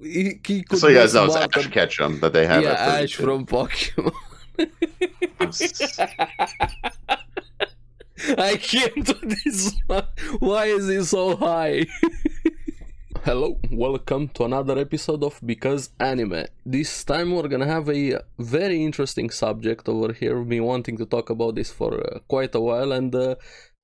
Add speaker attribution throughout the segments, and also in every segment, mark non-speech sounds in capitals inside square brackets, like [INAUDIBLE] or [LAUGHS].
Speaker 1: he, he could
Speaker 2: so you guys
Speaker 1: not
Speaker 2: know it's
Speaker 1: walk
Speaker 2: Ash
Speaker 1: up-
Speaker 2: Ketchum that they have.
Speaker 1: yeah,
Speaker 2: at the-
Speaker 1: Ash
Speaker 2: [LAUGHS]
Speaker 1: from Pokemon. [LAUGHS]
Speaker 2: I'm s-
Speaker 1: I can't do this one. Why is he so high? [LAUGHS] Hello, welcome to another episode of Because Anime. This time we're gonna have a very interesting subject over here. We've been wanting to talk about this for uh, quite a while, and uh,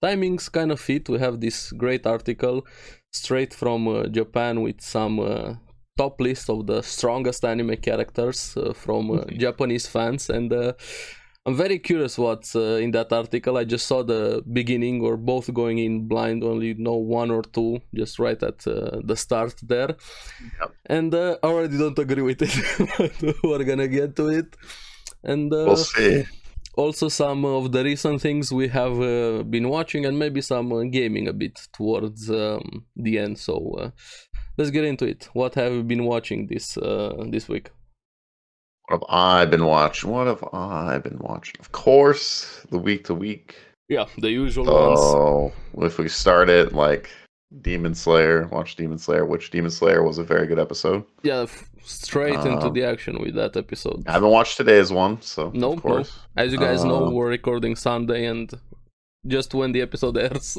Speaker 1: timing's kind of fit. We have this great article straight from uh, Japan with some uh, top list of the strongest anime characters uh, from uh, Japanese fans, and uh, I'm very curious what's uh, in that article. I just saw the beginning, or both going in blind, only know one or two, just right at uh, the start there. And uh, I already don't agree with it. [LAUGHS] We're gonna get to it. And uh,
Speaker 2: we'll see.
Speaker 1: also some of the recent things we have uh, been watching and maybe some uh, gaming a bit towards um, the end so uh, let's get into it what have you been watching this uh, this week
Speaker 2: What have I been watching? What have I been watching? Of course, the week to week.
Speaker 1: yeah the usual ones
Speaker 2: So if we start it like Demon Slayer, watch Demon Slayer, which Demon Slayer was a very good episode.
Speaker 1: yeah f- straight into
Speaker 2: Um,
Speaker 1: the action with that episode
Speaker 2: I haven't watched today's one, so
Speaker 1: Nope,
Speaker 2: of
Speaker 1: nope.
Speaker 2: course.
Speaker 1: as you guys know
Speaker 2: uh,
Speaker 1: we're recording sunday and just when the episode airs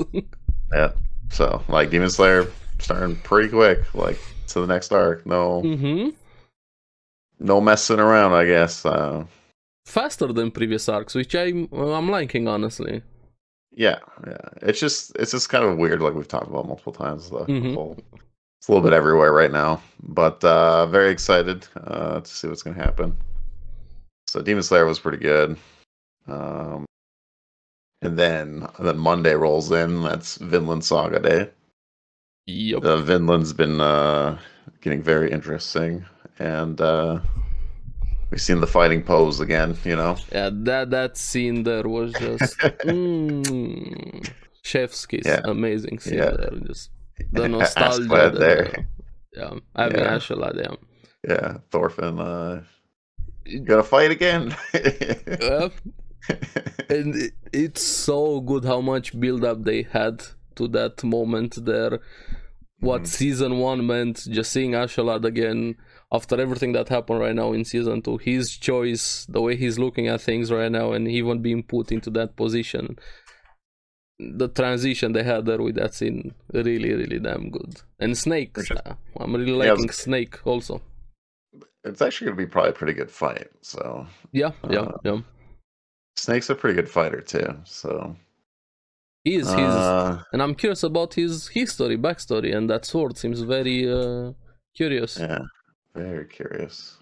Speaker 2: Yeah. So like Demon Slayer starting pretty quick, like to the next arc. No
Speaker 1: hmm
Speaker 2: no messing around, I guess. Uh,
Speaker 1: faster than previous arcs which i'm i'm liking honestly
Speaker 2: yeah, yeah. It's just it's just kind of weird, like we've talked about multiple times. The
Speaker 1: Mhm.
Speaker 2: whole it's a little bit everywhere right now. But uh very excited uh to see what's gonna happen. So Demon Slayer was pretty good. Um and then and then Monday rolls in, that's Vinland Saga Day.
Speaker 1: yep
Speaker 2: Uh, Vinland's been uh, getting very interesting, and uh, we've seen the fighting pose again. You know,
Speaker 1: Yeah, that that scene there was
Speaker 2: [LAUGHS]
Speaker 1: just mm, chef's kiss.
Speaker 2: Yeah.
Speaker 1: Amazing scene
Speaker 2: Yeah.
Speaker 1: there. Just the
Speaker 2: [LAUGHS] Ass
Speaker 1: nostalgia
Speaker 2: glad
Speaker 1: that,
Speaker 2: there.
Speaker 1: uh, yeah, I mean,
Speaker 2: Yeah.
Speaker 1: actually, yeah.
Speaker 2: yeah, Thorfinn, uh, you gotta fight again. [LAUGHS]
Speaker 1: Uh, and it, it's so good how much build up they had to that moment there. What
Speaker 2: Mhm.
Speaker 1: season one meant, just seeing Ashalad again after everything that happened right now in season two, his choice, the way he's looking at things right now, and even being put into that position, the transition they had there with that scene, really, really damn good. And Snake,
Speaker 2: For sure.
Speaker 1: uh, I'm really
Speaker 2: Yeah, I was-
Speaker 1: liking Snake also.
Speaker 2: it's actually gonna be probably a pretty good fight. So
Speaker 1: Yeah, yeah,
Speaker 2: Uh,
Speaker 1: yeah.
Speaker 2: Snake's a pretty good fighter too. So
Speaker 1: He is, he's
Speaker 2: uh,
Speaker 1: and I'm curious about his history, backstory, and that sword seems very uh, curious.
Speaker 2: Yeah, very curious.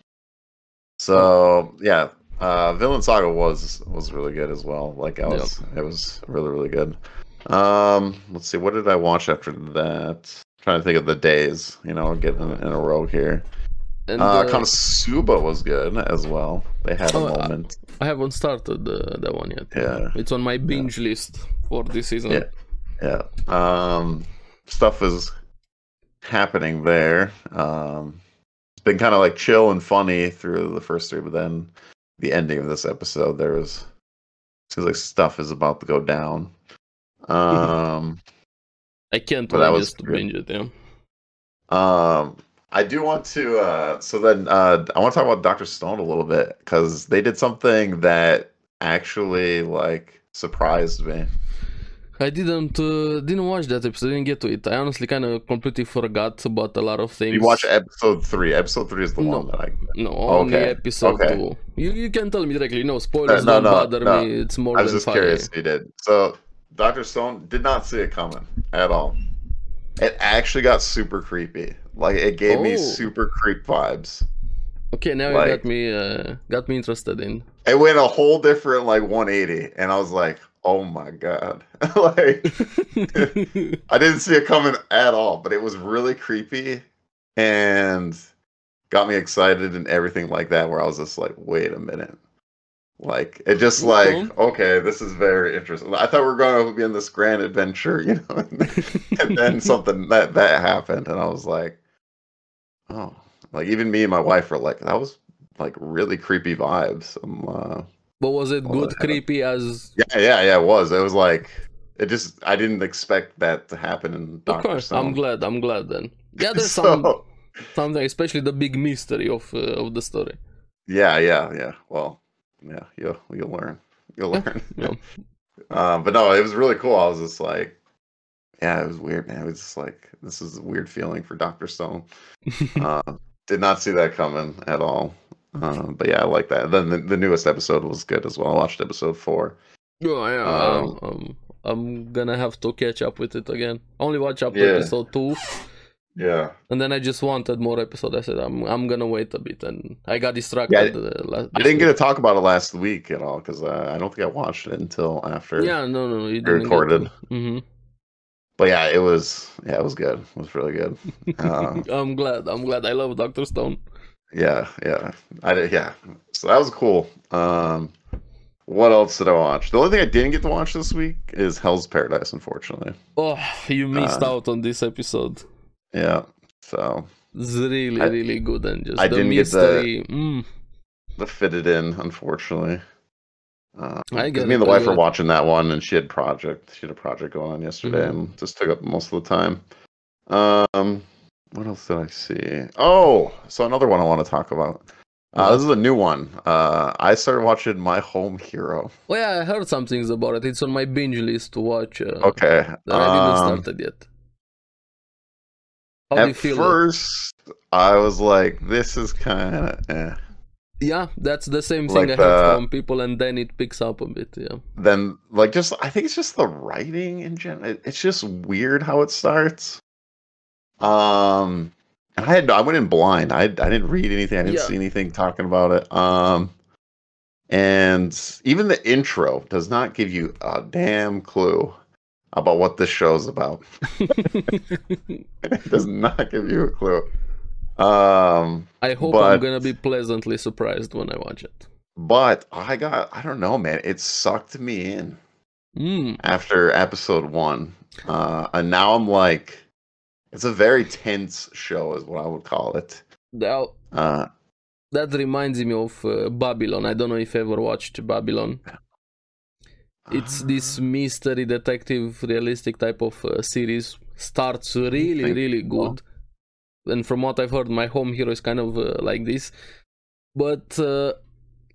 Speaker 2: So yeah, uh, Villain Saga was was really good as well. Like I
Speaker 1: Yep.
Speaker 2: was, it was really really good. Um, let's see, what did I watch after that? trying to think of the days, you know, getting in, in a row here.
Speaker 1: And
Speaker 2: uh,
Speaker 1: uh,
Speaker 2: Konosuba was good as well. They had a
Speaker 1: Oh, I-
Speaker 2: moment.
Speaker 1: I haven't started uh, that one yet.
Speaker 2: Yeah.
Speaker 1: It's on my binge list for this season.
Speaker 2: Yeah. Yeah. Um, stuff is happening there. Um, it's been kind of like chill and funny through the first three, but then the ending of this episode, there was seems like stuff is about to go down. Um,
Speaker 1: I can't
Speaker 2: But
Speaker 1: wait
Speaker 2: that was
Speaker 1: just to
Speaker 2: good.
Speaker 1: binge it. Yeah.
Speaker 2: um, I do want to. Uh, so then uh, I want to talk about Doctor Stone a little bit because they did something that actually like surprised me.
Speaker 1: I didn't uh, didn't watch that episode. Didn't get to it. I honestly kind of completely forgot about a lot of things.
Speaker 2: You watch episode three. Episode three is the
Speaker 1: No.
Speaker 2: one that I
Speaker 1: No, only
Speaker 2: Okay,
Speaker 1: episode
Speaker 2: okay.
Speaker 1: two. You, you can tell me directly. No spoilers.
Speaker 2: no,
Speaker 1: don't
Speaker 2: no,
Speaker 1: bother
Speaker 2: no.
Speaker 1: me. It's more
Speaker 2: I was
Speaker 1: than
Speaker 2: just
Speaker 1: five.
Speaker 2: curious if you did. So Dr. Stone did not see it coming at all. It actually got super creepy. Like it gave
Speaker 1: Oh.
Speaker 2: me super creep vibes.
Speaker 1: Okay, now you
Speaker 2: Like-
Speaker 1: got me uh, got me interested
Speaker 2: [LAUGHS]
Speaker 1: in. [LAUGHS]
Speaker 2: It went a whole different like 180 and I was like, "Oh my god." [LAUGHS] like I didn't see it coming at all, but it was really creepy and got me excited and everything like that where I was just like, "Wait a minute." Like it just like
Speaker 1: Okay.
Speaker 2: okay, this is very interesting. I thought we were going to be in this grand adventure, [LAUGHS] you know, and [LAUGHS] and then
Speaker 1: [LAUGHS]
Speaker 2: something that that happened and i was like oh like even me and my wife were like that was like really creepy vibes um, uh,
Speaker 1: But was it
Speaker 2: Oh,
Speaker 1: good,
Speaker 2: yeah.
Speaker 1: creepy as?
Speaker 2: yeah yeah yeah it was it was like it just i didn't expect that to happen in
Speaker 1: Of
Speaker 2: Dr.
Speaker 1: course, I'm
Speaker 2: Stone. [LAUGHS]
Speaker 1: glad. I'm glad then. Yeah, there's
Speaker 2: So-
Speaker 1: some something, especially the big mystery of uh, of the story.
Speaker 2: Yeah, yeah, yeah. Well, yeah, you'll you'll learn. You'll learn. [LAUGHS]
Speaker 1: Yeah.
Speaker 2: Uh, but no, it was really cool. I was just like, yeah, it was weird, man. It was just like, this is a weird feeling for Doctor
Speaker 1: [LAUGHS]
Speaker 2: Stone. uh, did not see that coming at all. Uh, but yeah, I like that. Then the, the newest episode was good as well. I watched episode four.
Speaker 1: Oh, yeah,
Speaker 2: Um,
Speaker 1: um, um, I'm gonna have to catch up with it again. Only watch up to
Speaker 2: Yeah.
Speaker 1: episode two,
Speaker 2: Yeah,
Speaker 1: and then I just wanted more episode. I said I'm I'm gonna wait a bit, and I got distracted. uh, la-
Speaker 2: I
Speaker 1: this
Speaker 2: didn't get
Speaker 1: week.
Speaker 2: to talk about it last week at all because uh, I don't think I watched it until after.
Speaker 1: Yeah, no, no, you didn't
Speaker 2: recorded.
Speaker 1: hmm
Speaker 2: But yeah, it was yeah, it was good. It was really
Speaker 1: [LAUGHS]
Speaker 2: good. Uh,
Speaker 1: I'm glad. I'm glad. I love Doctor Stone.
Speaker 2: yeah, yeah. I did yeah. So that was cool. Um what else did I watch? The only thing I didn't get to watch this week is Hell's Paradise, unfortunately.
Speaker 1: Oh, you missed
Speaker 2: Uh,
Speaker 1: out on this episode.
Speaker 2: Yeah. So
Speaker 1: It's really,
Speaker 2: I-
Speaker 1: really good, and just
Speaker 2: I
Speaker 1: the
Speaker 2: didn't get the-
Speaker 1: mystery. Mm,
Speaker 2: to fit it in, unfortunately. Uh,
Speaker 1: I get
Speaker 2: 'cause me
Speaker 1: it,
Speaker 2: and the
Speaker 1: I
Speaker 2: wife
Speaker 1: get
Speaker 2: were
Speaker 1: it.
Speaker 2: watching that one, and she had project. She had a project going on yesterday,
Speaker 1: Mhm.
Speaker 2: and just took up most of the time. Um, what else did I see? Oh, so another one I want to talk about.
Speaker 1: Uh-huh.
Speaker 2: Uh, this is a new one. Uh, I started watching My Home Hero.
Speaker 1: Oh yeah, I heard some things about it. It's on my binge list to watch. Uh,
Speaker 2: Okay.
Speaker 1: that I didn't
Speaker 2: um,
Speaker 1: start it yet. How do you
Speaker 2: at
Speaker 1: feel?
Speaker 2: first, I was like, "This is kind of." Eh.
Speaker 1: Yeah, that's the same thing
Speaker 2: Like uh,
Speaker 1: I heard
Speaker 2: the-
Speaker 1: from people, and then it picks up a bit. Yeah, [LAUGHS]
Speaker 2: Then, like, just I think it's just the writing in general. It's just weird how it starts. Um, and I had I went in blind. I I didn't read anything. I didn't
Speaker 1: Yeah.
Speaker 2: see anything talking about it. Um, and even the intro does not give you a damn clue about what this show's about. [LAUGHS] it does not give you a clue. Um,
Speaker 1: I hope I'm
Speaker 2: But-
Speaker 1: gonna be pleasantly surprised when I watch it.
Speaker 2: but I got I don't know, man. It sucked me in
Speaker 1: Mm.
Speaker 2: after episode one, uh, and now I'm like, it's a very tense show, is what I would call it.
Speaker 1: That
Speaker 2: Uh,
Speaker 1: that reminds me of uh, Babylon. I don't know if you ever watched Babylon.
Speaker 2: Ah. uh,
Speaker 1: It's this mystery detective realistic type of uh, series. Starts really
Speaker 2: think
Speaker 1: really good, and from what I've heard, my home hero is kind of uh, like this. But uh,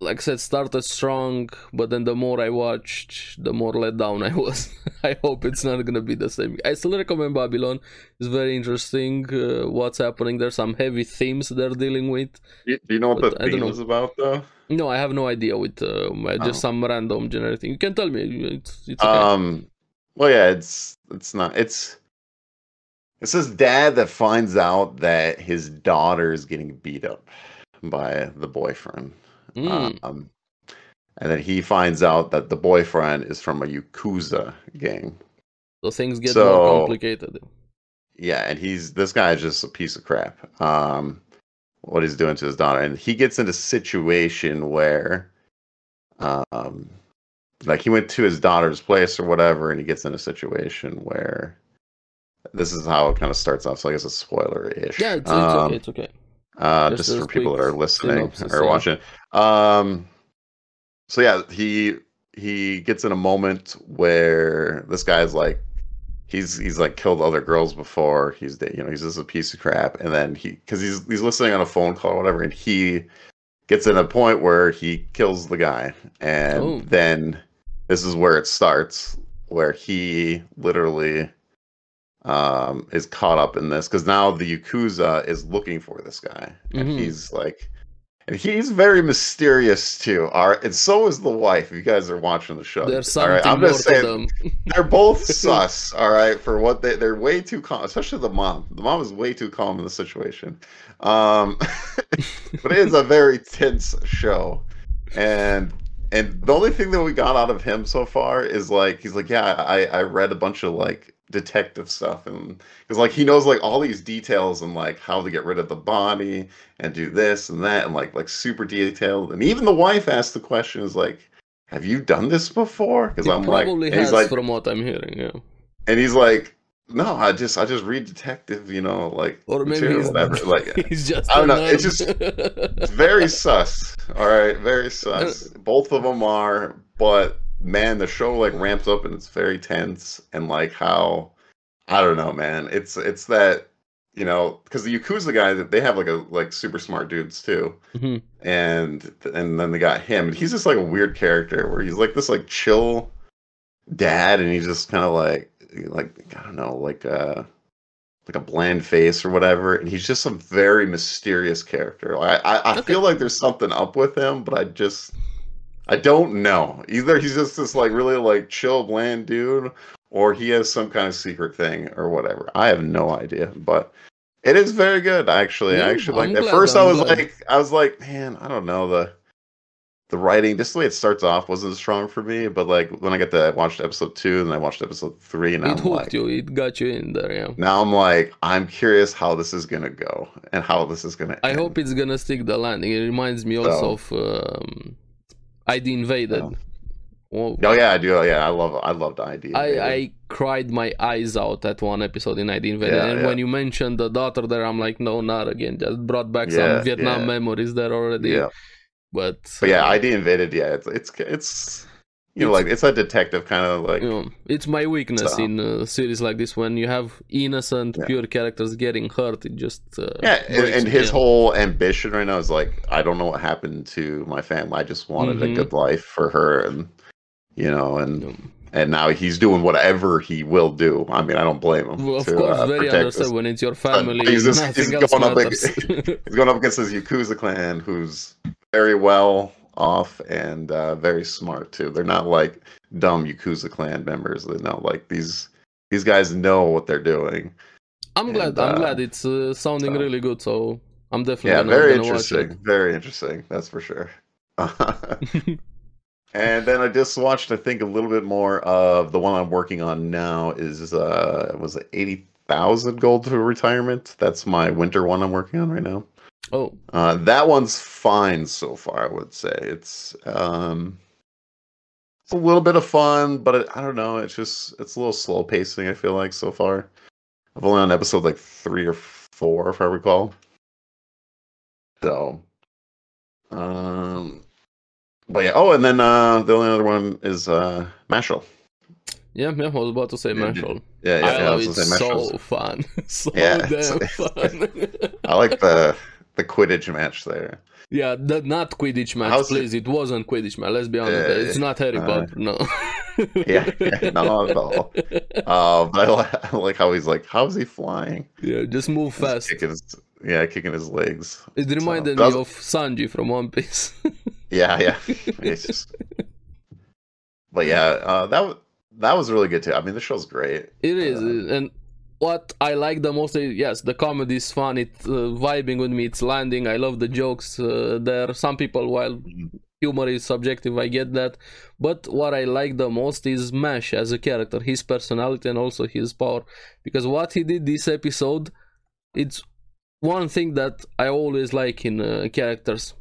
Speaker 1: like I said, started strong, but then the more I watched, the more let down I was. [LAUGHS] I hope it's not gonna be the same. I still recommend Babylon. It's very interesting. Uh, what's happening? There's some heavy themes they're dealing with.
Speaker 2: Do do you know what
Speaker 1: But
Speaker 2: the
Speaker 1: I don't
Speaker 2: theme
Speaker 1: know.
Speaker 2: is about, though?
Speaker 1: No, I have no idea with uh, my- just
Speaker 2: Oh.
Speaker 1: some random generic thing. You can tell me. It's, it's okay.
Speaker 2: Um, well, yeah, it's it's not it's it's this dad that finds out that his daughter is getting beat up by the boyfriend,
Speaker 1: Mm,
Speaker 2: um, and then he finds out that the boyfriend is from a yakuza gang.
Speaker 1: so things get
Speaker 2: so-
Speaker 1: more complicated.
Speaker 2: Yeah, and he's this guy is just a piece of crap. Um, what he's doing to his daughter, and he gets in a situation where, um, like he went to his daughter's place or whatever, and he gets in a situation where this is how it kind of starts off. So I guess it's spoiler ish.
Speaker 1: Yeah, it's, it's
Speaker 2: um,
Speaker 1: okay. It's okay.
Speaker 2: uh,
Speaker 1: Just
Speaker 2: just,
Speaker 1: as
Speaker 2: for people that
Speaker 1: quick
Speaker 2: are listening
Speaker 1: synopsis,
Speaker 2: or
Speaker 1: yeah.
Speaker 2: watching. Um, so yeah, he he gets in a moment where this guy's like, he's he's like killed other girls before. He's da- you know he's just a piece of crap, and then he because he's he's listening on a phone call or whatever, and he gets in a point where he kills the guy, and
Speaker 1: Oh.
Speaker 2: then this is where it starts, where he literally um is caught up in this because now the yakuza is looking for this guy and
Speaker 1: Mhm.
Speaker 2: he's like and he's very mysterious too all right and so is the wife if you guys are watching the show
Speaker 1: There's
Speaker 2: um, all
Speaker 1: something
Speaker 2: right i'm
Speaker 1: more
Speaker 2: just saying
Speaker 1: to them.
Speaker 2: they're both sus all right for what they they're way too calm especially the mom the mom is way too calm in the situation um [LAUGHS] but it is a very tense show and and the only thing that we got out of him so far is like he's like yeah i i read a bunch of like detective stuff and because like he knows like all these details and like how to get rid of the body and do this and that and like like super detailed and even the wife asked the question is like have you done this before because
Speaker 1: It
Speaker 2: i'm like
Speaker 1: probably
Speaker 2: and
Speaker 1: has,
Speaker 2: he's like
Speaker 1: from what I'm hearing. Yeah.
Speaker 2: and he's like no i just i just read detective you know like
Speaker 1: Or maybe
Speaker 2: material,
Speaker 1: he's-
Speaker 2: whatever
Speaker 1: [LAUGHS]
Speaker 2: like
Speaker 1: He's just.
Speaker 2: I don't
Speaker 1: a
Speaker 2: know, it's
Speaker 1: nerd. [LAUGHS]
Speaker 2: it's very sus. All right, very sus. Both of them are, but man, the show like ramps up and it's very tense and like how I don't know, man. It's it's that you know, because the Yakuza guy that they have like a like super smart dudes too,
Speaker 1: Mhm.
Speaker 2: and and then they got him, and he's just like a weird character where he's like this like chill dad, and he's just kind of like like I don't know like uh like a bland face or whatever, and he's just a very mysterious character. I I, I
Speaker 1: Okay.
Speaker 2: feel like there's something up with him, but I just I don't know. Either he's just this like really like chill bland dude, or he has some kind of secret thing or whatever. I have no idea, but it is very good actually.
Speaker 1: Yeah,
Speaker 2: I actually
Speaker 1: I'm
Speaker 2: like at
Speaker 1: glad,
Speaker 2: 1st
Speaker 1: I'm
Speaker 2: I was
Speaker 1: glad.
Speaker 2: like I was like, man, I don't know the the writing, just the way it starts off wasn't strong for me, but like when I got to I watched episode two and I watched episode three and
Speaker 1: it
Speaker 2: I'm
Speaker 1: hooked
Speaker 2: like
Speaker 1: you. It got you in there. Yeah.
Speaker 2: now I'm like, I'm curious how this is gonna go and how this is gonna
Speaker 1: I hope it's gonna stick the landing. It reminds me also of um, ID Invaded.
Speaker 2: Oh.
Speaker 1: Oh,
Speaker 2: Oh yeah, I do. Yeah, I love I loved ID.
Speaker 1: I, I cried my eyes out at one episode in ID Invaded.
Speaker 2: Yeah,
Speaker 1: and
Speaker 2: yeah.
Speaker 1: when you mentioned the daughter there, I'm like, no, not again. Just brought back
Speaker 2: Yeah,
Speaker 1: some Vietnam
Speaker 2: yeah.
Speaker 1: memories there already.
Speaker 2: yeah.
Speaker 1: But,
Speaker 2: But yeah, ID invaded. Yeah, it's it's it's you know
Speaker 1: It's-
Speaker 2: like it's a detective kind of like
Speaker 1: you know, it's my weakness
Speaker 2: So-
Speaker 1: in uh, series like this when you have innocent,
Speaker 2: Yeah.
Speaker 1: pure characters getting hurt. It just uh,
Speaker 2: yeah, and,
Speaker 1: breaks
Speaker 2: and
Speaker 1: me,
Speaker 2: his
Speaker 1: yeah.
Speaker 2: whole ambition right now is like I don't know what happened to my family. I just wanted
Speaker 1: Mhm.
Speaker 2: a good life for her, and you know, and
Speaker 1: You know,
Speaker 2: and now he's doing whatever he will do. I mean, I don't blame him.
Speaker 1: Well, of
Speaker 2: to,
Speaker 1: course,
Speaker 2: uh,
Speaker 1: very
Speaker 2: protect
Speaker 1: understood
Speaker 2: his-
Speaker 1: when it's your family.
Speaker 2: he's just-
Speaker 1: nothing
Speaker 2: he's
Speaker 1: else
Speaker 2: going up
Speaker 1: matters.
Speaker 2: [LAUGHS] He's going up against his Yakuza clan, who's very well off and uh, very smart too. They're not like dumb Yakuza clan members. They know like these these guys know what they're doing.
Speaker 1: [LAUGHS] I'm glad.
Speaker 2: And,
Speaker 1: I'm
Speaker 2: uh,
Speaker 1: glad it's uh, sounding
Speaker 2: so-
Speaker 1: really good. So I'm definitely
Speaker 2: Yeah,
Speaker 1: gonna,
Speaker 2: very
Speaker 1: gonna watch it.
Speaker 2: interesting. Very interesting. That's for sure. [LAUGHS] and then I just watched, I think, a little bit more of the one I'm working on now. Is uh, was it eighty thousand gold to retirement? That's my winter one I'm working on right now.
Speaker 1: [LAUGHS] Oh,
Speaker 2: Uh, that one's fine so far, I would say. It's um, it's a little bit of fun, but it, I don't know. It's just it's a little slow pacing. I feel like so far, I've only on episode like three or four, if I recall. So, um, but yeah. Oh, and then uh, the only other one is uh, Mashal.
Speaker 1: yeah, yeah. I was about to say
Speaker 2: Yeah,
Speaker 1: Marshall.
Speaker 2: Yeah, yeah.
Speaker 1: I
Speaker 2: yeah,
Speaker 1: love
Speaker 2: was
Speaker 1: it.
Speaker 2: gonna say Mashal's-
Speaker 1: So fun. [LAUGHS] so
Speaker 2: Yeah, [LAUGHS]
Speaker 1: damn
Speaker 2: it's-
Speaker 1: fun. [LAUGHS]
Speaker 2: I like the the Quidditch match there.
Speaker 1: yeah, that not Quidditch match,
Speaker 2: How's it-
Speaker 1: please. It wasn't Quidditch match. Let's be honest.
Speaker 2: Yeah,
Speaker 1: it's not Harry
Speaker 2: uh,
Speaker 1: Potter. No.
Speaker 2: Yeah, yeah not at all. Uh, but I, li- [LAUGHS] I like how he's like, how is he flying?
Speaker 1: [LAUGHS] Yeah, just move
Speaker 2: He's
Speaker 1: fast.
Speaker 2: Kicking his, yeah, kicking his legs.
Speaker 1: It reminded me
Speaker 2: that's-
Speaker 1: of Sanji from One Piece. [LAUGHS]
Speaker 2: Yeah, yeah. It's just- but yeah, uh, that wa- that was really good too. I mean, the show's great.
Speaker 1: It is,
Speaker 2: Um,
Speaker 1: and what I like the most is yes, the comedy is fun. It's uh, vibing with me. It's landing. I love the jokes. Uh, there, some people while
Speaker 2: Mhm.
Speaker 1: humor is subjective, I get that. But what I like the most is Mash as a character, his personality, and also his power. Because what he did this episode, it's one thing that I always like in uh, characters.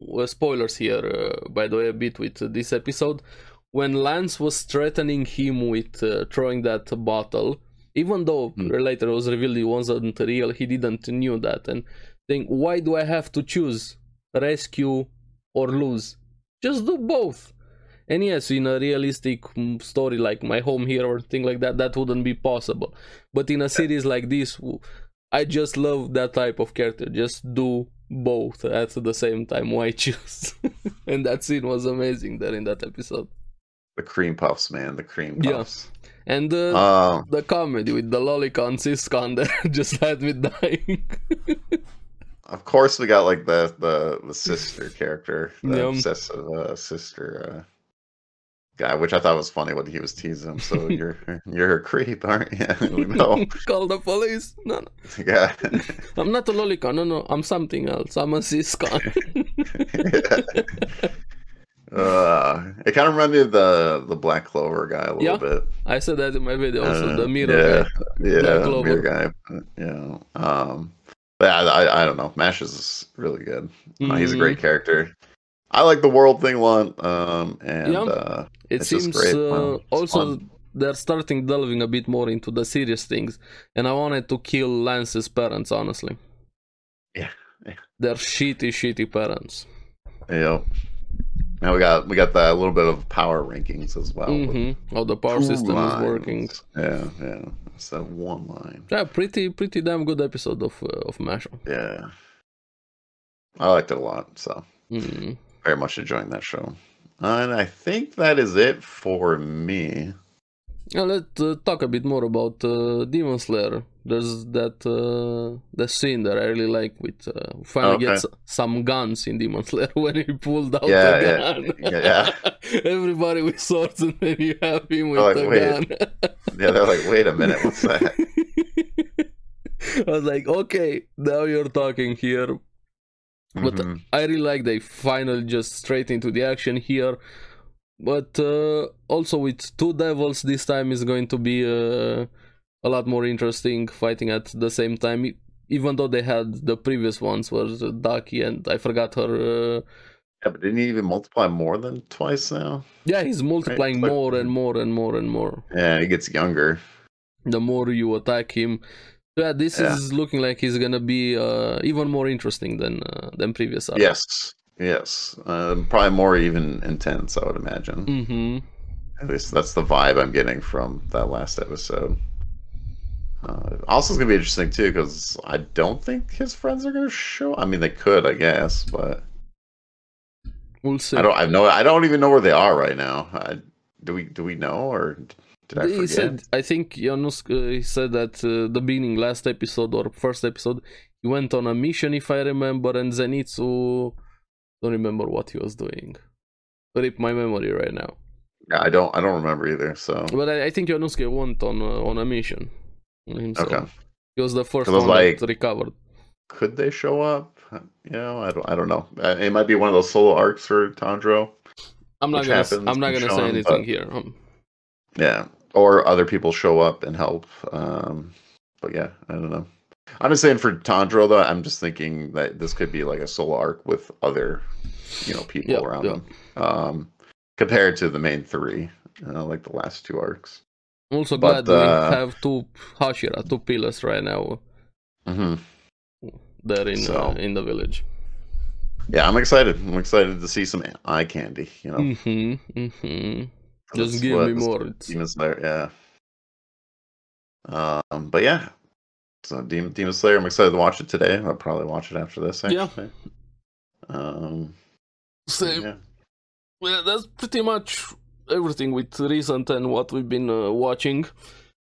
Speaker 1: Well, spoilers here, uh, by the way, a bit with this episode when Lance was threatening him with uh, throwing that bottle, even though
Speaker 2: Hmm.
Speaker 1: later it was revealed it wasn't real, he didn't knew that and think, why do I have to choose rescue or lose? Just do both. And yes, in a realistic mm, story like My Home Here or thing like that, that wouldn't be possible. But in a series like this, w- I just love that type of character. Just do both at the same time. Why choose? [LAUGHS] and that scene was amazing there in that episode.
Speaker 2: the cream puffs, man, the cream
Speaker 1: Yeah.
Speaker 2: puffs.
Speaker 1: And uh,
Speaker 2: Um,
Speaker 1: the comedy with the lolicon siscon that [LAUGHS] just had me dying.
Speaker 2: of course, we got like the the, the
Speaker 1: [LAUGHS]
Speaker 2: sister character, the
Speaker 1: Yeah.
Speaker 2: obsessive uh, sister uh, guy, which I thought was funny when he was teasing him.
Speaker 1: [LAUGHS]
Speaker 2: So you're you're a creep, aren't you? [LAUGHS] We know.
Speaker 1: Call the police. No, no,
Speaker 2: yeah.
Speaker 1: I'm not a lolicon. No, no, I'm something else. I'm a
Speaker 2: [LAUGHS]
Speaker 1: siscon.
Speaker 2: Uh, it kind of reminded me of the the Black Clover guy a little
Speaker 1: Yeah.
Speaker 2: bit.
Speaker 1: I said that in my video.
Speaker 2: Uh,
Speaker 1: Also, the mirror.
Speaker 2: yeah,
Speaker 1: guy.
Speaker 2: yeah,
Speaker 1: Black
Speaker 2: the
Speaker 1: Clover.
Speaker 2: mirror guy. Yeah. Um, but I, I I don't know. Mash is really good. Uh, he's a
Speaker 1: Mm,
Speaker 2: great character. I like the world thing a lot. Um, and
Speaker 1: Yeah.
Speaker 2: uh,
Speaker 1: It
Speaker 2: it's just
Speaker 1: seems
Speaker 2: great.
Speaker 1: uh,
Speaker 2: Wow, it's
Speaker 1: also
Speaker 2: fun.
Speaker 1: they're starting delving a bit more into the serious things, and I wanted to kill Lance's parents. Honestly,
Speaker 2: Yeah, yeah.
Speaker 1: they're shitty, shitty parents.
Speaker 2: yeah. Now we got we got that little bit of power rankings as well. with
Speaker 1: Mm-hmm. Oh, the power
Speaker 2: two
Speaker 1: system
Speaker 2: lines.
Speaker 1: is working.
Speaker 2: Yeah, yeah. It's that one line.
Speaker 1: Yeah, pretty, pretty damn good episode of uh, of Mashup.
Speaker 2: Yeah. I liked it a lot, so
Speaker 1: Mm.
Speaker 2: very much enjoying that show. And I think that is it for me.
Speaker 1: Now let's uh, talk a bit more about uh, Demon Slayer. There's that uh, that scene that I really like with uh, finally
Speaker 2: Okay.
Speaker 1: gets some guns in Demon [LAUGHS] Slayer when he pulled out
Speaker 2: Yeah,
Speaker 1: the
Speaker 2: yeah,
Speaker 1: gun. [LAUGHS]
Speaker 2: yeah,
Speaker 1: Everybody with swords and then you have him with
Speaker 2: like,
Speaker 1: the
Speaker 2: Oh, wait.
Speaker 1: gun. [LAUGHS]
Speaker 2: Yeah, they're like, wait a minute, what's that?
Speaker 1: I was like, okay, now you're talking here. [LAUGHS] What the-
Speaker 2: Mhm.
Speaker 1: I really like they finally just straight into the action here. But uh, also with two devils this time is going to be uh, a lot more interesting fighting at the same time. e- Even though they had the previous ones were Daki and I forgot her. Uh,
Speaker 2: Yeah, but didn't he even multiply more than twice now?
Speaker 1: yeah, he's multiplying
Speaker 2: like-
Speaker 1: more and more and more and more.
Speaker 2: Yeah, he gets younger.
Speaker 1: the more you attack him. Yeah, this
Speaker 2: Yeah.
Speaker 1: is looking like he's gonna be uh, even more interesting than uh, than previous. arc.
Speaker 2: Yes. Yes. Um, probably more even intense, I would imagine.
Speaker 1: Mhm.
Speaker 2: At least that's the vibe I'm getting from that last episode. Uh, also, it's gonna be interesting too because I don't think his friends are gonna show. I mean, they could, I guess, but
Speaker 1: We'll see.
Speaker 2: I don't. I know. I don't even know where they are right now. I, do we? Do we know, or did I
Speaker 1: he
Speaker 2: forget?
Speaker 1: said, I think Janus uh, he said that uh, the beginning last episode or first episode, he went on a mission if I remember, and Zenitsu don't remember what he was doing. Rip my memory right now,
Speaker 2: Yeah, I don't. I don't remember either. So
Speaker 1: but I, I think Januske went on uh, on a mission. Himself.
Speaker 2: Okay.
Speaker 1: He was the first
Speaker 2: It was
Speaker 1: one that
Speaker 2: like-
Speaker 1: recovered.
Speaker 2: could they show up? You know, I don't. I don't know. Uh, It might be one of those solo arcs for Tandro.
Speaker 1: I'm not
Speaker 2: Which
Speaker 1: gonna.
Speaker 2: happens
Speaker 1: I'm not
Speaker 2: in
Speaker 1: gonna say
Speaker 2: Shonen,
Speaker 1: anything
Speaker 2: but-
Speaker 1: here. Um,
Speaker 2: Yeah, or other people show up and help. Um, but yeah, I don't know. I'm just saying for Tandro though, I'm just thinking that this could be like a solo arc with other, you know, people
Speaker 1: Yeah,
Speaker 2: around
Speaker 1: yeah.
Speaker 2: them. Um, compared to the main three, uh, like the last two arcs.
Speaker 1: I'm also
Speaker 2: But,
Speaker 1: glad
Speaker 2: uh,
Speaker 1: we have two Hashira, two pillars right now
Speaker 2: hmm
Speaker 1: there in
Speaker 2: So.
Speaker 1: uh, in the village.
Speaker 2: Yeah, I'm excited. I'm excited to see some eye candy. You know,
Speaker 1: hmm hmm Just
Speaker 2: That's
Speaker 1: give
Speaker 2: what
Speaker 1: me
Speaker 2: this
Speaker 1: more. It's,
Speaker 2: Demon Slayer. Yeah. Um, but yeah. So Demon, Demon Slayer, I'm excited to watch it today. I'll probably watch it after this.
Speaker 1: Yeah.
Speaker 2: Actually. Um.
Speaker 1: same.
Speaker 2: yeah.
Speaker 1: Well, that's pretty much everything with recent and what we've been uh, watching.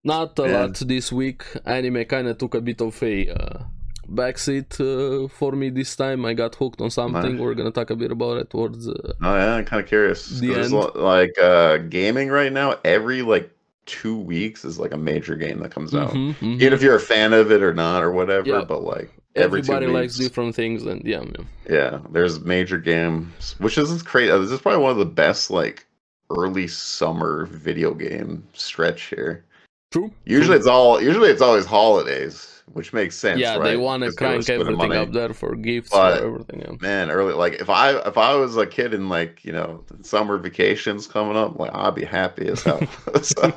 Speaker 1: Not a
Speaker 2: Yeah.
Speaker 1: lot this week. Anime kind of took a bit of a uh, backseat uh, for me this time. I got hooked on something.
Speaker 2: Nice.
Speaker 1: We're gonna talk a bit about it towards. Uh,
Speaker 2: Oh yeah, I'm kind of curious. 'cause
Speaker 1: The
Speaker 2: there's
Speaker 1: end.
Speaker 2: a lot- like uh, gaming right now, every like two weeks is like a major game that comes out.
Speaker 1: mhm, mhm.
Speaker 2: Even if you're a fan of it or not or whatever,
Speaker 1: Yeah.
Speaker 2: but like every
Speaker 1: Everybody
Speaker 2: two
Speaker 1: likes
Speaker 2: weeks,
Speaker 1: different things, and yeah, man.
Speaker 2: yeah, there's major games, which is crazy. This is probably one of the best like early summer video game stretch here.
Speaker 1: True.
Speaker 2: Usually it's all usually it's always holidays, which makes sense.
Speaker 1: yeah, they
Speaker 2: right?
Speaker 1: want to
Speaker 2: Because were
Speaker 1: crank
Speaker 2: spending
Speaker 1: everything
Speaker 2: money.
Speaker 1: up there for gifts
Speaker 2: But-
Speaker 1: for everything. Yeah.
Speaker 2: man early like if i if i was a kid and like you know summer vacations coming up like i'd be happy
Speaker 1: [LAUGHS]
Speaker 2: as hell So-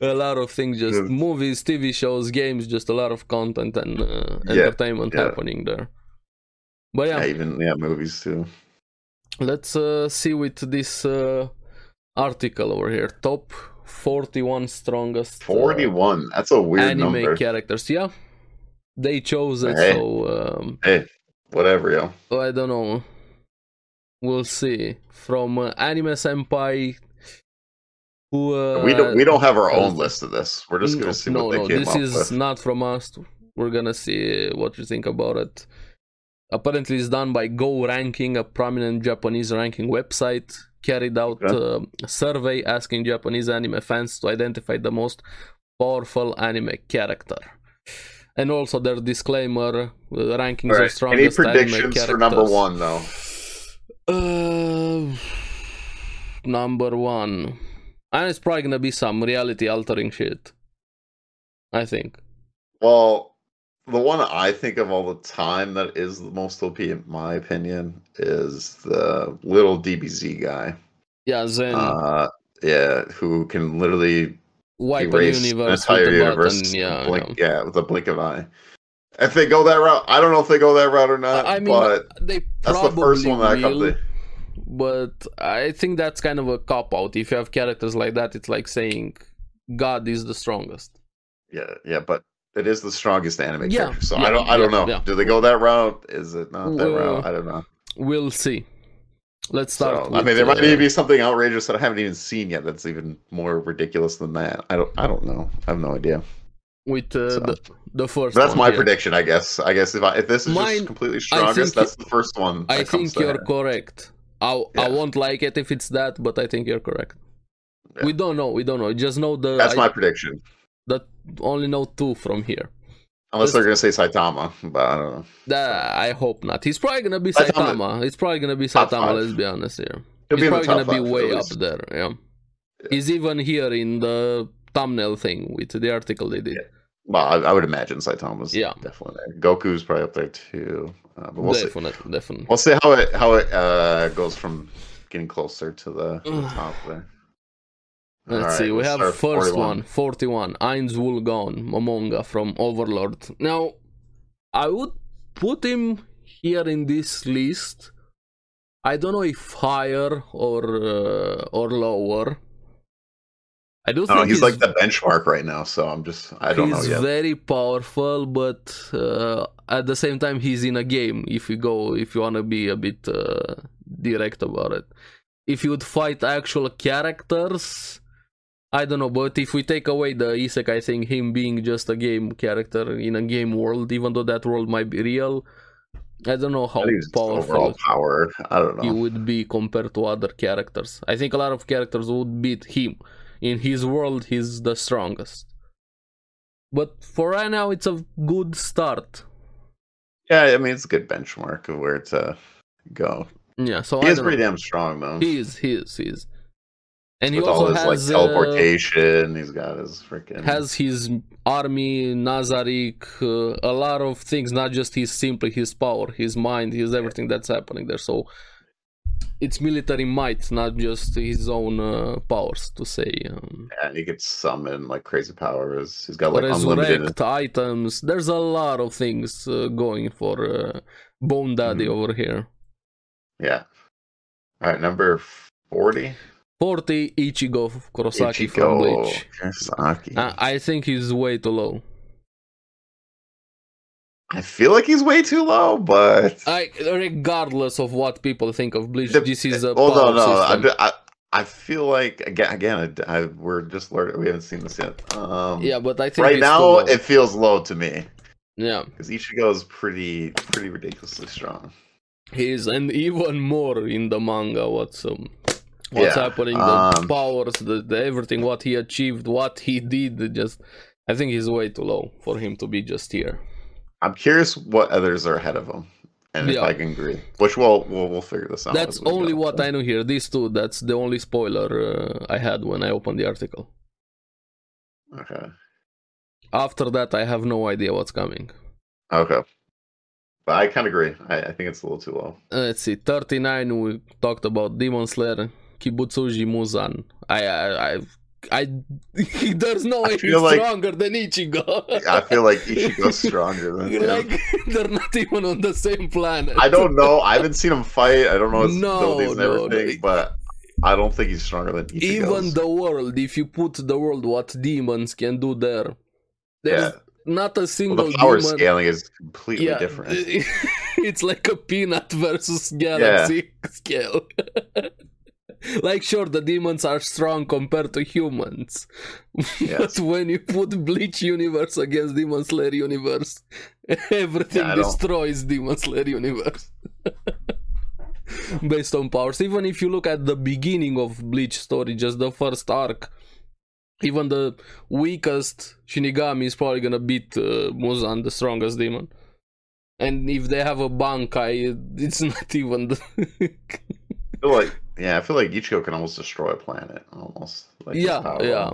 Speaker 1: A lot of things, just
Speaker 2: Yeah.
Speaker 1: movies, TV shows, games, just a lot of content and uh,
Speaker 2: Yeah,
Speaker 1: entertainment
Speaker 2: yeah.
Speaker 1: happening there. But yeah,
Speaker 2: yeah even yeah movies too
Speaker 1: let's uh, see with this uh, article over here. Top 41 strongest uh,
Speaker 2: 41 that's a weird
Speaker 1: anime
Speaker 2: number
Speaker 1: characters. Yeah, they chose it,
Speaker 2: Hey.
Speaker 1: so um,
Speaker 2: hey whatever yo
Speaker 1: Oh, I don't know. We'll see. From uh, Anime Senpai, who uh,
Speaker 2: we don't we don't have our own
Speaker 1: uh,
Speaker 2: list of this we're just gonna see
Speaker 1: no,
Speaker 2: what they
Speaker 1: no,
Speaker 2: came
Speaker 1: this
Speaker 2: up
Speaker 1: is
Speaker 2: with
Speaker 1: not from us. We're gonna see what you think about it. Apparently, it's done by Go Ranking, a prominent Japanese ranking website. Carried out um a survey asking Japanese anime fans to identify the most powerful anime character. And also their disclaimer: uh, rankings of
Speaker 2: all right any
Speaker 1: strongest anime
Speaker 2: predictions
Speaker 1: characters.
Speaker 2: for number one though
Speaker 1: Uh, number one, and it's probably gonna be some reality-altering shit. I think.
Speaker 2: well the one i think of all the time that is the most op in my opinion is the little dbz guy
Speaker 1: Yeah, Zen
Speaker 2: uh yeah who can literally
Speaker 1: wipe a
Speaker 2: erase an
Speaker 1: universe with
Speaker 2: entire
Speaker 1: a
Speaker 2: universe
Speaker 1: button.
Speaker 2: with a
Speaker 1: Yeah,
Speaker 2: blink-
Speaker 1: yeah.
Speaker 2: yeah. with a blink of an eye if they go that route i don't know if they go that route or not
Speaker 1: I mean,
Speaker 2: but
Speaker 1: they
Speaker 2: that's
Speaker 1: probably
Speaker 2: the first one that i come
Speaker 1: will,
Speaker 2: to
Speaker 1: but I think that's kind of a cop out. If you have characters like that, it's like saying God is the strongest.
Speaker 2: Yeah, yeah, but it is the strongest anime
Speaker 1: Yeah,
Speaker 2: character. So
Speaker 1: yeah,
Speaker 2: I don't, I don't
Speaker 1: yeah,
Speaker 2: know.
Speaker 1: yeah.
Speaker 2: Do they go that route? Is it not that
Speaker 1: Well,
Speaker 2: route? I don't know.
Speaker 1: We'll see. Let's
Speaker 2: So,
Speaker 1: start.
Speaker 2: I
Speaker 1: with,
Speaker 2: mean, there might
Speaker 1: uh,
Speaker 2: even be something outrageous that I haven't even seen yet. That's even more ridiculous than that. I don't, I don't know. I have no idea.
Speaker 1: with uh,
Speaker 2: So-
Speaker 1: the, the first.
Speaker 2: But that's
Speaker 1: one
Speaker 2: my
Speaker 1: here.
Speaker 2: prediction, I guess. I guess if I, if this is
Speaker 1: Mine-
Speaker 2: just completely
Speaker 1: I think
Speaker 2: strongest, that's the first one.
Speaker 1: I
Speaker 2: that
Speaker 1: think
Speaker 2: comes to
Speaker 1: you're
Speaker 2: hand.
Speaker 1: correct. I, I
Speaker 2: Yeah.
Speaker 1: won't like it if it's that, but I think you're correct.
Speaker 2: Yeah.
Speaker 1: We don't know. We don't know. Just know the.
Speaker 2: That's
Speaker 1: I
Speaker 2: my prediction.
Speaker 1: only know two from here.
Speaker 2: Unless
Speaker 1: Just-
Speaker 2: they're gonna say Saitama, but I don't know.
Speaker 1: That I hope not. He's probably gonna be
Speaker 2: Saitama-
Speaker 1: Saitama. It's probably gonna be
Speaker 2: Top
Speaker 1: Saitama.
Speaker 2: five.
Speaker 1: Let's be honest here. He's
Speaker 2: He'll be in the
Speaker 1: probably
Speaker 2: top
Speaker 1: gonna be
Speaker 2: five, at
Speaker 1: way up
Speaker 2: least.
Speaker 1: there. Yeah. He's even here in the thumbnail thing with the article they did.
Speaker 2: Well, I, I would imagine Saitama's
Speaker 1: Yeah.
Speaker 2: definitely there. Goku's probably up there too. Uh, but we'll see.
Speaker 1: definitely, definitely.
Speaker 2: We'll see how it how it uh, goes from getting closer to the, to the top there.
Speaker 1: Let's
Speaker 2: All right,
Speaker 1: see. We
Speaker 2: let's
Speaker 1: have
Speaker 2: start with
Speaker 1: first
Speaker 2: 41.
Speaker 1: one, 41, Einz Wulgon, Momonga from Overlord. Now, I would put him here in this list. I don't know if higher or uh, or lower. I do
Speaker 2: I
Speaker 1: think
Speaker 2: don't know, Oh, he's, like the benchmark right now, so I'm just I don't know
Speaker 1: he's
Speaker 2: yet.
Speaker 1: very powerful, but uh, at the same time, he's in a game. If you go, if you want to be a bit uh, direct about it, if you would fight actual characters, I don't know. But if we take away the isekai thing, him being just a game character in a game world, even though that world might be real, I don't know how
Speaker 2: I think he's just
Speaker 1: powerful
Speaker 2: overall power. I don't
Speaker 1: he
Speaker 2: know.
Speaker 1: would be compared to other characters. I think a lot of characters would beat him. In his world, he's the strongest. But for right now, it's a good start.
Speaker 2: Yeah, I mean it's a good benchmark of where to go.
Speaker 1: Yeah, so
Speaker 2: He
Speaker 1: I
Speaker 2: is
Speaker 1: don't
Speaker 2: pretty
Speaker 1: know.
Speaker 2: damn strong though.
Speaker 1: He is, he is, he is. And
Speaker 2: With
Speaker 1: he
Speaker 2: all
Speaker 1: also
Speaker 2: his
Speaker 1: has,
Speaker 2: like
Speaker 1: uh,
Speaker 2: teleportation, he's got his freaking
Speaker 1: has his army, Nazarick, uh, a lot of things, not just his simply his power, his mind, his everything that's happening there. So it's military might, not just his own uh, powers, to say. Um,
Speaker 2: and he could summon like crazy powers. He's got like unlimited.
Speaker 1: resurrect items. There's a lot of things uh, going for uh, Bone Daddy
Speaker 2: Mhm.
Speaker 1: over here.
Speaker 2: Yeah. All right, number forty.
Speaker 1: 40 Ichigo Kurosaki from
Speaker 2: Ichigo
Speaker 1: Bleach.
Speaker 2: Kurosaki.
Speaker 1: I- I think he's way too low.
Speaker 2: I feel like he's way too low, but
Speaker 1: I, regardless of what people think of Bleach,
Speaker 2: The-
Speaker 1: this is a
Speaker 2: well, no,
Speaker 1: power
Speaker 2: no. I,
Speaker 1: system.
Speaker 2: d- I, I feel like again, again, I, I- we're just learning. We haven't seen this yet. Um,
Speaker 1: yeah, but I think
Speaker 2: right
Speaker 1: he's too
Speaker 2: now
Speaker 1: low.
Speaker 2: it feels low to me
Speaker 1: yeah,
Speaker 2: because Ichigo is pretty, pretty ridiculously strong.
Speaker 1: he is, and even more in the manga. What's um, what's
Speaker 2: Yeah,
Speaker 1: happening? The
Speaker 2: um,
Speaker 1: powers, the, the everything, what he achieved, what he did. Just, I think he's way too low for him to be just here.
Speaker 2: I'm curious what others are ahead of him, and
Speaker 1: Yeah.
Speaker 2: if I can agree. Which we'll we'll, we'll figure this out.
Speaker 1: That's
Speaker 2: as we go.
Speaker 1: only what I know here. These two. That's the only spoiler uh, I had when I opened the article.
Speaker 2: Okay.
Speaker 1: After that, I have no idea what's coming.
Speaker 2: Okay. But I kind of agree. I, I think it's a little too low.
Speaker 1: Uh, Let's see. Thirty-nine. We talked about Demon Slayer, Kibutsuji Muzan. I, I, [LAUGHS] I, I there's no
Speaker 2: I
Speaker 1: way he's
Speaker 2: feel like-
Speaker 1: stronger than Ichigo.
Speaker 2: [LAUGHS]
Speaker 1: [LAUGHS]
Speaker 2: I feel like Ichigo's stronger than him.
Speaker 1: like [LAUGHS] they're not even on the same planet.
Speaker 2: I don't know. I haven't seen him fight. I don't know his
Speaker 1: No,
Speaker 2: abilities and
Speaker 1: no, no.
Speaker 2: everything, but I don't think he's stronger than Ichigo.
Speaker 1: Even the world. If you put the world, what demons can do there? There's
Speaker 2: Yeah.
Speaker 1: not a single
Speaker 2: well, the power
Speaker 1: demon.
Speaker 2: scaling is completely
Speaker 1: [LAUGHS]
Speaker 2: different.
Speaker 1: it's like a peanut versus galaxy scale. [LAUGHS] like, sure, the demons are strong compared to humans,
Speaker 2: Yes.
Speaker 1: but when you put Bleach universe against Demon Slayer universe, everything
Speaker 2: Yeah, I don't-
Speaker 1: destroys Demon Slayer universe. [LAUGHS] Based on powers, even if you look at the beginning of Bleach story, just the first arc, even the weakest Shinigami is probably gonna beat uh, Muzan, the strongest demon. And if they have a Bankai, it's [LAUGHS] not even. The
Speaker 2: I feel like yeah, I feel like Ichigo can almost destroy a planet almost. Like his
Speaker 1: yeah,
Speaker 2: power.
Speaker 1: yeah,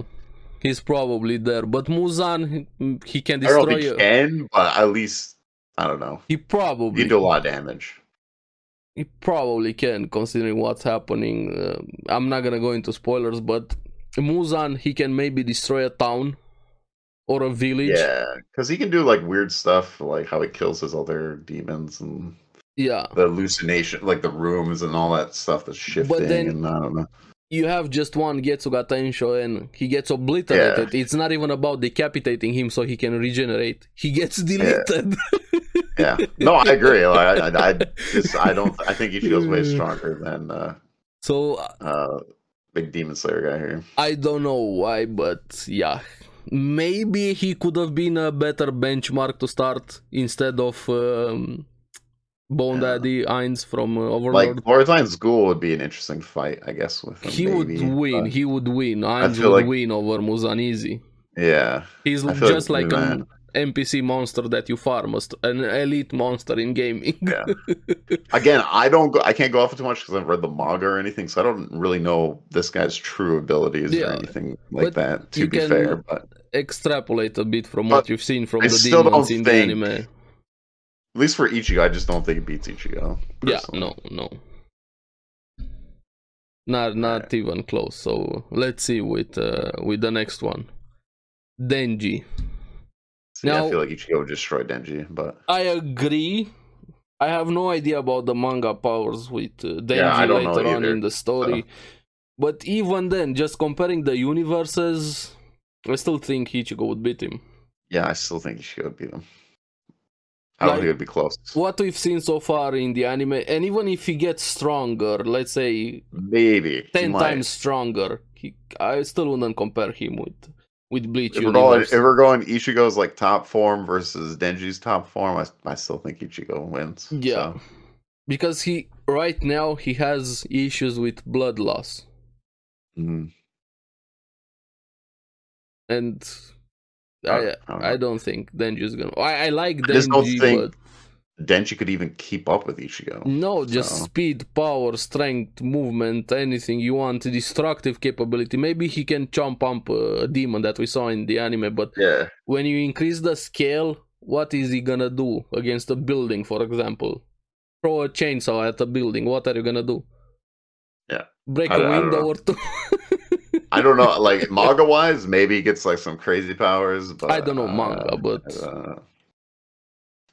Speaker 1: he's probably there. But Muzan, he- he can
Speaker 2: I don't know if
Speaker 1: destroy.
Speaker 2: he
Speaker 1: a-
Speaker 2: can, but at least I don't know.
Speaker 1: He
Speaker 2: He
Speaker 1: probably
Speaker 2: can do a lot of damage.
Speaker 1: he probably can, considering what's happening. Uh, I'm not gonna go into spoilers, but Muzan, he can maybe destroy a town or a village.
Speaker 2: Yeah, because he can do like weird stuff, like how he kills his other demons and
Speaker 1: yeah.
Speaker 2: the hallucination, like the rooms and all that stuff that's shifting.
Speaker 1: then-
Speaker 2: and I
Speaker 1: [LAUGHS]
Speaker 2: don't know.
Speaker 1: You have just one Getsu Gatensho and he gets obliterated. It's not even about decapitating him so he can regenerate. He gets deleted. [LAUGHS]
Speaker 2: Yeah, no, I agree. Like, I, I, I just, I don't. I think Ichigo's
Speaker 1: [LAUGHS]
Speaker 2: way stronger than uh,
Speaker 1: so
Speaker 2: uh, big demon slayer guy here.
Speaker 1: I don't know why, but yeah. Maybe he could have been a better benchmark to start instead of um, Bone
Speaker 2: Yeah.
Speaker 1: Daddy Ainz from uh,
Speaker 2: Like
Speaker 1: Overlord.
Speaker 2: Borutan's Ghoul would be an interesting fight, I guess. With him,
Speaker 1: he
Speaker 2: maybe,
Speaker 1: would win.
Speaker 2: but-
Speaker 1: He would win. Ainz would
Speaker 2: feel like-
Speaker 1: win over Muzan easy.
Speaker 2: yeah,
Speaker 1: He's
Speaker 2: I feel
Speaker 1: just like
Speaker 2: man,
Speaker 1: an NPC monster that you farm, a st- an elite monster in gaming. [LAUGHS]
Speaker 2: Yeah. again. I don't. Go, I can't go off it too much because I've read the manga or anything, so I don't really know this guy's true abilities or
Speaker 1: Yeah,
Speaker 2: anything like
Speaker 1: but
Speaker 2: that. To
Speaker 1: you
Speaker 2: be
Speaker 1: can-
Speaker 2: fair, but at
Speaker 1: Extrapolate a bit from
Speaker 2: But
Speaker 1: what you've seen from
Speaker 2: I
Speaker 1: the
Speaker 2: still don't
Speaker 1: demons in the
Speaker 2: think-
Speaker 1: anime.
Speaker 2: least for Ichigo, I just don't think it beats Ichigo.
Speaker 1: Yeah,
Speaker 2: personally.
Speaker 1: no, no. Not not even close. So let's see with uh, with the next one. Denji.
Speaker 2: See,
Speaker 1: Now-
Speaker 2: I feel like Ichigo would destroy Denji, but
Speaker 1: I agree. I have no idea about the manga powers with uh, Denji
Speaker 2: Yeah, I don't know
Speaker 1: later on
Speaker 2: either, Uh.
Speaker 1: in the story. But even then, just comparing the universes, I still think Ichigo would beat him.
Speaker 2: yeah, I still think Ichigo would beat him. I don't
Speaker 1: Like-
Speaker 2: think it'd be close.
Speaker 1: What we've seen so far in the anime, and even if he gets stronger, let's say
Speaker 2: Maybe he
Speaker 1: 10
Speaker 2: might.
Speaker 1: times stronger. He, I still wouldn't compare him with with Bleach
Speaker 2: If we're, going,
Speaker 1: Universe.
Speaker 2: if we're going Ichigo's like top form versus Denji's top form, I, I still think Ichigo wins.
Speaker 1: Yeah.
Speaker 2: so.
Speaker 1: because he right now he has issues with blood loss
Speaker 2: Mhm.
Speaker 1: and
Speaker 2: I-
Speaker 1: I
Speaker 2: I
Speaker 1: I don't think Denji's gonna I, I like
Speaker 2: Uh, I just don't
Speaker 1: Denji
Speaker 2: think-
Speaker 1: but
Speaker 2: Denji could even keep up with Ichigo.
Speaker 1: no just
Speaker 2: So.
Speaker 1: speed power strength movement anything you want destructive capability maybe he can chomp pump a demon that we saw in the anime but
Speaker 2: Yeah.
Speaker 1: when you increase the scale, what is he gonna do against a building, for example? Throw a chainsaw at a building. What are you gonna do?
Speaker 2: Yeah.
Speaker 1: Break
Speaker 2: I- I
Speaker 1: a
Speaker 2: don't
Speaker 1: window
Speaker 2: know.
Speaker 1: or two. [LAUGHS]
Speaker 2: I don't know. Like manga wise, maybe he gets like some crazy powers. But
Speaker 1: I don't know manga, but
Speaker 2: Uh,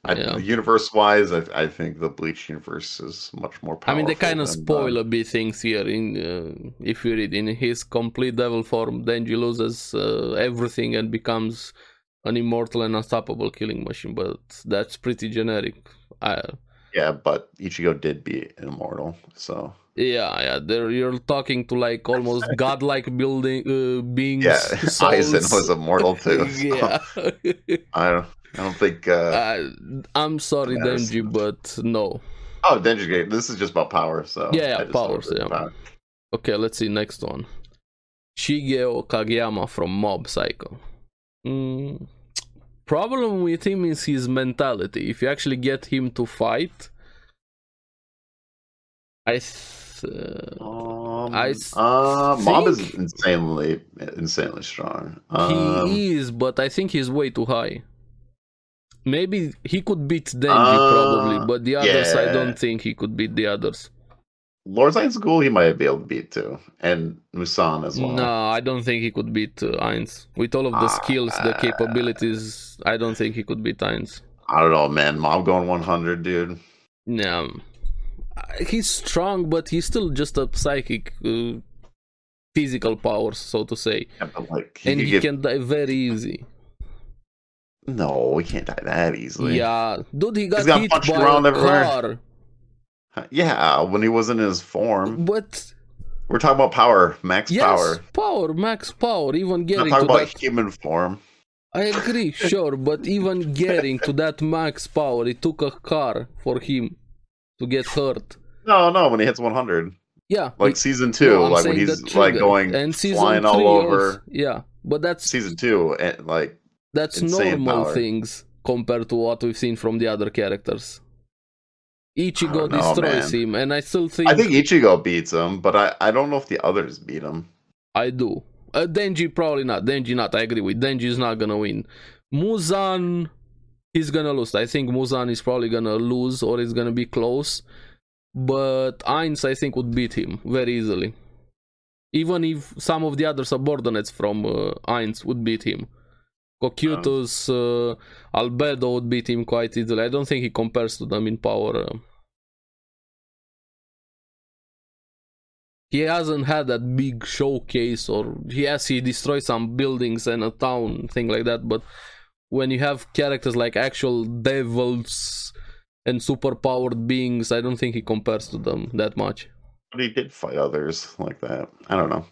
Speaker 2: I,
Speaker 1: Yeah.
Speaker 2: Universe wise, I, I think the Bleach universe is much more
Speaker 1: I
Speaker 2: powerful.
Speaker 1: mean, they kind of
Speaker 2: than, uh,
Speaker 1: spoil a bit things here. In uh, if you read in his complete devil form, Denji loses uh, everything and becomes an immortal and unstoppable killing machine. But that's pretty generic. I,
Speaker 2: Yeah, but Ichigo did be immortal, so
Speaker 1: Yeah, yeah. There you're talking to like almost godlike building uh, beings.
Speaker 2: yeah,
Speaker 1: [LAUGHS] souls.
Speaker 2: [LAUGHS] Aizen was immortal
Speaker 1: [LAUGHS]
Speaker 2: too. so
Speaker 1: yeah.
Speaker 2: [LAUGHS] I don't, I don't think. Uh,
Speaker 1: Uh, I'm sorry,
Speaker 2: Yeah, it's-
Speaker 1: Denji, but no.
Speaker 2: oh, Denji Gate. This is just about power, so
Speaker 1: Yeah, yeah,
Speaker 2: I just
Speaker 1: power,
Speaker 2: don't
Speaker 1: so
Speaker 2: think
Speaker 1: yeah.
Speaker 2: about-
Speaker 1: Okay, let's see next one. Shigeo Kageyama from Mob Psycho. Mm, problem with him is his mentality. If you actually get him to fight, I th- uh,
Speaker 2: Um,
Speaker 1: I s-
Speaker 2: uh, Mob is
Speaker 1: think-
Speaker 2: insanely, insanely strong. Um,
Speaker 1: he is, but I think he's way too high. Maybe he could beat Denji
Speaker 2: Uh,
Speaker 1: probably, but the others I
Speaker 2: yeah.
Speaker 1: don't think he could beat the others.
Speaker 2: Lord Zane's Ghoul, he might be able to beat too, and Musan as well.
Speaker 1: No, I don't think he could beat uh, Ainz. With all of the skills, the
Speaker 2: Ah.
Speaker 1: capabilities, I don't think he could beat Ainz.
Speaker 2: I don't know, man. Mob going 100, dude.
Speaker 1: No. Uh, He's strong, but he's still just a psychic, uh, physical powers, so to say.
Speaker 2: Yeah, but like, he
Speaker 1: and
Speaker 2: could
Speaker 1: he
Speaker 2: get-
Speaker 1: can die very easy.
Speaker 2: No, we can't die that easily.
Speaker 1: Yeah. Dude, he got,
Speaker 2: got
Speaker 1: hit
Speaker 2: punched
Speaker 1: by
Speaker 2: around
Speaker 1: a
Speaker 2: everywhere.
Speaker 1: car.
Speaker 2: Yeah, when he wasn't in his form.
Speaker 1: But
Speaker 2: We're talking about power, max
Speaker 1: Yes,
Speaker 2: power.
Speaker 1: power, max power. Even
Speaker 2: We're not
Speaker 1: getting to
Speaker 2: talking about
Speaker 1: that,
Speaker 2: human form.
Speaker 1: I
Speaker 2: [LAUGHS]
Speaker 1: agree, sure, but even getting to that max power, it took a car for him to get hurt.
Speaker 2: No, no, when he hits 100.
Speaker 1: Yeah,
Speaker 2: Like
Speaker 1: it-
Speaker 2: season
Speaker 1: no,
Speaker 2: two,
Speaker 1: I'm
Speaker 2: like when
Speaker 1: saying
Speaker 2: he's
Speaker 1: the
Speaker 2: like
Speaker 1: trigger.
Speaker 2: going
Speaker 1: and season
Speaker 2: flying all
Speaker 1: three
Speaker 2: over.
Speaker 1: also- Yeah, but that's
Speaker 2: Season two, and like,
Speaker 1: that's
Speaker 2: insane
Speaker 1: normal
Speaker 2: power.
Speaker 1: things compared to what we've seen from the other characters. Ichigo
Speaker 2: don't know,
Speaker 1: destroys
Speaker 2: Oh, man.
Speaker 1: him, and I still think
Speaker 2: I think Ichigo beats him, but I, I don't know if the others beat him.
Speaker 1: I do. Uh, Denji probably not. Denji not. I agree with Denji is not gonna win. Muzan, he's gonna lose. I think Muzan is probably gonna lose or it's gonna be close. But Ainz, I think, would beat him very easily. Even if some of the other subordinates from uh, Ainz would beat him. Cocutus, uh, Albedo would beat him quite easily. I don't think he compares to them in power. Uh, he hasn't had that big showcase or yes he destroyed some buildings and a town thing like that but when you have characters like actual devils and superpowered beings i don't think he compares to them that much
Speaker 2: But he did fight others like that. I don't know.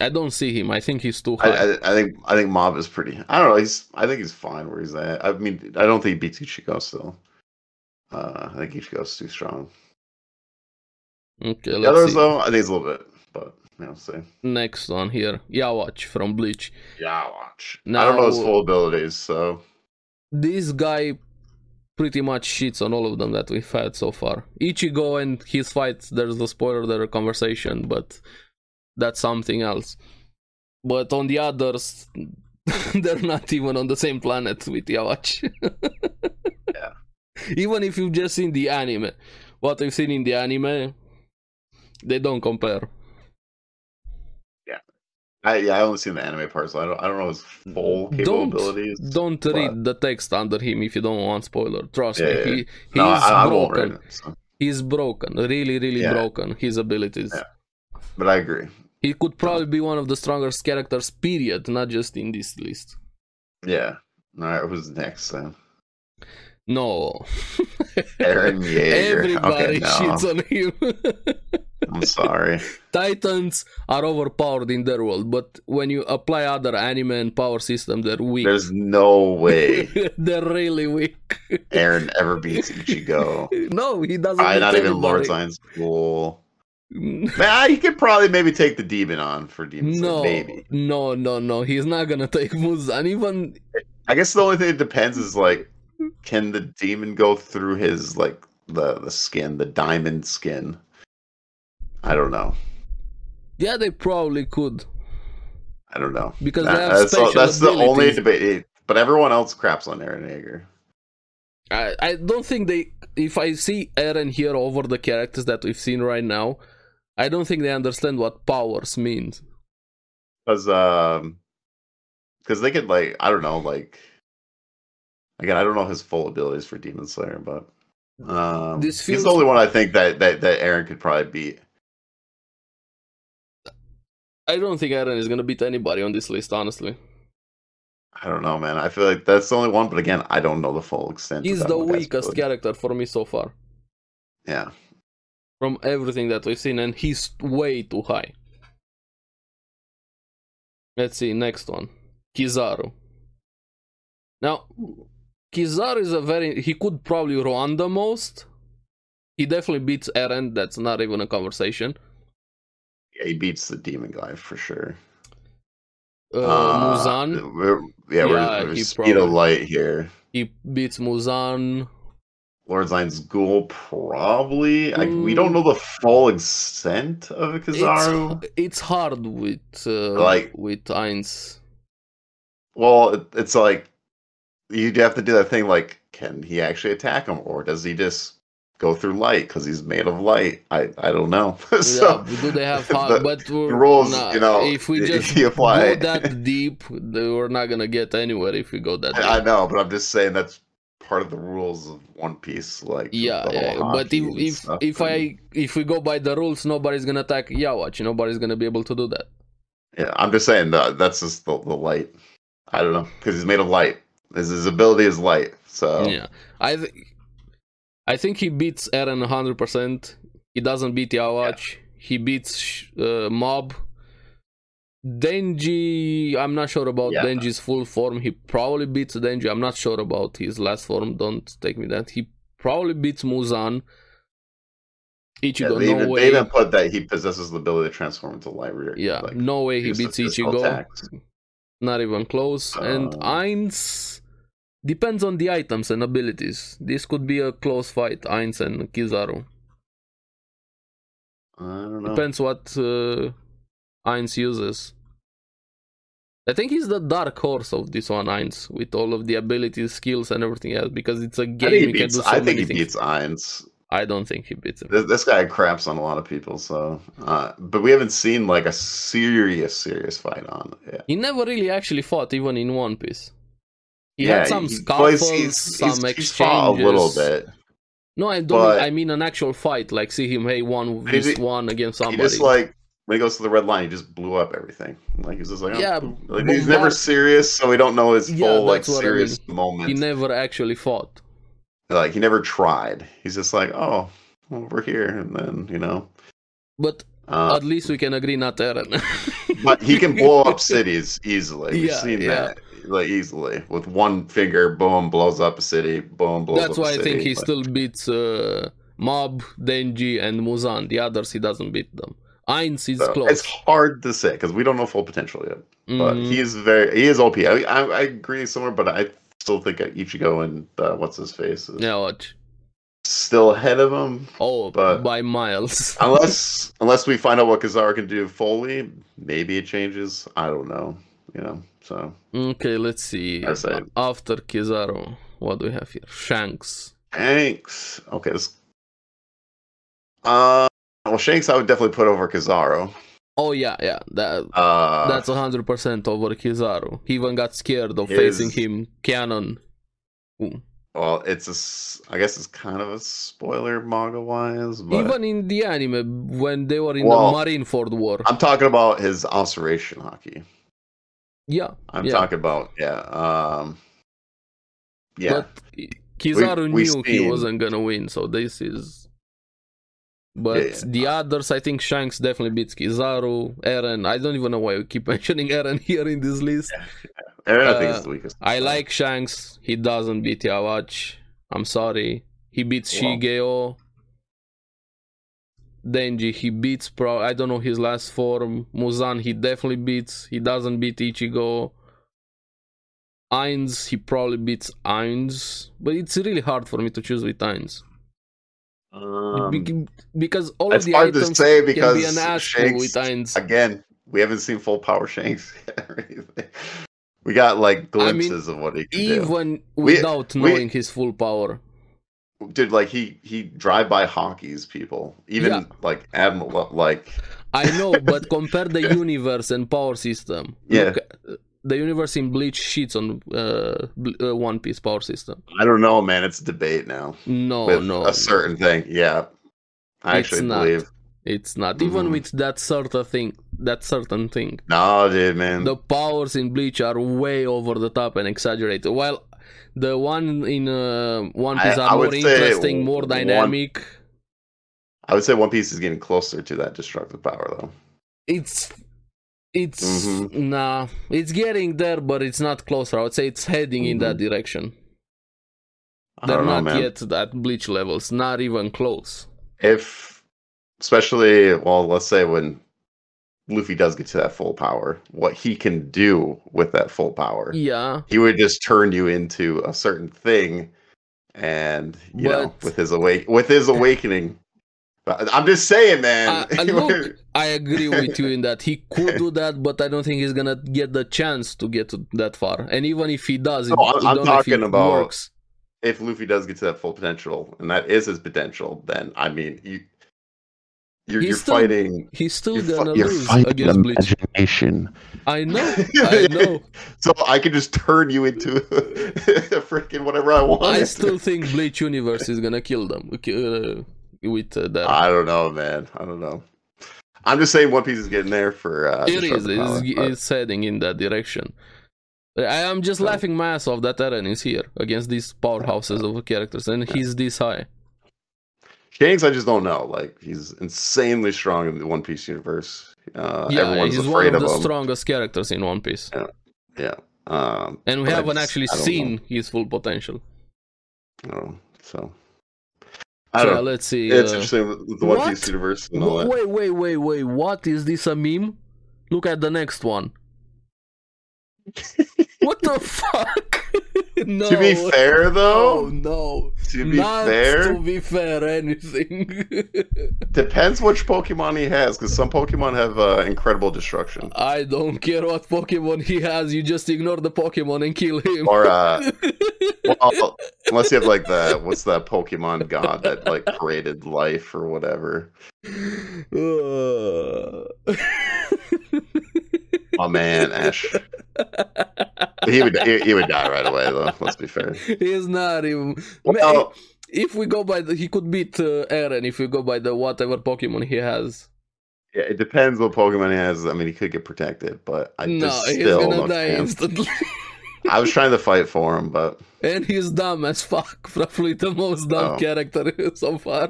Speaker 1: i don't see him i think he's too
Speaker 2: I,
Speaker 1: high
Speaker 2: I, I think I think Mob is pretty. I don't know. He's I think he's fine where he's at. I mean, I don't think he beats Ichigo still. Uh, I think Ichigo's too strong.
Speaker 1: okay
Speaker 2: the others
Speaker 1: let's see
Speaker 2: though, I think it's a little bit, but you know, see.
Speaker 1: next one here yawatch from bleach
Speaker 2: Yeah, I'll watch. I
Speaker 1: Now-
Speaker 2: don't know his full abilities, so
Speaker 1: this guy pretty much shits on all of them that we've had so far. Ichigo and his fight, there's the spoiler there conversation, but that's something else. But on the others, [LAUGHS] they're not even on the same planet with [LAUGHS] Yawatch.
Speaker 2: Yeah.
Speaker 1: Even if you've just seen the anime, what I've seen in the anime, they don't compare.
Speaker 2: I yeah, I only seen the anime part, so I don't I don't know his full
Speaker 1: Don't-
Speaker 2: capabilities.
Speaker 1: Don't read the text under him if you don't want spoiler. Trust me,
Speaker 2: Yeah, yeah,
Speaker 1: he
Speaker 2: yeah.
Speaker 1: he's
Speaker 2: no, I, I won't
Speaker 1: broken.
Speaker 2: read it. so.
Speaker 1: He's broken, really, really
Speaker 2: Yeah.
Speaker 1: broken. His abilities.
Speaker 2: Yeah. But I agree.
Speaker 1: He could probably be one of the strongest characters, period, not just in this list.
Speaker 2: Yeah. All right, who's
Speaker 1: [LAUGHS]
Speaker 2: next then?
Speaker 1: No. [LAUGHS]
Speaker 2: Aaron Yeager.
Speaker 1: Everybody
Speaker 2: okay, no,
Speaker 1: shits on him. [LAUGHS]
Speaker 2: I'm sorry.
Speaker 1: Titans are overpowered in their world, but when you apply other anime and power system, they're weak.
Speaker 2: There's no way
Speaker 1: [LAUGHS] they're really weak.
Speaker 2: Aaron ever beats Ichigo.
Speaker 1: no, he doesn't.
Speaker 2: I
Speaker 1: beat
Speaker 2: not even Lord
Speaker 1: anybody. Mm,
Speaker 2: Zion's cool. Man, he could probably maybe take the demon on for demon Slayer,
Speaker 1: No,
Speaker 2: maybe.
Speaker 1: no, no, no. He's not gonna [LAUGHS] take Muzan. Even
Speaker 2: I guess the only thing that depends is like, can the demon go through his like the the skin, the diamond skin? I don't know.
Speaker 1: yeah, they probably could
Speaker 2: I don't know.
Speaker 1: because
Speaker 2: That-
Speaker 1: they have
Speaker 2: that's
Speaker 1: special
Speaker 2: the, that's the only
Speaker 1: abilities.
Speaker 2: debate. But everyone else craps on Aaron Yeager.
Speaker 1: I, I don't think they. If I see Eren here over the characters that we've seen right now, I don't think they understand what powers means.
Speaker 2: because um because they could like i don't know like again i don't know his full abilities for demon slayer but um
Speaker 1: This
Speaker 2: he's
Speaker 1: feels-
Speaker 2: the only one i think that that that aaron could probably beat
Speaker 1: I don't think Eren is gonna beat anybody on this list, honestly.
Speaker 2: i don't know man i feel like that's the only one but again i don't know the full extent
Speaker 1: He's
Speaker 2: of that
Speaker 1: the
Speaker 2: one guy's
Speaker 1: weakest
Speaker 2: ability.
Speaker 1: character for me so far,
Speaker 2: yeah
Speaker 1: from everything that we've seen, and he's way too high. Let's see, next one. Kizaru. Now, Kizaru is a very. He could probably run the most. He definitely beats Eren, that's not even a conversation.
Speaker 2: yeah he beats the demon guy for sure
Speaker 1: uh,
Speaker 2: Uh,
Speaker 1: Muzan.
Speaker 2: we're, yeah,
Speaker 1: Yeah,
Speaker 2: we're, we're
Speaker 1: he
Speaker 2: speed
Speaker 1: probably-
Speaker 2: of light here
Speaker 1: He beats Muzan.
Speaker 2: Lord Zion's ghoul, probably. Like we don't
Speaker 1: Mm.
Speaker 2: know the full extent of Kizaru.
Speaker 1: It's, it's hard with uh,
Speaker 2: Like-
Speaker 1: with Ainz.
Speaker 2: Well, it, it's like you'd have to do that thing like, can he actually attack him, or does he just go through light because he's made of light? I I don't know. [LAUGHS] [LAUGHS] so
Speaker 1: yeah, do they
Speaker 2: [LAUGHS]
Speaker 1: have hard?
Speaker 2: the-
Speaker 1: but
Speaker 2: the
Speaker 1: we're,
Speaker 2: rules,
Speaker 1: nah,
Speaker 2: you know,
Speaker 1: if we
Speaker 2: [LAUGHS]
Speaker 1: just
Speaker 2: you apply.
Speaker 1: go that deep, they- we're not gonna get anywhere if we go that deep.
Speaker 2: I, I know, but I'm just saying that's part of the rules of One Piece. Like,
Speaker 1: yeah,
Speaker 2: the whole
Speaker 1: yeah, but
Speaker 2: hockey
Speaker 1: if
Speaker 2: and
Speaker 1: if
Speaker 2: stuff,
Speaker 1: if
Speaker 2: and-
Speaker 1: I if we go by the rules, nobody's gonna attack Yawatch. Nobody's gonna be able to do that.
Speaker 2: yeah, I'm just saying that that's just the, the light. I don't know because he's made of light. His, his ability is light. So
Speaker 1: Yeah, I th- I think he beats Eren 100. percent He doesn't beat Yawatch. He beats sh- uh, Mob. Denji, I'm not sure about
Speaker 2: Yeah.
Speaker 1: Denji's full form. He probably beats Denji. I'm not sure about his last form. Don't take me that. He probably beats Muzan.
Speaker 2: yeah,
Speaker 1: Ichigo,
Speaker 2: they,
Speaker 1: no
Speaker 2: even,
Speaker 1: way.
Speaker 2: they even put that he possesses the ability to transform into light. rear-
Speaker 1: yeah,
Speaker 2: like,
Speaker 1: no way he
Speaker 2: use the
Speaker 1: beats
Speaker 2: physical
Speaker 1: Ichigo.
Speaker 2: attacks.
Speaker 1: Not even close. and
Speaker 2: Uh.
Speaker 1: Ainz depends on the items and abilities. This could be a close fight, Ainz and Kizaru.
Speaker 2: I don't know.
Speaker 1: Depends what uh, Ainz uses. I think he's the dark horse of this one, Ainz, with all of the abilities, skills, and everything else, because it's a
Speaker 2: I
Speaker 1: game.
Speaker 2: think
Speaker 1: you
Speaker 2: he
Speaker 1: can
Speaker 2: beats.
Speaker 1: do so
Speaker 2: I think
Speaker 1: many
Speaker 2: he
Speaker 1: things.
Speaker 2: beats Ainz.
Speaker 1: I don't think he beats him.
Speaker 2: This, this guy craps on a lot of people. So, uh, but we haven't seen like a serious, serious fight on. Yeah,
Speaker 1: He never really actually fought, even in One Piece. He
Speaker 2: yeah
Speaker 1: had some
Speaker 2: he- he
Speaker 1: scuffles,
Speaker 2: plays- he's-
Speaker 1: some
Speaker 2: he's-
Speaker 1: exchanges.
Speaker 2: he's fought a little bit.
Speaker 1: No, I don't.
Speaker 2: But-
Speaker 1: I mean an actual fight, like see him. Hey, one
Speaker 2: He
Speaker 1: versus
Speaker 2: ju-
Speaker 1: one against somebody.
Speaker 2: He just like when he goes to the red line, he just blew up everything. Like he's just like, oh,
Speaker 1: Yeah,
Speaker 2: boom. Like,
Speaker 1: but
Speaker 2: he's never
Speaker 1: that-
Speaker 2: serious, so we don't know his
Speaker 1: Yeah,
Speaker 2: full like
Speaker 1: that's what I
Speaker 2: serious moment.
Speaker 1: he never actually fought.
Speaker 2: like he never tried. He's just like, oh, over here, and then you know.
Speaker 1: But
Speaker 2: Uh,
Speaker 1: at least we can agree, not Aaron. [LAUGHS]
Speaker 2: but he can blow up cities easily. We've
Speaker 1: Yeah,
Speaker 2: seen
Speaker 1: yeah.
Speaker 2: that like easily with one finger. Boom, blows up a city. Boom, blows
Speaker 1: That's
Speaker 2: up a
Speaker 1: why I
Speaker 2: city.
Speaker 1: think he
Speaker 2: Like,
Speaker 1: still beats uh, Mob, Denji, and Muzan. The others he doesn't beat them. Ainz is
Speaker 2: so
Speaker 1: close.
Speaker 2: It's hard to say because we don't know full potential yet. But
Speaker 1: Mm,
Speaker 2: he is very he is OP. I, I, I agree somewhere, but I still think Ichigo and uh, what's his face is
Speaker 1: yeah, watch.
Speaker 2: still ahead of him.
Speaker 1: Oh,
Speaker 2: But-
Speaker 1: by
Speaker 2: [LAUGHS]
Speaker 1: miles.
Speaker 2: Unless unless we find out what Kazara can do fully, maybe it changes. I don't know. You know, so
Speaker 1: okay, let's see.
Speaker 2: I say-
Speaker 1: After Kizaru, what do we have here? Shanks.
Speaker 2: Shanks. Okay. This, uh, well, Shanks, I would definitely put over Kazaro.
Speaker 1: Oh yeah, yeah. That
Speaker 2: Uh,
Speaker 1: that's hundred percent over Kizaru. He even got scared of
Speaker 2: His-
Speaker 1: facing him. Canon. Ooh.
Speaker 2: well, it's a. s- I guess it's kind of a spoiler manga wise, but
Speaker 1: Even in the anime, when they were in
Speaker 2: Well-
Speaker 1: the Marineford War.
Speaker 2: I'm talking about his observation hockey.
Speaker 1: yeah,
Speaker 2: I'm
Speaker 1: Yeah.
Speaker 2: talking about yeah. Um, yeah.
Speaker 1: But Kizaru
Speaker 2: We- we
Speaker 1: knew he
Speaker 2: seen-
Speaker 1: wasn't gonna win, so this is. But
Speaker 2: Yeah, yeah.
Speaker 1: the others, I think Shanks definitely beats Kizaru, Eren. I don't even know why we keep [LAUGHS] mentioning Eren here in this list.
Speaker 2: Aaron, I think
Speaker 1: uh,
Speaker 2: is the weakest.
Speaker 1: I like Shanks. He doesn't beat Yawach. I'm sorry. He beats
Speaker 2: Wow.
Speaker 1: Shigeo. Denji, he beats Pro. I don't know his last form. Muzan, he definitely beats. He doesn't beat Ichigo. Ainz, he probably beats Ainz. But it's really hard for me to choose with Ainz.
Speaker 2: Um,
Speaker 1: Be- because all of
Speaker 2: it's
Speaker 1: the
Speaker 2: hard to
Speaker 1: items
Speaker 2: say
Speaker 1: can be an
Speaker 2: because
Speaker 1: ass tool
Speaker 2: Shanks
Speaker 1: with Ainz.
Speaker 2: again. We haven't seen full power Shanks. [LAUGHS] yet or anything. we got like
Speaker 1: I mean,
Speaker 2: glimpses of what he can do.
Speaker 1: Even
Speaker 2: We-
Speaker 1: without
Speaker 2: we-
Speaker 1: knowing his full power.
Speaker 2: dude like he he drive by honkies people even
Speaker 1: Yeah.
Speaker 2: like admiral like
Speaker 1: I know, but compare
Speaker 2: [LAUGHS]
Speaker 1: the universe and power system.
Speaker 2: Yeah.
Speaker 1: Look, uh, the universe in Bleach shits on uh, Bl- uh, One Piece power system.
Speaker 2: i don't know man it's a debate now
Speaker 1: No,
Speaker 2: with
Speaker 1: Oh, no,
Speaker 2: a certain thing yeah i
Speaker 1: It's
Speaker 2: actually
Speaker 1: not.
Speaker 2: believe
Speaker 1: it's not. Even
Speaker 2: Mhm.
Speaker 1: with that certain thing, that certain thing,
Speaker 2: no dude man
Speaker 1: the powers in Bleach are way over the top and exaggerated. While the one in uh, One
Speaker 2: I-
Speaker 1: Piece
Speaker 2: I
Speaker 1: are more
Speaker 2: would say
Speaker 1: interesting, more
Speaker 2: one-
Speaker 1: dynamic.
Speaker 2: i would say one piece is getting closer to that destructive power though
Speaker 1: It's it's
Speaker 2: Mhm.
Speaker 1: nah, it's getting there, but it's not closer. I would say it's heading in
Speaker 2: Mm-hmm.
Speaker 1: that direction.
Speaker 2: i
Speaker 1: They're
Speaker 2: don't know
Speaker 1: not
Speaker 2: man
Speaker 1: yet at bleach levels, not even close.
Speaker 2: if especially well let's say when luffy does get to that full power what he can do with that full power
Speaker 1: Yeah,
Speaker 2: he would just turn you into a certain thing and you know
Speaker 1: But-
Speaker 2: with his awake with his awakening But i'm just saying man
Speaker 1: I,
Speaker 2: [LAUGHS]
Speaker 1: I- Uh, look, I agree with you in that he could do that, but I don't think he's gonna get the chance to get to that far. And even if he does, it,
Speaker 2: No, I'm-
Speaker 1: I
Speaker 2: I'm
Speaker 1: don't know if
Speaker 2: talking
Speaker 1: it
Speaker 2: about-
Speaker 1: works.
Speaker 2: if luffy does get to that full potential and that is his potential then i mean you you're,
Speaker 1: He's
Speaker 2: you're
Speaker 1: still
Speaker 2: fighting
Speaker 1: He's still
Speaker 2: you're,
Speaker 1: gonna
Speaker 2: fi- you're
Speaker 1: lose
Speaker 2: fighting
Speaker 1: against bleach.
Speaker 2: imagination
Speaker 1: I
Speaker 2: [LAUGHS]
Speaker 1: know, I know.
Speaker 2: so i could just turn you into [LAUGHS] a freaking whatever i want
Speaker 1: I
Speaker 2: [LAUGHS]
Speaker 1: still think bleach universe is gonna kill them uh, with uh, that.
Speaker 2: i don't know man i don't know i'm just saying one piece is getting there for uh
Speaker 1: it is.
Speaker 2: destructive power,
Speaker 1: It's,
Speaker 2: but-
Speaker 1: it's heading in that direction. I am just
Speaker 2: So-
Speaker 1: laughing my ass off that Eren is here against these powerhouses of characters, and he's this high.
Speaker 2: Shanks, I just don't know. Like he's insanely strong in the One Piece universe. Uh,
Speaker 1: yeah,
Speaker 2: everyone's
Speaker 1: he's one
Speaker 2: afraid
Speaker 1: of
Speaker 2: of,
Speaker 1: the
Speaker 2: him.
Speaker 1: strongest characters in One Piece,
Speaker 2: um,
Speaker 1: and we
Speaker 2: But I
Speaker 1: haven't
Speaker 2: just-
Speaker 1: actually
Speaker 2: I don't
Speaker 1: seen his full potential.
Speaker 2: I don't know, so I
Speaker 1: so
Speaker 2: don't.
Speaker 1: yeah,
Speaker 2: know.
Speaker 1: let's see.
Speaker 2: It's
Speaker 1: uh,
Speaker 2: interesting with the One
Speaker 1: What?
Speaker 2: Piece universe and all
Speaker 1: w-
Speaker 2: that.
Speaker 1: wait, wait, wait, wait. What is this a meme? Look at the next one. what the fuck? [LAUGHS] no.
Speaker 2: to be fair,
Speaker 1: Oh
Speaker 2: though,
Speaker 1: no.
Speaker 2: to be
Speaker 1: Not
Speaker 2: fair,
Speaker 1: to be fair, anything. [LAUGHS]
Speaker 2: depends which Pokemon he has, because some Pokemon have uh, incredible destruction.
Speaker 1: I don't care what Pokemon he has, you just ignore the Pokemon and kill him.
Speaker 2: Or uh, well, unless you have like the what's that Pokemon god that like created life or whatever.
Speaker 1: [LAUGHS] Uh.
Speaker 2: My man Ash, he would he, he would die right away though. Let's be fair.
Speaker 1: He's not even.
Speaker 2: Well,
Speaker 1: if we go by the, he could beat uh, Eren if we go by the whatever Pokemon he has.
Speaker 2: Yeah, it depends what Pokemon he has. I mean, he could get protected, but I
Speaker 1: no,
Speaker 2: just
Speaker 1: he's
Speaker 2: still
Speaker 1: gonna
Speaker 2: don't
Speaker 1: die
Speaker 2: think-
Speaker 1: instantly, [LAUGHS]
Speaker 2: I was trying to fight for him, but
Speaker 1: and he's dumb as fuck. [LAUGHS] Probably the most dumb
Speaker 2: Oh.
Speaker 1: character [LAUGHS] so far.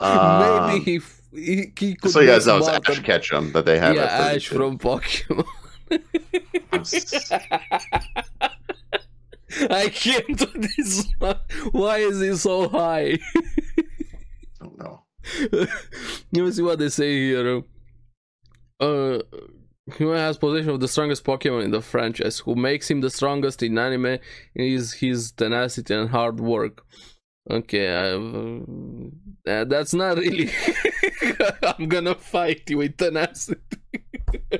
Speaker 2: uh,
Speaker 1: [LAUGHS] Maybe he, f- he he could.
Speaker 2: so you
Speaker 1: be
Speaker 2: guys know it's
Speaker 1: smarter.
Speaker 2: Ash Ketchum that they have.
Speaker 1: yeah,
Speaker 2: at
Speaker 1: Ash
Speaker 2: [LAUGHS]
Speaker 1: from Pokemon. [LAUGHS]
Speaker 2: 32.
Speaker 1: I can't do this. One. Why is he so high?
Speaker 2: I don't know.
Speaker 1: [LAUGHS] Let me see what they say here. Uh, Human has possession of the strongest Pokemon in the franchise. Who makes him the strongest in anime is his tenacity and hard work. Okay, I, uh, that's not really. [LAUGHS] I'm gonna fight you with
Speaker 2: [LAUGHS]
Speaker 1: tenacity. [LAUGHS]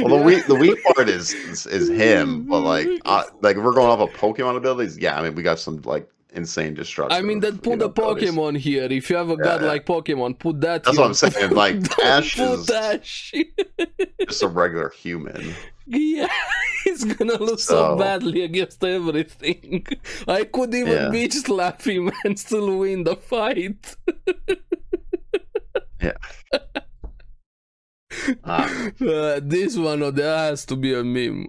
Speaker 2: Well, the weak the weak part is is, is him, but like uh, like if we're going off of Pokemon abilities. Yeah, I mean we got some like insane destruction.
Speaker 1: I mean, then
Speaker 2: you
Speaker 1: put
Speaker 2: know,
Speaker 1: a
Speaker 2: abilities.
Speaker 1: Pokemon here. If you have a
Speaker 2: Yeah,
Speaker 1: god
Speaker 2: yeah.
Speaker 1: like Pokemon, put that.
Speaker 2: That's
Speaker 1: here.
Speaker 2: what I'm saying. Like
Speaker 1: [LAUGHS] Don't
Speaker 2: Ash
Speaker 1: put
Speaker 2: is
Speaker 1: Ash.
Speaker 2: just a regular human.
Speaker 1: Yeah, [LAUGHS] he's gonna lose so
Speaker 2: So-
Speaker 1: badly against everything. I could even
Speaker 2: Yeah.
Speaker 1: bitch slap him and still win the fight.
Speaker 2: Ah,
Speaker 1: Uh, this one, oh, there has to be a meme.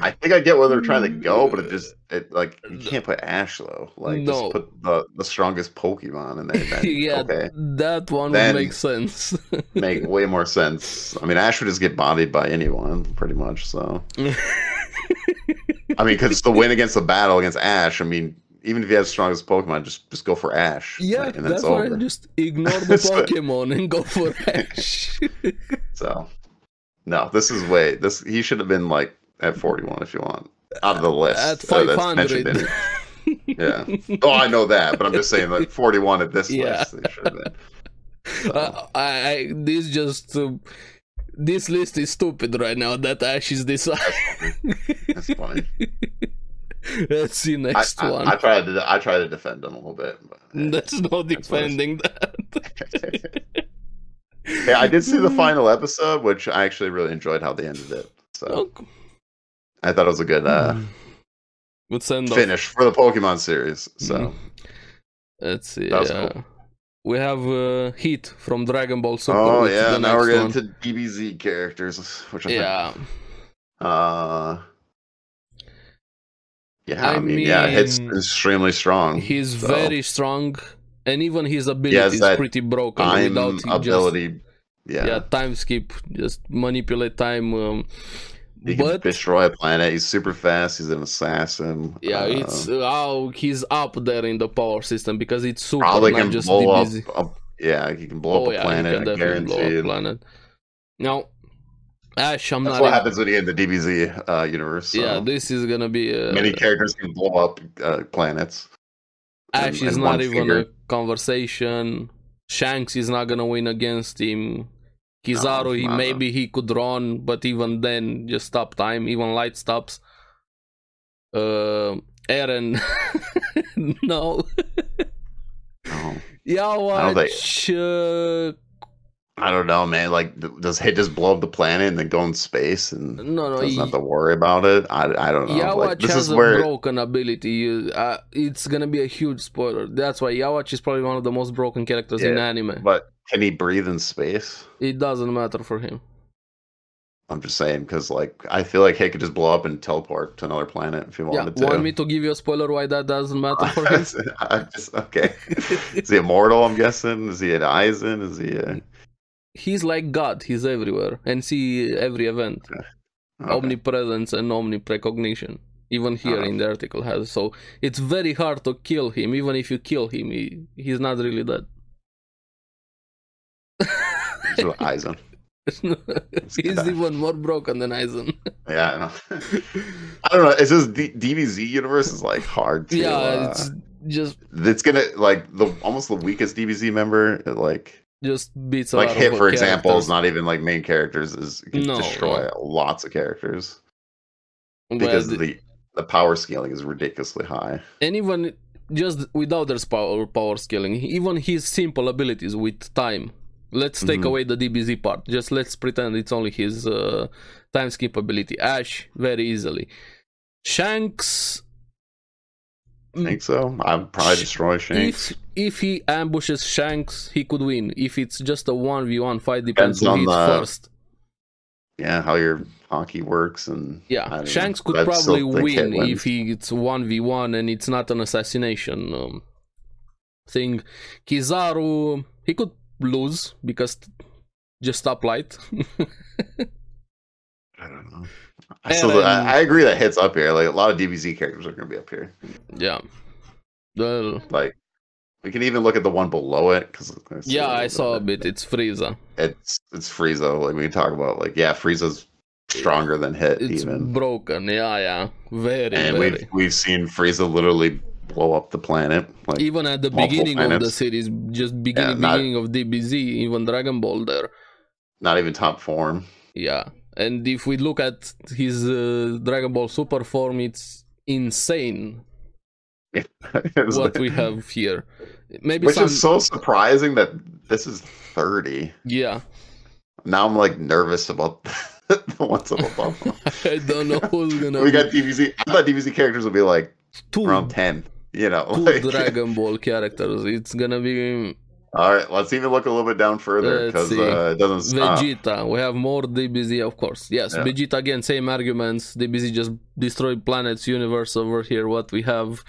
Speaker 2: I think I get where they're trying to go, but it just it like you can't put Ash though. Like
Speaker 1: No.
Speaker 2: just put the the strongest Pokemon in
Speaker 1: [LAUGHS]
Speaker 2: there. Then,
Speaker 1: yeah,
Speaker 2: okay,
Speaker 1: that one
Speaker 2: Then-
Speaker 1: would make
Speaker 2: [LAUGHS]
Speaker 1: sense.
Speaker 2: make way more sense. I mean, Ash would just get bodied by anyone pretty much.
Speaker 1: [LAUGHS]
Speaker 2: So I mean, because the win against the battle against Ash, I mean, even if you have strongest Pokemon, just just go for Ash.
Speaker 1: yeah,
Speaker 2: and
Speaker 1: that's
Speaker 2: it's
Speaker 1: why I
Speaker 2: over.
Speaker 1: just ignore
Speaker 2: [LAUGHS]
Speaker 1: the
Speaker 2: So-
Speaker 1: Pokemon and go for [LAUGHS]
Speaker 2: [LAUGHS]
Speaker 1: Ash.
Speaker 2: So no, this is way this. He should have been like at forty one if you want out of the list
Speaker 1: At
Speaker 2: uh, that's mentioned
Speaker 1: 500.
Speaker 2: in it.
Speaker 1: [LAUGHS]
Speaker 2: Yeah. Oh, I know that, but I'm just saying like forty one at this
Speaker 1: Yeah.
Speaker 2: list. They should have been. So,
Speaker 1: [LAUGHS] Uh, I, I this just uh, this list is stupid right now. That Ash is this. [LAUGHS]
Speaker 2: that's funny.
Speaker 1: Let's see
Speaker 2: I,
Speaker 1: next
Speaker 2: I,
Speaker 1: one. [LAUGHS]
Speaker 2: I tried to I tried to defend him a little bit. But, [LAUGHS]
Speaker 1: That's not
Speaker 2: That's what I
Speaker 1: defending that.
Speaker 2: yeah, I did see
Speaker 1: [LAUGHS]
Speaker 2: the final episode, which I actually really enjoyed how they ended it. So
Speaker 1: Okay.
Speaker 2: I thought it was a good uh,
Speaker 1: Hmm. Let's end off.
Speaker 2: finish for the Pokemon series. So
Speaker 1: Mhm. Let's see.
Speaker 2: That was
Speaker 1: uh, We have uh, Heat from Dragon Ball Super.
Speaker 2: oh
Speaker 1: which is
Speaker 2: yeah,
Speaker 1: the
Speaker 2: now we're
Speaker 1: next
Speaker 2: getting
Speaker 1: one.
Speaker 2: to DBZ characters, which I think
Speaker 1: Yeah,
Speaker 2: Uh, yeah, I,
Speaker 1: I
Speaker 2: mean, yeah, it's
Speaker 1: mean,
Speaker 2: extremely strong.
Speaker 1: he's
Speaker 2: So,
Speaker 1: very strong, and even his ability
Speaker 2: has
Speaker 1: is
Speaker 2: that
Speaker 1: pretty broken.
Speaker 2: time
Speaker 1: without he
Speaker 2: ability.
Speaker 1: just,
Speaker 2: yeah,
Speaker 1: yeah. time skip, just manipulate time. Um,
Speaker 2: he can
Speaker 1: but
Speaker 2: destroy a planet. He's super fast. He's an assassin.
Speaker 1: yeah, it's
Speaker 2: uh,
Speaker 1: uh, how he's up there in the power system because it's super,
Speaker 2: probably
Speaker 1: not
Speaker 2: can
Speaker 1: just Oh,
Speaker 2: blow up.
Speaker 1: DBZ.
Speaker 2: a- yeah, he can blow up a
Speaker 1: you
Speaker 2: planet. I guarantee.
Speaker 1: planet. Now, Ash, I'm
Speaker 2: That's
Speaker 1: not.
Speaker 2: what
Speaker 1: in-
Speaker 2: happens when you end the DBZ uh, universe. So.
Speaker 1: Yeah, this is gonna be. Uh,
Speaker 2: many characters can blow up uh, planets.
Speaker 1: Ash
Speaker 2: and-
Speaker 1: is
Speaker 2: and
Speaker 1: not
Speaker 2: one
Speaker 1: even
Speaker 2: finger.
Speaker 1: a conversation. Shanks is not gonna win against him. Kizaru, he,
Speaker 2: not at all.
Speaker 1: maybe he could run, but even then, just stop time. Even light stops. Uh, Eren, [LAUGHS] no.
Speaker 2: Oh.
Speaker 1: Yawatch, uh,
Speaker 2: I don't know, man. Like, th- does Hit just blow up the planet and then go in space and
Speaker 1: no, no.
Speaker 2: doesn't
Speaker 1: he-
Speaker 2: have to worry about it? I, I don't know.
Speaker 1: Yawatch
Speaker 2: like, this
Speaker 1: has
Speaker 2: is
Speaker 1: a
Speaker 2: where
Speaker 1: broken ability. You- Uh, it's gonna be a huge spoiler. That's why Yawatch is probably one of the most broken characters in
Speaker 2: Yeah,
Speaker 1: anime.
Speaker 2: But can he breathe in space?
Speaker 1: It doesn't matter for him.
Speaker 2: I'm just saying because like I feel like he could just blow up and teleport to another planet if he
Speaker 1: yeah,
Speaker 2: wanted to.
Speaker 1: want me to give you a spoiler why that doesn't [LAUGHS] matter for
Speaker 2: [LAUGHS]
Speaker 1: him?
Speaker 2: I'm just okay. is he immortal? I'm guessing. Is he an Aizen? Is he? A...
Speaker 1: He's like God. He's everywhere and see every event,
Speaker 2: okay.
Speaker 1: omnipresence and omniprecognition. Even here
Speaker 2: Uh-huh.
Speaker 1: in the article has so it's very hard to kill him. Even if you kill him, he, he's not really dead.
Speaker 2: So Aizen.
Speaker 1: [LAUGHS] he's even more broken than
Speaker 2: [LAUGHS]
Speaker 1: Aizen.
Speaker 2: Yeah. I know. I don't know. It's just D- DBZ universe is like hard. To,
Speaker 1: yeah,
Speaker 2: uh,
Speaker 1: it's just
Speaker 2: that's gonna like the almost the weakest DBZ member. Like
Speaker 1: just beats a
Speaker 2: like
Speaker 1: lot
Speaker 2: hit
Speaker 1: of
Speaker 2: for example is
Speaker 1: characters.
Speaker 2: not even like main characters is can
Speaker 1: No,
Speaker 2: destroy lots of characters.
Speaker 1: Where
Speaker 2: because
Speaker 1: the-
Speaker 2: the the power scaling is ridiculously high.
Speaker 1: and even just without their power power scaling, even his simple abilities with time. Let's take
Speaker 2: Mhm.
Speaker 1: away the DBZ part. Just let's pretend it's only his uh, time skip ability. Ash very easily. Shanks
Speaker 2: Think so? I'd probably destroy Shanks.
Speaker 1: If if he ambushes Shanks, he could win. If it's just a one v one fight, depends
Speaker 2: Depends
Speaker 1: who
Speaker 2: on
Speaker 1: hits
Speaker 2: the-
Speaker 1: first.
Speaker 2: yeah, how your hockey works and I
Speaker 1: Yeah,
Speaker 2: don't
Speaker 1: Shanks
Speaker 2: know.
Speaker 1: could
Speaker 2: But I still
Speaker 1: probably
Speaker 2: think it
Speaker 1: win
Speaker 2: wins.
Speaker 1: if he it's one v one and it's not an assassination um, thing. Kizaru he could lose because just stoplight. [LAUGHS]
Speaker 2: I don't know. I,
Speaker 1: And
Speaker 2: still, I,
Speaker 1: then-
Speaker 2: I agree that hits up here. Like a lot of DBZ characters are going to be up here.
Speaker 1: yeah. Well,
Speaker 2: Like we can even look at the one below it because
Speaker 1: yeah, I saw a bit. It's Frieza.
Speaker 2: It's it's Frieza. Like we can talk about like yeah, Frieza's stronger than hit
Speaker 1: It's
Speaker 2: even,
Speaker 1: broken. Yeah, yeah. Very,
Speaker 2: and we've
Speaker 1: very.
Speaker 2: we've seen Frieza literally blow up the planet. Like
Speaker 1: Even at the
Speaker 2: multiple
Speaker 1: beginning of the
Speaker 2: planets.
Speaker 1: series, just beginning,
Speaker 2: not-
Speaker 1: beginning of DBZ, even Dragon Ball there.
Speaker 2: not even top form. [LAUGHS]
Speaker 1: Yeah, and if we look at his uh, Dragon Ball Super form, it's insane
Speaker 2: It's
Speaker 1: what
Speaker 2: like-
Speaker 1: we have here. Maybe
Speaker 2: which
Speaker 1: some,
Speaker 2: is so surprising that this is thirty.
Speaker 1: yeah, [LAUGHS]
Speaker 2: Now I'm like nervous about [LAUGHS] the ones up above. them.
Speaker 1: I don't know who's gonna
Speaker 2: [LAUGHS] we
Speaker 1: be
Speaker 2: got DBZ. I thought DBZ characters would be like
Speaker 1: two,
Speaker 2: around ten. You know,
Speaker 1: two
Speaker 2: like-
Speaker 1: Dragon Ball characters. It's gonna be
Speaker 2: [LAUGHS] All right, let's even look a little bit down further
Speaker 1: Let's
Speaker 2: because
Speaker 1: see.
Speaker 2: uh, it doesn't stop.
Speaker 1: Vegeta. We have more DBZ, of course. Yes,
Speaker 2: Yeah.
Speaker 1: Vegeta again, same arguments. DBZ just destroyed planets, universe over here. What we have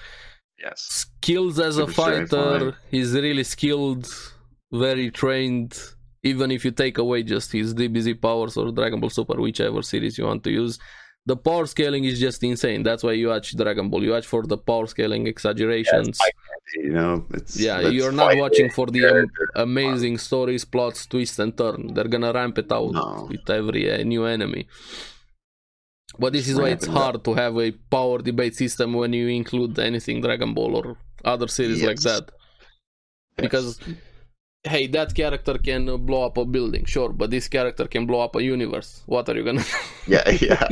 Speaker 2: Yes,
Speaker 1: skills as a
Speaker 2: Super Saiyan
Speaker 1: fighter.
Speaker 2: five.
Speaker 1: He's really skilled, very trained. Even if you take away just his DBZ powers or Dragon Ball Super, whichever series you want to use, the power scaling is just insane. That's why you watch Dragon Ball. You watch for the power scaling exaggerations.
Speaker 2: you know it's
Speaker 1: yeah,
Speaker 2: it's
Speaker 1: you're not
Speaker 2: fighting
Speaker 1: watching for the am-
Speaker 2: character.
Speaker 1: amazing stories, plots, twists, and turn. They're gonna ramp it out
Speaker 2: No.
Speaker 1: with every uh, new enemy. But this
Speaker 2: Just
Speaker 1: is why
Speaker 2: ramp
Speaker 1: it's
Speaker 2: it up.
Speaker 1: hard to have a power debate system when you include anything Dragon Ball or other series like
Speaker 2: Yes.
Speaker 1: that.
Speaker 2: Yes.
Speaker 1: Because hey, that character can uh, blow up a building, sure, but this character can blow up a universe. What are you gonna? [LAUGHS]
Speaker 2: yeah, [LAUGHS] yeah,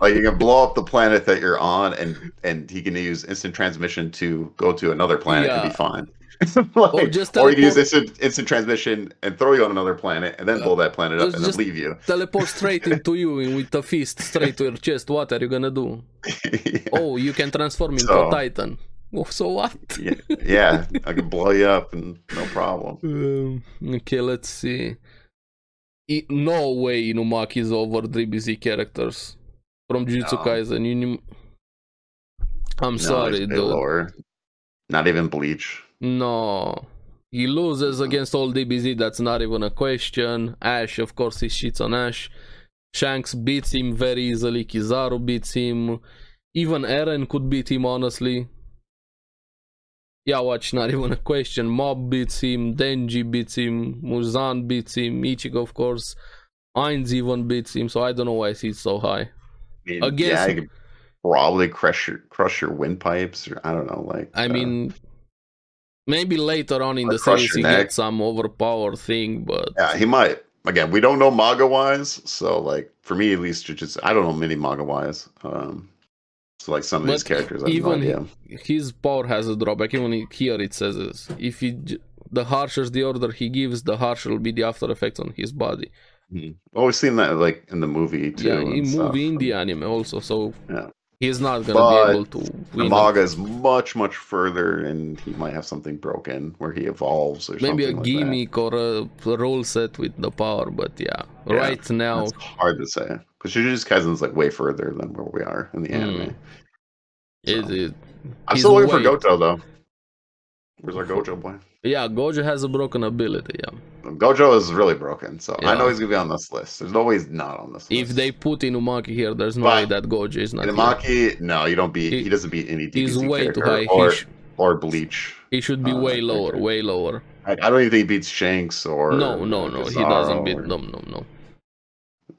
Speaker 2: like you can blow up the planet that you're on, and and he can use instant transmission to go to another planet and
Speaker 1: Yeah.
Speaker 2: be fine. [LAUGHS] like,
Speaker 1: Or
Speaker 2: or,
Speaker 1: just
Speaker 2: you can use
Speaker 1: teleport-
Speaker 2: instant, instant transmission and throw you on another planet, and then blow that planet up
Speaker 1: Just-
Speaker 2: and
Speaker 1: just-
Speaker 2: then leave you.
Speaker 1: Teleport straight into you in- with a fist straight to your chest. What are you gonna do?
Speaker 2: yeah.
Speaker 1: Oh, you can transform into
Speaker 2: So-
Speaker 1: a titan. Oh, so [LAUGHS] what?
Speaker 2: yeah, I can blow you up and no problem.
Speaker 1: Um, okay, let's see. I, no way Inumaki is over DBZ characters from Jujutsu
Speaker 2: No.
Speaker 1: Kaisen. Inu- I'm
Speaker 2: No,
Speaker 1: sorry,
Speaker 2: it's way
Speaker 1: dude.
Speaker 2: lower. Not even Bleach.
Speaker 1: No. He loses against all DBZ, that's not even a question. Ash, of course, he shits on Ash. Shanks beats him very easily. Kizaru beats him. Even Eren could beat him, honestly. Yeah, watch, not even a question. Mob beats him. Denji beats him. Muzan beats him. Ichigo, of course. Ainz even beats him, so I don't know why he's so high.
Speaker 2: I mean,
Speaker 1: Again,
Speaker 2: yeah,
Speaker 1: so-
Speaker 2: I could probably crush your crush your windpipes, or I don't know, like
Speaker 1: I
Speaker 2: uh,
Speaker 1: mean, maybe later on in
Speaker 2: Or
Speaker 1: the
Speaker 2: crush
Speaker 1: series
Speaker 2: your
Speaker 1: he
Speaker 2: neck.
Speaker 1: gets some overpower thing, but.
Speaker 2: yeah, he might. Again, we don't know manga wise, so like for me at least, it's just I don't know many manga wise. Um, so like some of these
Speaker 1: But
Speaker 2: characters, I have no
Speaker 1: even-
Speaker 2: idea.
Speaker 1: his power has a drawback. Even here it says this. If he, j- the harsher the order he gives, the harsher will be the after effects on his body.
Speaker 2: Always seen that like in the movie too.
Speaker 1: yeah,
Speaker 2: and
Speaker 1: in
Speaker 2: stuff.
Speaker 1: movie, in the anime also. So
Speaker 2: Yeah.
Speaker 1: he's not gonna
Speaker 2: But
Speaker 1: be able to
Speaker 2: The
Speaker 1: win.
Speaker 2: manga is much much further, and he might have something broken where he evolves or
Speaker 1: Maybe a
Speaker 2: something like that.
Speaker 1: gimmick or a rule set with the power, but yeah,
Speaker 2: Yeah,
Speaker 1: right now,
Speaker 2: It's hard to say because Jujutsu Kaisen's like way further than where we are in the
Speaker 1: Mm.
Speaker 2: anime.
Speaker 1: it, it,
Speaker 2: I'm
Speaker 1: He's
Speaker 2: still looking
Speaker 1: white.
Speaker 2: for Gojo though. Where's our Gojo boy?
Speaker 1: yeah, Gojo has a broken ability. Yeah,
Speaker 2: Gojo is really broken, so I know
Speaker 1: Yeah.
Speaker 2: he's gonna be on this list. There's no way he's not on this
Speaker 1: if
Speaker 2: list.
Speaker 1: they put Inumaki here, there's no
Speaker 2: But
Speaker 1: way that Gojo is not. here.
Speaker 2: Inamaki, no, you don't beat.
Speaker 1: He-
Speaker 2: He, doesn't beat any DBZ
Speaker 1: He's way too
Speaker 2: character
Speaker 1: high. He,
Speaker 2: or,
Speaker 1: sh-
Speaker 2: or Bleach.
Speaker 1: he should be
Speaker 2: Uh,
Speaker 1: way
Speaker 2: okay.
Speaker 1: lower, way lower.
Speaker 2: I, I don't even think he beats Shanks or
Speaker 1: no, no, no, he
Speaker 2: Kizaru
Speaker 1: doesn't beat.
Speaker 2: or-
Speaker 1: No, no, no.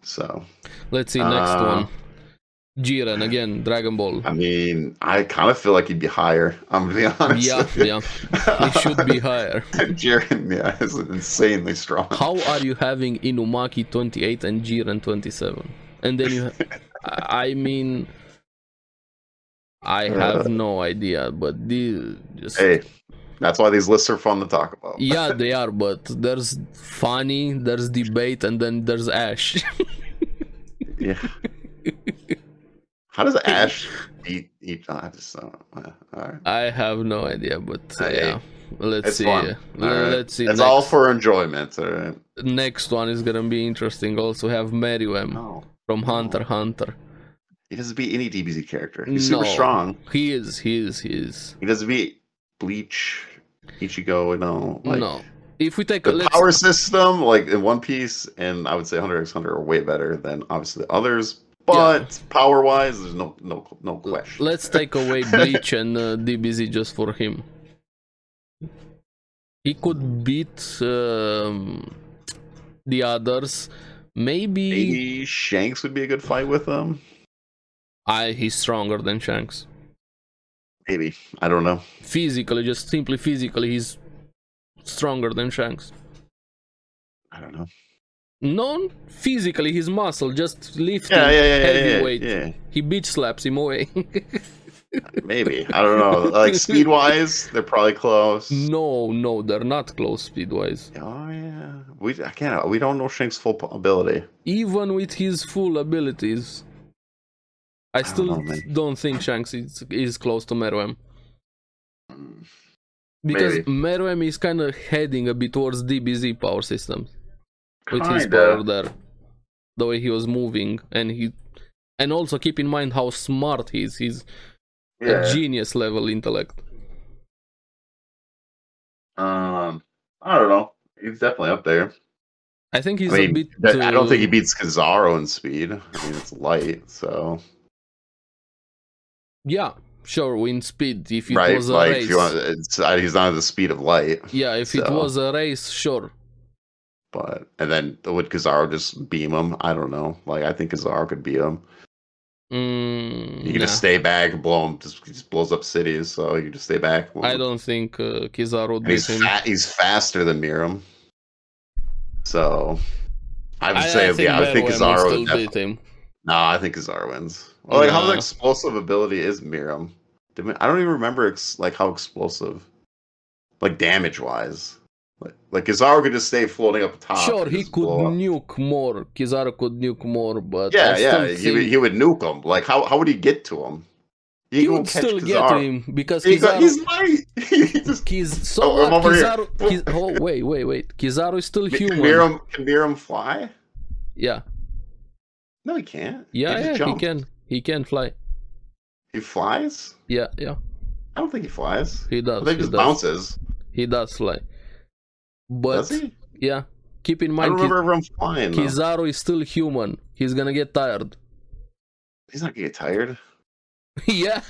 Speaker 2: So
Speaker 1: Let's see next
Speaker 2: Uh,
Speaker 1: one. Jiren again, Dragon Ball.
Speaker 2: I mean, I kind of feel like he'd be higher. I'm gonna be [LAUGHS] honest.
Speaker 1: Yeah,
Speaker 2: with you.
Speaker 1: yeah, he should be higher.
Speaker 2: [LAUGHS] Jiren, yeah, is insanely strong.
Speaker 1: How are you having Inumaki 28 and Jiren 27? And then you, I I mean, I have no idea, but the just
Speaker 2: Uh, Hey, that's why these lists are fun to talk about.
Speaker 1: yeah, they are. But there's funny, there's debate, and then there's Ash. [LAUGHS]
Speaker 2: Yeah. How does Ash deep, deep dive. I just don't. Uh, all right.
Speaker 1: I have no idea, but uh,
Speaker 2: Hey,
Speaker 1: yeah. Let's
Speaker 2: it's
Speaker 1: see.
Speaker 2: fun.
Speaker 1: L-
Speaker 2: All right.
Speaker 1: Let's see. Mm.
Speaker 2: It's
Speaker 1: Next,
Speaker 2: all for enjoyment. All right.
Speaker 1: next one is gonna be interesting. Also, have Meruem
Speaker 2: No,
Speaker 1: from Hunter x Hunter.
Speaker 2: he doesn't beat any DBZ character. He's super
Speaker 1: No.
Speaker 2: strong.
Speaker 1: He is. He is. He is.
Speaker 2: He doesn't beat Bleach, Ichigo. You know, like
Speaker 1: no. If we take a
Speaker 2: the
Speaker 1: let's,
Speaker 2: power system, like in One Piece, and I would say Hunter x Hunter are way better than obviously the others. But power wise, there's no no no question.
Speaker 1: let's take
Speaker 2: [LAUGHS]
Speaker 1: away Bleach and uh, DBZ just for him. He could beat um, the others. Maybe,
Speaker 2: Maybe Shanks would be a good fight with them.
Speaker 1: I he's stronger than Shanks.
Speaker 2: Maybe I don't know.
Speaker 1: Physically, just simply physically, he's stronger than Shanks.
Speaker 2: I don't know.
Speaker 1: No, physically, his muscle just lifting
Speaker 2: Yeah, yeah, yeah, yeah, yeah,
Speaker 1: heavyweight.
Speaker 2: yeah.
Speaker 1: He bitch slaps him away. [LAUGHS]
Speaker 2: Maybe I don't know. Like speed wise, they're probably close.
Speaker 1: no, no, they're not close speed wise.
Speaker 2: Oh yeah, we I can't. We don't know Shanks' full po- ability.
Speaker 1: even with his full abilities, I
Speaker 2: don't
Speaker 1: still
Speaker 2: know,
Speaker 1: don't,
Speaker 2: man.
Speaker 1: think Shanks is, is close to Meruem. Because
Speaker 2: Maybe.
Speaker 1: Meruem is kind of heading a bit towards DBZ power system with his
Speaker 2: Kinda.
Speaker 1: power there, the way he was moving, and he, and also keep in mind how smart he is. He's a genius level intellect.
Speaker 2: Um, I don't know. He's definitely up there.
Speaker 1: I think he's
Speaker 2: I
Speaker 1: a
Speaker 2: mean,
Speaker 1: bit.
Speaker 2: that- I don't think he
Speaker 1: uh,
Speaker 2: beats Cesaro in speed. I mean, it's light, so
Speaker 1: Yeah, sure. Win speed if it
Speaker 2: right,
Speaker 1: was a
Speaker 2: like if
Speaker 1: race.
Speaker 2: you want, it's, uh, he's not at the speed of light.
Speaker 1: Yeah, if it
Speaker 2: so.
Speaker 1: was a race, sure.
Speaker 2: But and then would Cesaro just beam him? I don't know. Like I think Cesaro could beat him.
Speaker 1: Mm,
Speaker 2: You can
Speaker 1: nah.
Speaker 2: just stay back, and blow him. Just, he just blows up cities, so you just stay back.
Speaker 1: I don't think uh, Kizaru
Speaker 2: And
Speaker 1: beat
Speaker 2: he's
Speaker 1: him.
Speaker 2: fa- he's faster than Miram. So I would
Speaker 1: I,
Speaker 2: say
Speaker 1: I think
Speaker 2: yeah, I
Speaker 1: Meruem
Speaker 2: think
Speaker 1: would
Speaker 2: Cesaro
Speaker 1: still
Speaker 2: would
Speaker 1: beat
Speaker 2: def-
Speaker 1: him.
Speaker 2: No, I think Cesaro wins. Well, like how
Speaker 1: Nah.
Speaker 2: explosive ability is Miram? Did we- I don't even remember ex- like how explosive, like damage wise. Like like Cesaro could just stay floating up top.
Speaker 1: sure,
Speaker 2: and
Speaker 1: he
Speaker 2: just
Speaker 1: could
Speaker 2: blow up.
Speaker 1: nuke more. Kizaru could nuke more, but
Speaker 2: Yeah,
Speaker 1: I
Speaker 2: yeah,
Speaker 1: still
Speaker 2: he,
Speaker 1: think
Speaker 2: would, he would nuke him. Like how how would he get to him?
Speaker 1: he,
Speaker 2: go
Speaker 1: would
Speaker 2: catch
Speaker 1: still get to
Speaker 2: Cesaro.
Speaker 1: him because
Speaker 2: He go-
Speaker 1: Kizaru.
Speaker 2: he's light. [LAUGHS] he just
Speaker 1: Kiz- so
Speaker 2: Oh, I'm
Speaker 1: what?
Speaker 2: over here.
Speaker 1: Kizaru. Kiz- oh wait, wait, wait. Kizaru is still
Speaker 2: can
Speaker 1: human.
Speaker 2: Miram can Miram fly?
Speaker 1: Yeah,
Speaker 2: No, he can't.
Speaker 1: yeah,
Speaker 2: just
Speaker 1: yeah. He
Speaker 2: jumps.
Speaker 1: can. He can fly.
Speaker 2: He flies?
Speaker 1: Yeah, yeah.
Speaker 2: I don't think he flies.
Speaker 1: He
Speaker 2: I
Speaker 1: does.
Speaker 2: think
Speaker 1: He
Speaker 2: he just
Speaker 1: does.
Speaker 2: bounces.
Speaker 1: he does fly. But
Speaker 2: Does he?
Speaker 1: yeah, keep in
Speaker 2: I
Speaker 1: mind,
Speaker 2: don't
Speaker 1: Kiz-
Speaker 2: remember everyone flying. though.
Speaker 1: Kizaru is still human. He's gonna get tired. [LAUGHS]
Speaker 2: He's not gonna get tired.
Speaker 1: yeah.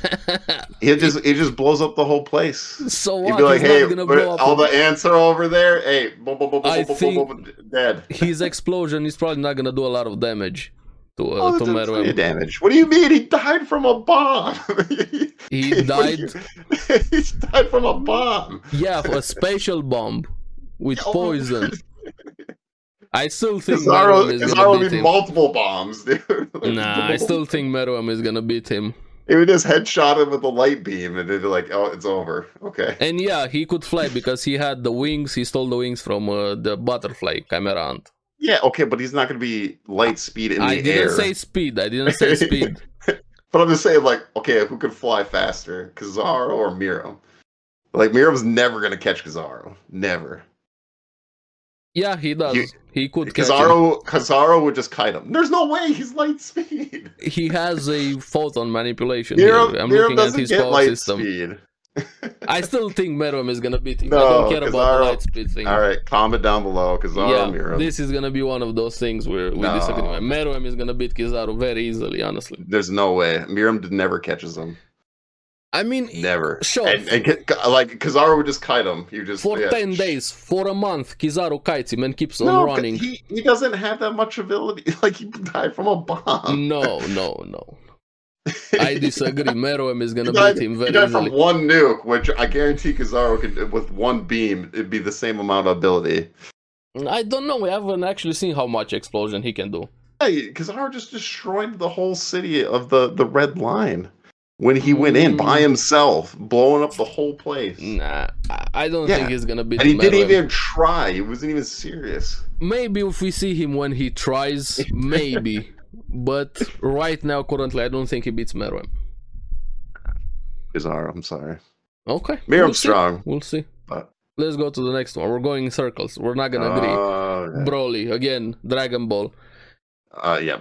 Speaker 2: He just he just blows up the whole place.
Speaker 1: so
Speaker 2: He'd
Speaker 1: what?
Speaker 2: be like,
Speaker 1: He's
Speaker 2: "Hey,
Speaker 1: not gonna
Speaker 2: where-
Speaker 1: blow up
Speaker 2: all
Speaker 1: a-
Speaker 2: the ants are over there. Hey, boom, boom, boom,
Speaker 1: I
Speaker 2: boom, boom, boom, boom, boom, dead."
Speaker 1: his explosion is probably not gonna do a lot of damage to uh,
Speaker 2: Oh,
Speaker 1: to
Speaker 2: that's plenty
Speaker 1: Meruem.
Speaker 2: of damage. What do you mean? He died from a bomb. [LAUGHS] he, [LAUGHS]
Speaker 1: He died,
Speaker 2: he died from a bomb.
Speaker 1: yeah, for a spatial bomb with
Speaker 2: Oh.
Speaker 1: poison. I still think
Speaker 2: Cesaro,
Speaker 1: Meruem is
Speaker 2: Cesaro
Speaker 1: gonna
Speaker 2: would
Speaker 1: beat
Speaker 2: be
Speaker 1: him.
Speaker 2: multiple bombs, dude. [LAUGHS] Like,
Speaker 1: Nah, I still think Meruem is gonna beat him.
Speaker 2: He would just headshot him with a light beam, and they'd be like, "Oh, it's over." Okay.
Speaker 1: And yeah, he could fly because he had the wings. He stole the wings from uh, the butterfly Chimera ant.
Speaker 2: Yeah, okay, but he's not going to be light speed in
Speaker 1: I
Speaker 2: the
Speaker 1: didn't
Speaker 2: air.
Speaker 1: say speed. I didn't say
Speaker 2: [LAUGHS]
Speaker 1: speed.
Speaker 2: But I'm just saying, like, okay, who could fly faster, Cesaro or Miro? Like, Miro's never going to catch Cesaro. Never.
Speaker 1: Yeah, he does.
Speaker 2: You-
Speaker 1: he could catch him.
Speaker 2: Cesaro, Cesaro would just kite him. There's no way he's light speed.
Speaker 1: He has a photon manipulation.
Speaker 2: Miro,
Speaker 1: here. I'm
Speaker 2: Miro
Speaker 1: looking at
Speaker 2: doesn't
Speaker 1: his
Speaker 2: get
Speaker 1: power
Speaker 2: light
Speaker 1: system.
Speaker 2: speed.
Speaker 1: I still think Meruem is gonna beat him. I
Speaker 2: No,
Speaker 1: don't care about the
Speaker 2: Cesaro-
Speaker 1: light speed thing.
Speaker 2: All right, comment down below, Cesaro,
Speaker 1: yeah,
Speaker 2: Miro.
Speaker 1: this is gonna be one of those things where we
Speaker 2: No.
Speaker 1: disagree. Meruem is gonna beat Kizaru very easily, honestly.
Speaker 2: There's no way. Miro never catches him.
Speaker 1: I mean,
Speaker 2: Never.
Speaker 1: Sure.
Speaker 2: And, and ca- like, Cesaro would just kite him. You just
Speaker 1: for
Speaker 2: yeah.
Speaker 1: ten days, for a month, Kizaru kites him and keeps
Speaker 2: No,
Speaker 1: on
Speaker 2: 'cause
Speaker 1: running.
Speaker 2: He, he doesn't have that much ability. [LAUGHS] Like, he died from a bomb.
Speaker 1: No, no, no. Mm,
Speaker 2: [LAUGHS]
Speaker 1: I disagree. Meruem is gonna
Speaker 2: He died-
Speaker 1: beat him
Speaker 2: He
Speaker 1: very
Speaker 2: died from
Speaker 1: easily.
Speaker 2: one nuke, which I guarantee Kizaru could, with one beam, it'd be the same amount of ability.
Speaker 1: I don't know. We haven't actually seen how much explosion he can do.
Speaker 2: Hey, Kizaru just destroyed the whole city of the, the Red Line when he went in by
Speaker 1: Mm.
Speaker 2: himself, blowing up the whole place.
Speaker 1: Nah, I- I don't
Speaker 2: Yeah.
Speaker 1: think he's gonna beat.
Speaker 2: And he didn't
Speaker 1: Meruem.
Speaker 2: even try. He wasn't even serious.
Speaker 1: maybe if we see him when he
Speaker 2: [LAUGHS]
Speaker 1: tries, maybe. but right now, currently, I don't think he beats Meruem.
Speaker 2: bizarre. I'm sorry.
Speaker 1: Okay.
Speaker 2: Maybe
Speaker 1: we'll
Speaker 2: I'm
Speaker 1: see.
Speaker 2: strong,
Speaker 1: We'll see.
Speaker 2: but
Speaker 1: Let's go to the next one. We're going in circles. We're not gonna agree.
Speaker 2: Uh, yeah.
Speaker 1: Broly again, Dragon Ball.
Speaker 2: Uh, yeah.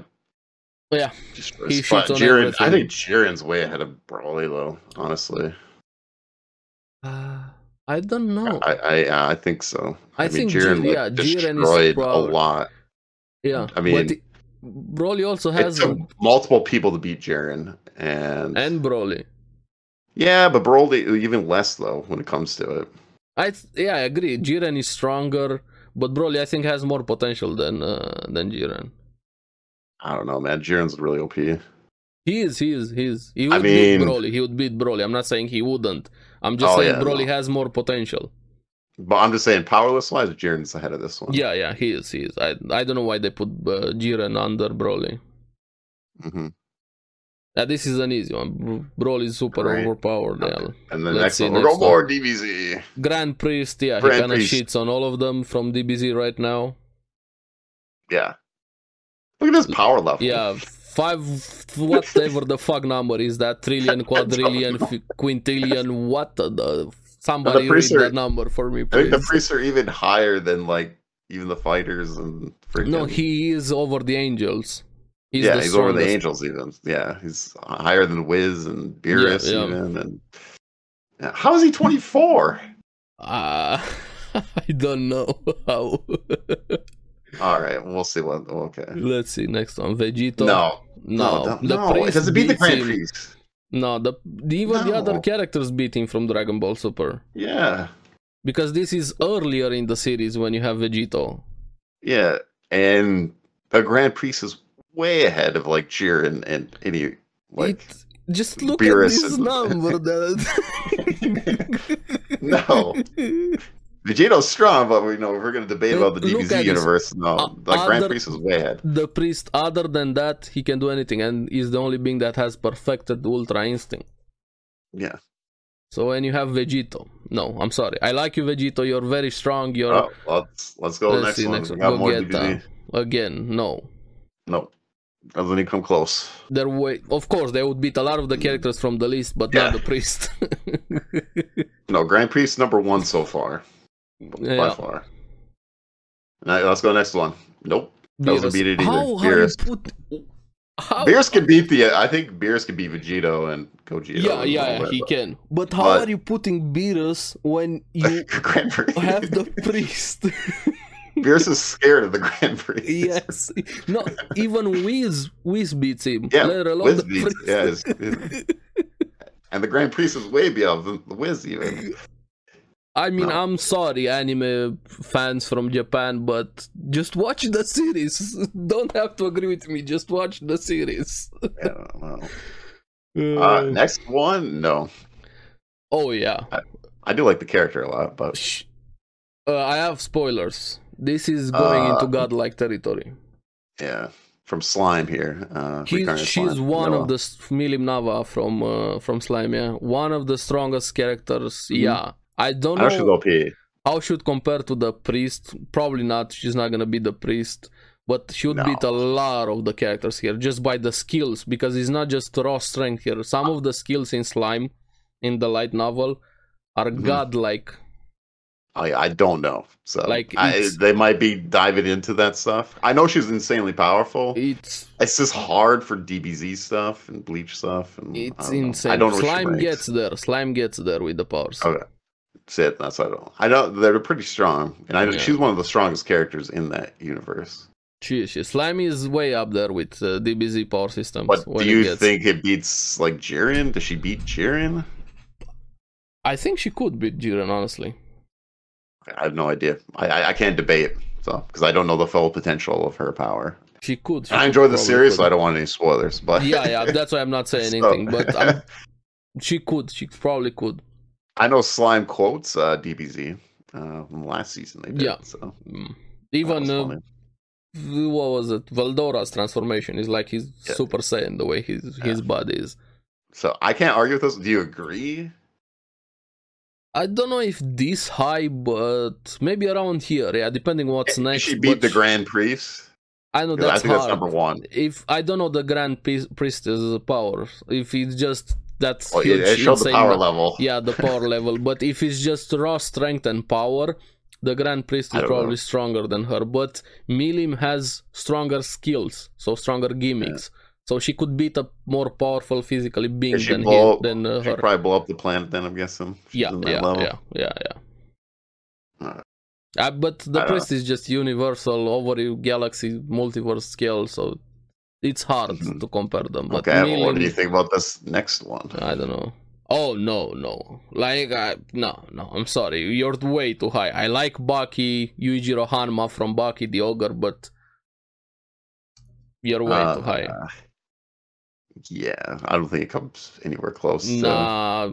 Speaker 1: Yeah.
Speaker 2: Just
Speaker 1: He
Speaker 2: he spot.
Speaker 1: shoots on
Speaker 2: Jiren, I
Speaker 1: everything.
Speaker 2: think Jiren's way ahead of Broly, though. Honestly,
Speaker 1: Uh, I don't know.
Speaker 2: I I, yeah, I think so.
Speaker 1: Oh. I think Jiren-
Speaker 2: like,
Speaker 1: yeah, Jiren is
Speaker 2: destroyed a
Speaker 1: probably-
Speaker 2: lot.
Speaker 1: yeah.
Speaker 2: I mean-
Speaker 1: But he- Broly also has
Speaker 2: It took multiple people to beat Jiren, and
Speaker 1: and Broly.
Speaker 2: yeah, but Broly even less though when it comes to it.
Speaker 1: I th- yeah, I agree. Jiren is stronger, but Broly I think has more potential than uh, than Jiren.
Speaker 2: I don't know, man. Jiren's really OP.
Speaker 1: He is, he is, he is. He
Speaker 2: I
Speaker 1: would beat
Speaker 2: mean-
Speaker 1: Broly. He would beat Broly. I'm not saying he wouldn't. I'm just
Speaker 2: Oh,
Speaker 1: saying
Speaker 2: yeah,
Speaker 1: Broly has more potential.
Speaker 2: But I'm just saying, powerless wise, Jiren's ahead of this one.
Speaker 1: Yeah, yeah, he is, he is. I I don't know why they put uh, Jiren under Broly.
Speaker 2: hmm
Speaker 1: Uh, this is an easy one. Bro- Broly is super
Speaker 2: Right.
Speaker 1: overpowered. yeah.
Speaker 2: And the
Speaker 1: Let's
Speaker 2: next
Speaker 1: see,
Speaker 2: one, we're
Speaker 1: next
Speaker 2: going more DBZ.
Speaker 1: Grand Priest, yeah, he
Speaker 2: Grand
Speaker 1: kind of
Speaker 2: Priest.
Speaker 1: shits on all of them from DBZ right now.
Speaker 2: Yeah. Look at this power level.
Speaker 1: Yeah, five, whatever the fuck number is that,
Speaker 2: [LAUGHS]
Speaker 1: trillion, quadrillion, f- quintillion, what the? Somebody read
Speaker 2: priests are-
Speaker 1: that number for me,
Speaker 2: I think
Speaker 1: please.
Speaker 2: the priests are even higher than like even the fighters and freaking.
Speaker 1: no, he is over the angels. He's
Speaker 2: yeah,
Speaker 1: the
Speaker 2: he's over the
Speaker 1: strongest.
Speaker 2: angels even. Yeah, he's higher than Wiz and Beerus
Speaker 1: yeah.
Speaker 2: even. And Yeah, how is he 24?
Speaker 1: Ah, [LAUGHS] I don't know how. [LAUGHS]
Speaker 2: All right, we'll see what. Okay.
Speaker 1: Let's see, next one. Vegito.
Speaker 2: No,
Speaker 1: no,
Speaker 2: no, no.
Speaker 1: the
Speaker 2: no. It
Speaker 1: priest
Speaker 2: doesn't beat the
Speaker 1: beats
Speaker 2: Grand
Speaker 1: him.
Speaker 2: Priest.
Speaker 1: No, the even the other
Speaker 2: No.
Speaker 1: characters beat him from Dragon Ball Super
Speaker 2: Yeah,
Speaker 1: because this is earlier in the series when you have Vegito.
Speaker 2: yeah. And the Grand Priest is way ahead of like Jiren and any like.
Speaker 1: it, just look
Speaker 2: Beerus
Speaker 1: at this
Speaker 2: and- [LAUGHS]
Speaker 1: number. That... [LAUGHS]
Speaker 2: No. Vegeto's strong, but we know if we're gonna debate
Speaker 1: Look-
Speaker 2: about the
Speaker 1: look at
Speaker 2: DBZ
Speaker 1: his-
Speaker 2: universe. No,
Speaker 1: uh,
Speaker 2: like Grand
Speaker 1: other-
Speaker 2: Priest is way ahead.
Speaker 1: the priest, other than that, he can do anything, and he's the only being that has perfected Ultra Instinct.
Speaker 2: Yeah.
Speaker 1: So when you have Vegito, no, I'm sorry, I like you, Vegito. You're very strong. You're
Speaker 2: Oh, let's let's go to the
Speaker 1: Let's
Speaker 2: next
Speaker 1: see,
Speaker 2: one.
Speaker 1: next
Speaker 2: We
Speaker 1: one.
Speaker 2: got more
Speaker 1: Gogeta.
Speaker 2: DBZ.
Speaker 1: again no.
Speaker 2: No, doesn't even come close.
Speaker 1: Their way, of course, they would beat a lot of the characters from the list, but
Speaker 2: Mm. Yeah.
Speaker 1: not the priest. [LAUGHS]
Speaker 2: No, Grand Priest number one so far, by
Speaker 1: yeah.
Speaker 2: far. All right, let's go next one. Nope, doesn't
Speaker 1: Beerus.
Speaker 2: beat it either.
Speaker 1: How, how you
Speaker 2: Beerus.
Speaker 1: put? How?
Speaker 2: Beerus can beat the. I think Beerus can beat Vegito and Gogeta.
Speaker 1: yeah,
Speaker 2: and
Speaker 1: yeah,
Speaker 2: all
Speaker 1: yeah,
Speaker 2: that,
Speaker 1: he
Speaker 2: but-
Speaker 1: can. But how
Speaker 2: Oh, But-
Speaker 1: are you putting Beerus when
Speaker 2: [LAUGHS]
Speaker 1: you
Speaker 2: Grand Prix.
Speaker 1: have the priest?
Speaker 2: [LAUGHS]
Speaker 1: [LAUGHS]
Speaker 2: Beerus is scared of the Grand Prix. [LAUGHS]
Speaker 1: yes. No, even Wiz Wiz beats him.
Speaker 2: Yeah,
Speaker 1: let alone
Speaker 2: Wiz
Speaker 1: the
Speaker 2: beats-
Speaker 1: priest.
Speaker 2: yeah, it's- it's- and the Grand Priest is way beyond the, the Wiz
Speaker 1: [LAUGHS]
Speaker 2: even.
Speaker 1: I mean,
Speaker 2: No.
Speaker 1: I'm sorry, anime fans from Japan, but just watch the series. [LAUGHS] Don't have to agree with me. Just watch the series.
Speaker 2: Yeah, well. uh, next one, no,
Speaker 1: oh yeah.
Speaker 2: I do like the character a lot, but
Speaker 1: Shh. Uh, I have spoilers. This is going
Speaker 2: Uh,
Speaker 1: into godlike territory.
Speaker 2: yeah, from slime here. Uh,
Speaker 1: He's,
Speaker 2: Reincarnate
Speaker 1: she's
Speaker 2: Slime.
Speaker 1: one
Speaker 2: Noah.
Speaker 1: of the s- Milim Nava from uh, from Slime, yeah. One of the strongest characters,
Speaker 2: Mhm.
Speaker 1: yeah. I don't
Speaker 2: I
Speaker 1: know
Speaker 2: should go pee.
Speaker 1: how should compare to the priest. Probably not. She's not gonna be the priest, but she would
Speaker 2: No.
Speaker 1: beat a lot of the characters here just by the skills because it's not just raw strength here. Some of the skills in Slime, in the light novel, are
Speaker 2: Mhm.
Speaker 1: godlike.
Speaker 2: Oh, I, I don't know. So
Speaker 1: Like,
Speaker 2: I,
Speaker 1: it's-
Speaker 2: they might be diving into that stuff. I know she's insanely powerful.
Speaker 1: It's
Speaker 2: It's just hard for DBZ stuff and Bleach stuff. And I
Speaker 1: It's
Speaker 2: don't know.
Speaker 1: insane.
Speaker 2: I don't know what she
Speaker 1: Slime
Speaker 2: makes. Oh.
Speaker 1: gets there. Slime gets there with the powers.
Speaker 2: Okay. That's it. That's I don't. I know they're pretty strong, and I know
Speaker 1: Yeah.
Speaker 2: she's one of the strongest characters in that universe.
Speaker 1: She, she, Slime is way up there with uh, DBZ power systems.
Speaker 2: But
Speaker 1: when
Speaker 2: do
Speaker 1: it
Speaker 2: you
Speaker 1: gets-
Speaker 2: think it beats like Jiren? Does she beat Jiren?
Speaker 1: I think she could beat Jiren, honestly.
Speaker 2: I have no idea. I I, I can't debate so because I don't know the full potential of her power.
Speaker 1: She could. She
Speaker 2: And I enjoy the
Speaker 1: probably
Speaker 2: series, so
Speaker 1: could.
Speaker 2: I don't want any spoilers. But [LAUGHS]
Speaker 1: yeah, yeah. That's why I'm not saying
Speaker 2: So-
Speaker 1: anything. But
Speaker 2: [LAUGHS]
Speaker 1: um she could. She probably could.
Speaker 2: I know Slime quotes uh, DBZ uh, from last season. They did,
Speaker 1: Yeah.
Speaker 2: So that
Speaker 1: Mm.
Speaker 2: was
Speaker 1: Even uh,
Speaker 2: funny.
Speaker 1: what was it? Valdora's transformation is like his
Speaker 2: Yeah.
Speaker 1: Super Saiyan. The way his his body is.
Speaker 2: so I can't argue with this. Do you agree?
Speaker 1: I don't know if this high, but maybe around here. Yeah, depending what's next.
Speaker 2: she
Speaker 1: but
Speaker 2: beat the Grand Priest.
Speaker 1: I know
Speaker 2: 'Cause I
Speaker 1: that's
Speaker 2: think
Speaker 1: hard.
Speaker 2: that's number one.
Speaker 1: if I don't know the Grand Priest- Priestess powers, if it's just that's
Speaker 2: Well, yeah,
Speaker 1: huge.
Speaker 2: it showed the
Speaker 1: insane
Speaker 2: power
Speaker 1: ba-
Speaker 2: level.
Speaker 1: Yeah, the power level. But if it's just raw strength and power, the Grand Priest
Speaker 2: I
Speaker 1: is
Speaker 2: don't know.
Speaker 1: probably stronger than her. But Milim has stronger skills, so stronger gimmicks. So she could beat a more powerful physically being
Speaker 2: she
Speaker 1: than,
Speaker 2: blow
Speaker 1: him,
Speaker 2: up-
Speaker 1: than uh,
Speaker 2: She'd
Speaker 1: her.
Speaker 2: probably blow up the planet then, I'm guessing. if she's
Speaker 1: Yeah,
Speaker 2: in that
Speaker 1: yeah,
Speaker 2: level.
Speaker 1: yeah, yeah, yeah.
Speaker 2: Alright.
Speaker 1: Uh, but the
Speaker 2: I don't
Speaker 1: priest is just universal over the galaxy multiverse scale, so it's hard
Speaker 2: Mhm.
Speaker 1: to compare them. But Uh,
Speaker 2: okay, well, what
Speaker 1: Milim-
Speaker 2: do you think about this next one?
Speaker 1: I don't know. Oh no, no. Like I no, no. I'm sorry. You're way too high. I like Baki, Yujiro Hanma from Baki the Ogre, but you're way
Speaker 2: Uh,
Speaker 1: too high.
Speaker 2: Yeah, I don't think it comes anywhere close. to-
Speaker 1: nah.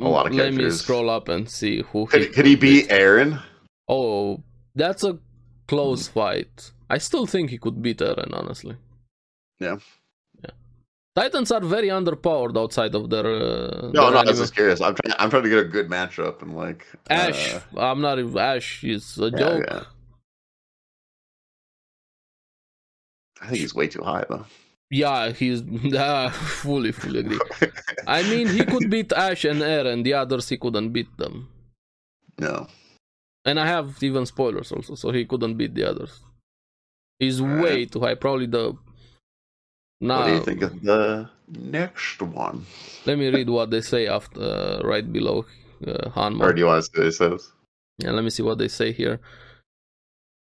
Speaker 2: a lot of
Speaker 1: Let me
Speaker 2: characters.
Speaker 1: scroll up and see who.
Speaker 2: Could, could he beat Aaron?
Speaker 1: Oh, that's a close
Speaker 2: Hmm.
Speaker 1: fight. I still think he could beat Eren, honestly.
Speaker 2: Yeah.
Speaker 1: Yeah. Titans are very underpowered outside of their. Uh,
Speaker 2: No,
Speaker 1: their
Speaker 2: no, I
Speaker 1: anime.
Speaker 2: was just curious. I'm trying. I'm trying to get a good matchup and like
Speaker 1: Ash.
Speaker 2: uh,
Speaker 1: I'm not. even- Ash is a
Speaker 2: yeah,
Speaker 1: joke.
Speaker 2: yeah. I think he's way too high though.
Speaker 1: Yeah, he's [LAUGHS] uh, fully, fully agree. I mean, he could beat Ash and Eren. The others, he couldn't beat them.
Speaker 2: [LAUGHS] No,
Speaker 1: And I have even spoilers also, so he couldn't beat the others. He's way too high. Probably the. Nah,
Speaker 2: what Uh, do you think of the next one?
Speaker 1: let me read what they say after uh, right below uh, Hanma.
Speaker 2: Or do you want to say this?
Speaker 1: Yeah, let me see what they say here.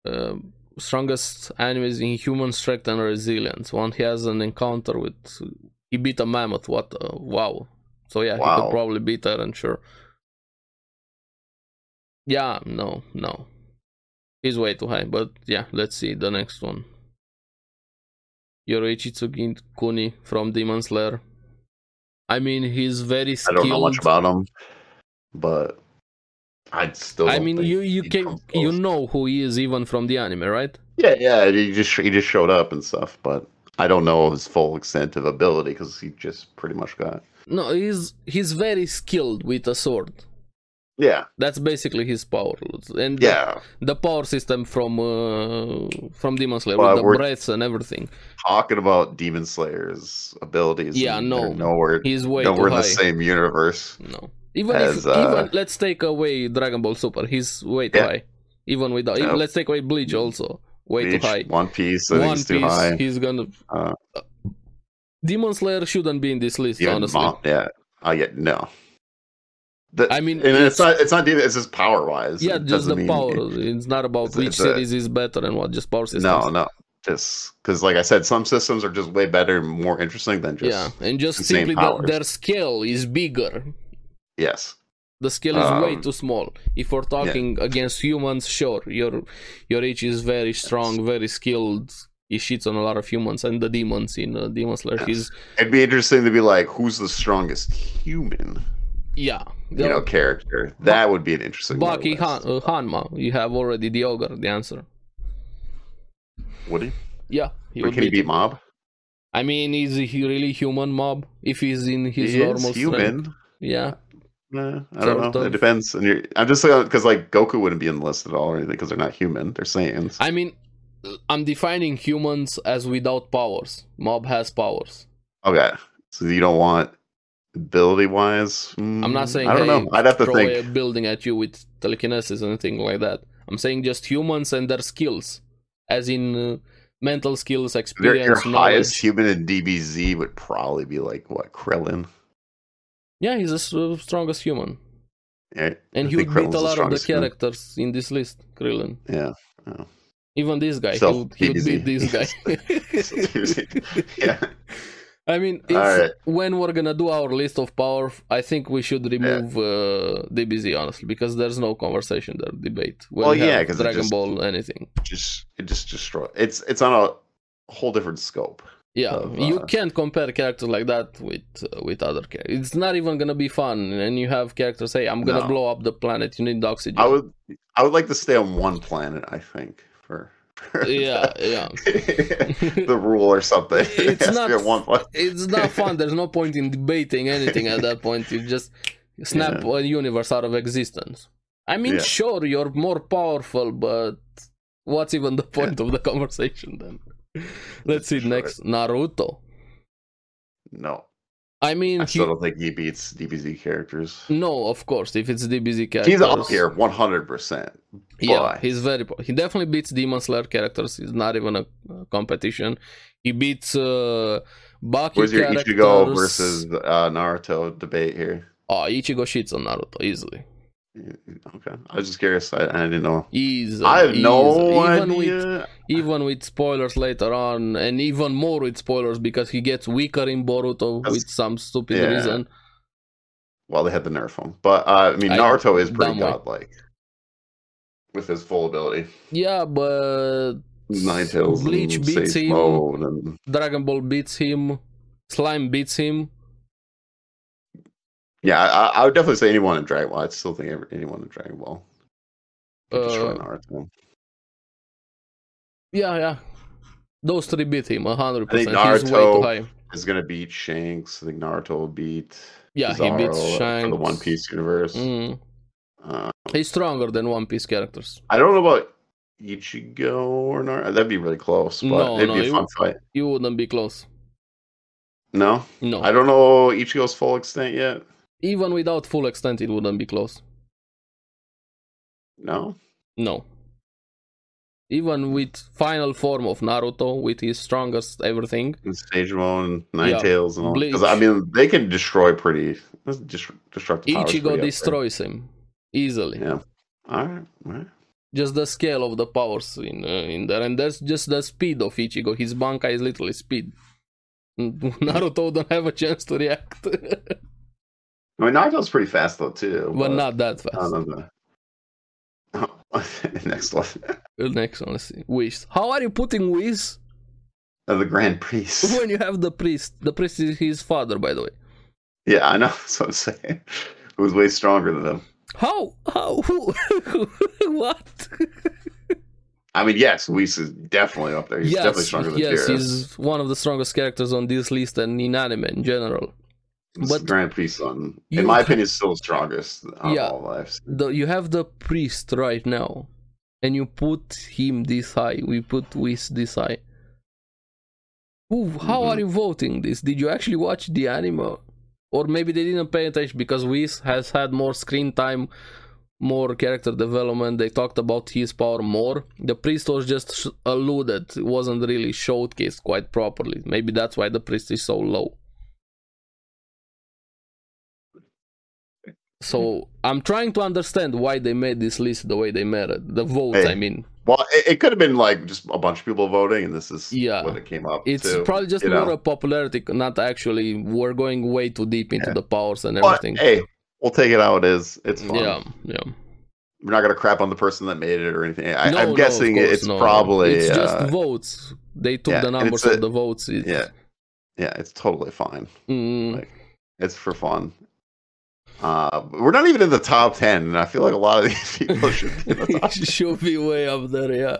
Speaker 1: Uh, strongest animes in human strength and resilience. One he has an encounter with. He beat a mammoth. What? Uh, wow. So yeah, he
Speaker 2: Wow.
Speaker 1: could probably beat her, and sure. Yeah, no, no. He's way too high, but yeah, let's see the next one. Yoroichi Tsugi Kuni from Demon Slayer. I mean, he's very
Speaker 2: I
Speaker 1: skilled.
Speaker 2: don't know much about him, but I'd still.
Speaker 1: I
Speaker 2: don't
Speaker 1: mean,
Speaker 2: think
Speaker 1: you you
Speaker 2: he
Speaker 1: can
Speaker 2: comes
Speaker 1: you
Speaker 2: close.
Speaker 1: know who he is even from the anime, right?
Speaker 2: Yeah, yeah. He just he just showed up and stuff, but I don't know his full extent of ability because he just pretty much got.
Speaker 1: No, he's he's very skilled with a sword.
Speaker 2: Yeah,
Speaker 1: That's basically his power, and the-
Speaker 2: yeah.
Speaker 1: the, power system from uh, from Demon Slayer
Speaker 2: Well,
Speaker 1: with the
Speaker 2: we're-
Speaker 1: breaths and everything.
Speaker 2: Talking about Demon Slayer's abilities.
Speaker 1: Yeah,
Speaker 2: and
Speaker 1: no.
Speaker 2: they're nowhere.
Speaker 1: He's way
Speaker 2: no,
Speaker 1: too
Speaker 2: we're in
Speaker 1: high.
Speaker 2: the same universe.
Speaker 1: No, even
Speaker 2: As,
Speaker 1: if
Speaker 2: uh,
Speaker 1: even let's take away Dragon Ball Super, he's way too
Speaker 2: Yeah.
Speaker 1: high. Even without,
Speaker 2: Yeah.
Speaker 1: let's take away Bleach also, way
Speaker 2: Bleach,
Speaker 1: too high.
Speaker 2: One Piece, I think
Speaker 1: One
Speaker 2: it's
Speaker 1: Piece,
Speaker 2: too high.
Speaker 1: he's gonna.
Speaker 2: Uh,
Speaker 1: Demon Slayer shouldn't be in this list,
Speaker 2: Even
Speaker 1: honestly.
Speaker 2: Mon- yeah, I get no. The-
Speaker 1: I mean,
Speaker 2: and
Speaker 1: it's-
Speaker 2: it's, not it's not Demon. It's just power wise.
Speaker 1: Yeah, just the power. It's not about
Speaker 2: It's-
Speaker 1: which
Speaker 2: it's a-
Speaker 1: series is better and what, just power systems.
Speaker 2: No, no. Just because, like I said, some systems are just way better, and more interesting than just
Speaker 1: yeah, and just
Speaker 2: insane
Speaker 1: simply that
Speaker 2: powers.
Speaker 1: their scale is bigger.
Speaker 2: yes.
Speaker 1: The scale is way
Speaker 2: Um,
Speaker 1: too small. If we're talking against humans, sure, your your age is very strong, very skilled. He shits on a lot of humans and the demons in uh, Demon Slayer.
Speaker 2: Yes.
Speaker 1: He's
Speaker 2: It'd be interesting to be like, who's the strongest human,
Speaker 1: yeah,
Speaker 2: you know, character? That would be an interesting.
Speaker 1: Baki
Speaker 2: list.
Speaker 1: Han, uh, Hanma. You have already the ogre. The answer.
Speaker 2: Would he?
Speaker 1: Yeah, he
Speaker 2: But
Speaker 1: would
Speaker 2: can he
Speaker 1: beat-
Speaker 2: beat Mob?
Speaker 1: I mean, is he really human mob? If he's in his
Speaker 2: he
Speaker 1: normal
Speaker 2: is human.
Speaker 1: strength, yeah.
Speaker 2: Nah, I
Speaker 1: Sort
Speaker 2: don't know.
Speaker 1: of.
Speaker 2: It depends. And you're, I'm just saying because like Goku wouldn't be in the list at all or anything because they're not human. They're Saiyans.
Speaker 1: I mean, I'm defining humans as without powers. Mob has powers.
Speaker 2: okay, so you don't want ability wise.
Speaker 1: I'm not saying
Speaker 2: I don't
Speaker 1: hey,
Speaker 2: know. I'd have to
Speaker 1: throw
Speaker 2: think.
Speaker 1: a building at you with telekinesis or anything like that. I'm saying just humans and their skills, as in uh, mental skills,
Speaker 2: Your,
Speaker 1: experience,
Speaker 2: your highest
Speaker 1: knowledge.
Speaker 2: human in DBZ would probably be like what Krillin.
Speaker 1: yeah, he's the s- uh, strongest human,
Speaker 2: Right?
Speaker 1: and
Speaker 2: I
Speaker 1: he would
Speaker 2: think
Speaker 1: beat
Speaker 2: Krillin's
Speaker 1: a
Speaker 2: the
Speaker 1: lot of the
Speaker 2: strongest human.
Speaker 1: characters in this list. Krillin, [LAUGHS]
Speaker 2: Yeah.
Speaker 1: even this guy,
Speaker 2: So,
Speaker 1: he, would, he would
Speaker 2: easy.
Speaker 1: beat this guy.
Speaker 2: [LAUGHS] yeah.
Speaker 1: I mean, if,
Speaker 2: Alright.
Speaker 1: when we're gonna do our list of power, I think we should remove uh, DBZ honestly because there's no conversation there, debate. When
Speaker 2: Well,
Speaker 1: we have
Speaker 2: yeah, 'cause it
Speaker 1: Dragon
Speaker 2: just-
Speaker 1: Ball, anything.
Speaker 2: Just it just destroy. It's it's on a whole different scope.
Speaker 1: Yeah,
Speaker 2: of,
Speaker 1: you
Speaker 2: uh,
Speaker 1: can't compare characters like that with uh, with other characters. It's not even gonna be fun. And you have characters say, "I'm gonna
Speaker 2: No.
Speaker 1: blow up the planet. You need oxygen."
Speaker 2: I would I would like to stay on one planet. I think
Speaker 1: [LAUGHS]
Speaker 2: for, for
Speaker 1: [LAUGHS] yeah, yeah.
Speaker 2: [LAUGHS] the rule or something.
Speaker 1: It's
Speaker 2: [LAUGHS] it has to be
Speaker 1: not-
Speaker 2: at one point.
Speaker 1: It's
Speaker 2: [LAUGHS]
Speaker 1: not fun. There's no point in debating anything at that point. You just snap a universe out of existence. I mean,
Speaker 2: Yeah.
Speaker 1: sure, you're more powerful, but what's even the point of the
Speaker 2: [LAUGHS]
Speaker 1: conversation then? Let's see
Speaker 2: Sure.
Speaker 1: next Naruto.
Speaker 2: No.
Speaker 1: I mean,
Speaker 2: I
Speaker 1: he-
Speaker 2: still don't think he beats DBZ characters.
Speaker 1: no, of course, if it's DBZ characters,
Speaker 2: He's up here 100%.
Speaker 1: Yeah,
Speaker 2: Why?
Speaker 1: he's very. po- He definitely beats Demon Slayer characters. It's not even a uh, competition. He beats uh, Baki
Speaker 2: Where's your
Speaker 1: characters.
Speaker 2: Ichigo versus uh, Naruto debate here?
Speaker 1: Oh, Ichigo shits on Naruto easily.
Speaker 2: Okay. I was just curious. I, I didn't know.
Speaker 1: Easily.
Speaker 2: I have no
Speaker 1: easily. uh, even
Speaker 2: idea.
Speaker 1: With, even with spoilers later on, and even more with spoilers because he gets weaker in Boruto
Speaker 2: That's-
Speaker 1: with some stupid
Speaker 2: yeah.
Speaker 1: reason.
Speaker 2: Well, they had the nerf him, but uh, I mean
Speaker 1: I-
Speaker 2: Naruto is pretty
Speaker 1: dumb way.
Speaker 2: godlike with his full ability.
Speaker 1: Yeah, but
Speaker 2: Nine tails,
Speaker 1: Bleach
Speaker 2: and
Speaker 1: beats
Speaker 2: Sage
Speaker 1: him.
Speaker 2: Mode and
Speaker 1: Dragon Ball beats him. Slime beats him.
Speaker 2: yeah, I, I would definitely say anyone in Dragon Ball. I still think every- anyone in Dragon Ball could destroy
Speaker 1: Uh,
Speaker 2: Naruto.
Speaker 1: yeah, yeah. Those three beat him 100%.
Speaker 2: I think
Speaker 1: He's way too
Speaker 2: Naruto-
Speaker 1: high.
Speaker 2: Is gonna beat Shanks. I think Naruto will beat.
Speaker 1: Yeah, he beats
Speaker 2: Bizarro
Speaker 1: Shanks.
Speaker 2: for the One Piece universe.
Speaker 1: Mm.
Speaker 2: Uh,
Speaker 1: He's stronger than One Piece characters.
Speaker 2: I don't know about Ichigo or Naruto. That'd be really close, but
Speaker 1: No,
Speaker 2: it'd
Speaker 1: no,
Speaker 2: be a
Speaker 1: it
Speaker 2: fun
Speaker 1: would-
Speaker 2: fight.
Speaker 1: You wouldn't be close.
Speaker 2: No,
Speaker 1: No.
Speaker 2: I don't know Ichigo's full extent yet.
Speaker 1: Even without full extent, it wouldn't be close.
Speaker 2: No,
Speaker 1: No. Even with final form of Naruto, with his strongest everything.
Speaker 2: and Stage Mode and
Speaker 1: Yeah,
Speaker 2: Ninetales and all. Because I
Speaker 1: Bleach.
Speaker 2: mean, they can destroy pretty that's dis- destructive. powers
Speaker 1: Ichigo
Speaker 2: pretty up
Speaker 1: destroys him easily.
Speaker 2: Yeah. there. All right, all right.
Speaker 1: Just the scale of the powers in uh, in there, and that's just the speed of Ichigo. His bankai is literally speed. [LAUGHS] Naruto don't have a chance to react, [LAUGHS] but,
Speaker 2: I mean, Naruto's pretty fast though too.
Speaker 1: not that fast.
Speaker 2: I don't know. [LAUGHS] Next one, [LAUGHS]
Speaker 1: Next one, let's see. Whis. How are you putting Whis [LAUGHS]
Speaker 2: Uh, the Grand Priest.
Speaker 1: when you have the priest? The priest is his father, by the way.
Speaker 2: Yeah, I know. [LAUGHS] That's what I'm saying. Who's way stronger than them?
Speaker 1: How? How? [LAUGHS] Who? what?
Speaker 2: I mean, yes, Whis is definitely up there. He's
Speaker 1: yes,
Speaker 2: definitely stronger than
Speaker 1: yes,
Speaker 2: yes,
Speaker 1: he's one of the strongest characters on this list and in anime in general.
Speaker 2: But
Speaker 1: but-
Speaker 2: Grand Priest, on,
Speaker 1: You
Speaker 2: in my
Speaker 1: ha-
Speaker 2: opinion, is still the strongest out
Speaker 1: Yeah.
Speaker 2: of all lives.
Speaker 1: The, you have the priest right now, and you put him this high. We put Whis this high. Who? How
Speaker 2: Mhm.
Speaker 1: are you voting this? Did you actually watch the anime, or maybe they didn't pay attention because Whis has had more screen time, more character development. They talked about his power more. The priest was just sh- alluded; it wasn't really showcased quite properly. Maybe that's why the priest is so low. So I'm trying to understand why they made this list the way they made it. The votes,
Speaker 2: Hey.
Speaker 1: I mean.
Speaker 2: Well, it, it could have been like just a bunch of people voting, and this is
Speaker 1: Yeah.
Speaker 2: what it came up.
Speaker 1: It's
Speaker 2: to,
Speaker 1: probably just
Speaker 2: you
Speaker 1: more
Speaker 2: know.
Speaker 1: a popularity, not actually. We're going way too deep into
Speaker 2: Yeah.
Speaker 1: the powers and
Speaker 2: But,
Speaker 1: everything.
Speaker 2: hey, we'll take it how it is. It's fine.
Speaker 1: yeah, yeah.
Speaker 2: We're not gonna crap on the person that made it or anything. I,
Speaker 1: No, no,
Speaker 2: I'm
Speaker 1: of
Speaker 2: guessing
Speaker 1: course,
Speaker 2: it's
Speaker 1: no, no.
Speaker 2: probably
Speaker 1: it's just
Speaker 2: uh,
Speaker 1: votes. They took
Speaker 2: yeah,
Speaker 1: the
Speaker 2: and
Speaker 1: numbers
Speaker 2: it's a-
Speaker 1: of the votes. It's-
Speaker 2: yeah, yeah. It's totally fine.
Speaker 1: Mm,
Speaker 2: Like- It's for fun. Uh, but we're not even in the top ten, and I feel like a lot of these [LAUGHS] people should be in the
Speaker 1: [LAUGHS]
Speaker 2: top.
Speaker 1: should be way up there, yeah.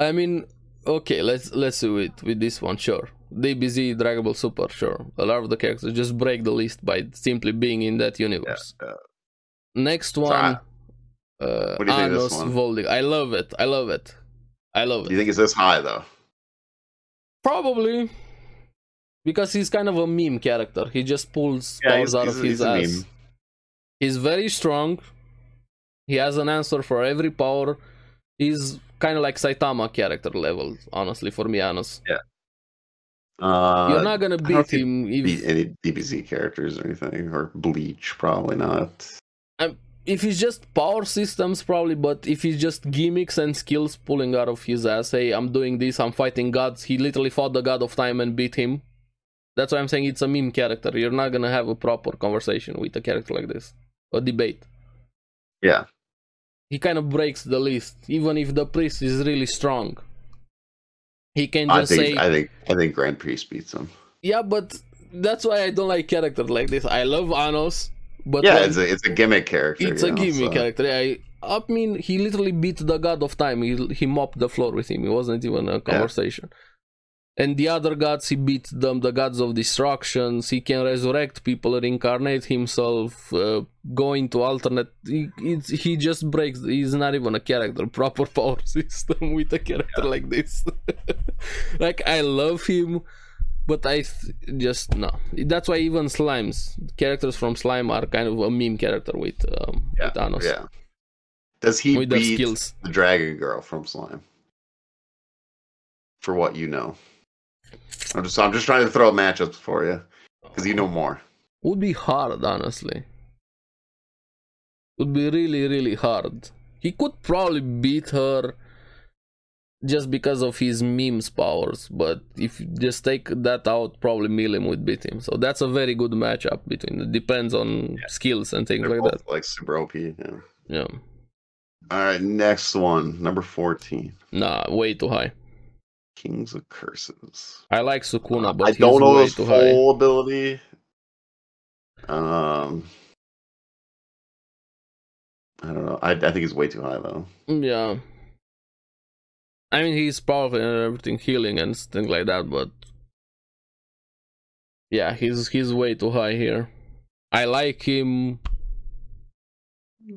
Speaker 1: I mean, okay, let's let's do it with this one, sure. DBZ, Dragon Ball Super, sure. A lot of the characters just break the list by simply being in that universe.
Speaker 2: yeah.
Speaker 1: Next
Speaker 2: I-
Speaker 1: one, uh,
Speaker 2: What do you think of this
Speaker 1: Anos
Speaker 2: one?
Speaker 1: Voldig. I love it. I love it. I love it.
Speaker 2: Do you think it's this high though?
Speaker 1: Probably because he's kind of a meme character. He just pulls
Speaker 2: Yeah,
Speaker 1: powers
Speaker 2: he's-
Speaker 1: out
Speaker 2: he's-
Speaker 1: of his
Speaker 2: he's a
Speaker 1: ass.
Speaker 2: meme.
Speaker 1: He's very strong. He has an answer for every power. He's kind of like Saitama character level, honestly, for me, honest.
Speaker 2: Uh,
Speaker 1: You're not gonna
Speaker 2: don't
Speaker 1: beat
Speaker 2: think
Speaker 1: him if,
Speaker 2: beat any DBZ characters or anything, or Bleach probably not.
Speaker 1: if he's just power systems, probably. But if he's just gimmicks and skills pulling out of his ass, hey, I'm doing this, I'm fighting gods. He literally fought the god of time and beat him. That's why I'm saying it's a meme character. You're not gonna have a proper conversation with a character like this, a debate.
Speaker 2: Yeah.
Speaker 1: he kind of breaks the list, even if the priest is really strong. He can
Speaker 2: I
Speaker 1: just
Speaker 2: think
Speaker 1: say,
Speaker 2: I think I think Grand Priest beats him.
Speaker 1: "Yeah, but that's why I don't like characters like this. I love Anos, but
Speaker 2: yeah,
Speaker 1: when-
Speaker 2: it's a it's a gimmick character.
Speaker 1: it's
Speaker 2: you
Speaker 1: a
Speaker 2: know,
Speaker 1: gimmick
Speaker 2: so-
Speaker 1: character. I, I mean, he literally beat the god of time. He he mopped the floor with him. It wasn't even a conversation. And the other gods, he beat them. The gods of destructions. He can resurrect people, reincarnate himself, uh, go into alternate. He, it's, he just breaks. He's not even a character. [LAUGHS] Proper [LAUGHS] power system with a character like this. like I love him. But I th- just no. That's why even slimes characters from slime are kind of a meme character with um,
Speaker 2: Yeah,
Speaker 1: with Thanos
Speaker 2: Yeah. Does he
Speaker 1: with their
Speaker 2: beat
Speaker 1: skills.
Speaker 2: the dragon girl from Slime? For what you know, I'm just I'm just trying to throw matchups for you because you know more.
Speaker 1: would be hard honestly. Would be really really hard. He could probably beat her just because of his memes powers, but if you just take that out, probably Milim would beat him. So that's a very good matchup between. It depends on skills and things
Speaker 2: They're
Speaker 1: like
Speaker 2: both
Speaker 1: that.
Speaker 2: like super OP. Yeah.
Speaker 1: Yeah.
Speaker 2: All right, next one, number fourteen,
Speaker 1: Nah, way too high.
Speaker 2: Kings of Curses.
Speaker 1: I like Sukuna, but
Speaker 2: I
Speaker 1: he's
Speaker 2: don't know
Speaker 1: way
Speaker 2: his
Speaker 1: too high.
Speaker 2: full ability. Um, I don't know. I I think he's way too high though.
Speaker 1: Yeah. I mean, he's powerful and everything, healing and things like that, but yeah, he's he's way too high here. I like him,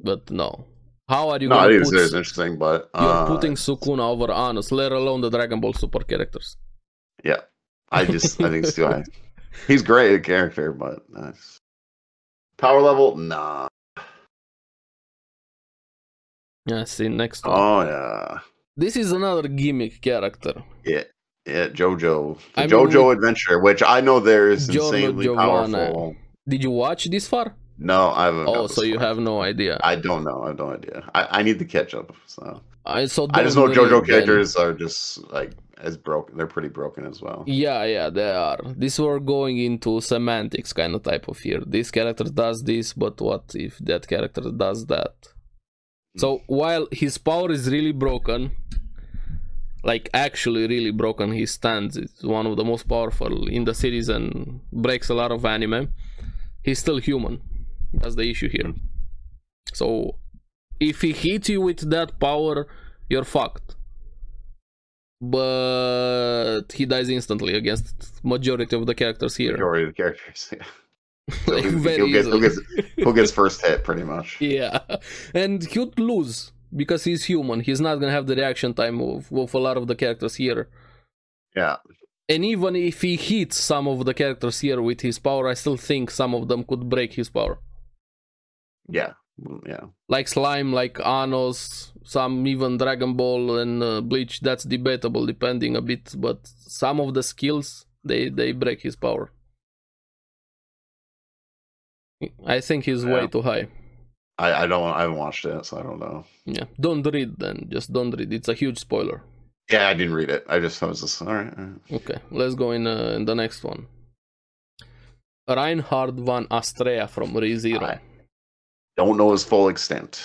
Speaker 1: but no. How are you
Speaker 2: no, I
Speaker 1: gonna
Speaker 2: think
Speaker 1: put?
Speaker 2: it's it's interesting, but
Speaker 1: You're
Speaker 2: uh,
Speaker 1: putting Sukuna over Anus, let alone the Dragon Ball Super characters. [LAUGHS]
Speaker 2: I just I think it's too high. He's great at character, but uh, power level, nah.
Speaker 1: Yeah, see next one.
Speaker 2: Oh yeah,
Speaker 1: This is another gimmick character.
Speaker 2: yeah. JoJo, the
Speaker 1: I mean,
Speaker 2: JoJo
Speaker 1: we-
Speaker 2: Adventure, which I know there is
Speaker 1: Giorno
Speaker 2: insanely
Speaker 1: Giovanna.
Speaker 2: powerful.
Speaker 1: Did you watch this far?
Speaker 2: No, I haven't. got
Speaker 1: Oh,
Speaker 2: this
Speaker 1: so you
Speaker 2: far.
Speaker 1: have no idea.
Speaker 2: I don't know. I have no idea. I, I need to catch up. So
Speaker 1: I so
Speaker 2: I just know
Speaker 1: don't really
Speaker 2: JoJo
Speaker 1: then-
Speaker 2: characters are just like as broken. They're pretty broken as well.
Speaker 1: Yeah, yeah, they are. These were going into semantics kind of type of here. This character does this, but what if that character does that? So while his power is really broken, like actually really broken, he stands. It's one of the most powerful in the series and breaks a lot of anime. He's still human. That's the issue here. So if he hits you with that power, you're fucked. But he dies instantly against majority of the characters here.
Speaker 2: Majority of the characters.
Speaker 1: [LAUGHS]
Speaker 2: Yeah. So
Speaker 1: like
Speaker 2: he'll-
Speaker 1: very
Speaker 2: he'll get- he'll
Speaker 1: easily.
Speaker 2: Who gets first hit, pretty much.
Speaker 1: Yeah, [LAUGHS] and he'd lose because he's human. He's not gonna have the reaction time of, of a lot of the characters here.
Speaker 2: Yeah.
Speaker 1: And even if he hits some of the characters here with his power, I still think some of them could break his power.
Speaker 2: Yeah. Mm, Yeah.
Speaker 1: Like slime, like Anos, some even Dragon Ball and uh, Bleach. That's debatable, depending a bit. But some of the skills they they break his power. I think he's way
Speaker 2: Yeah.
Speaker 1: too high.
Speaker 2: I, I don't. I haven't watched it, so I don't know.
Speaker 1: Yeah, don't read then. Just don't read. It's a huge spoiler.
Speaker 2: Yeah, I didn't read it. I just I was just all right. All right.
Speaker 1: Okay, let's go in, uh, in the next one. Reinhard van Astrea from ReZero.
Speaker 2: I Don't know his full extent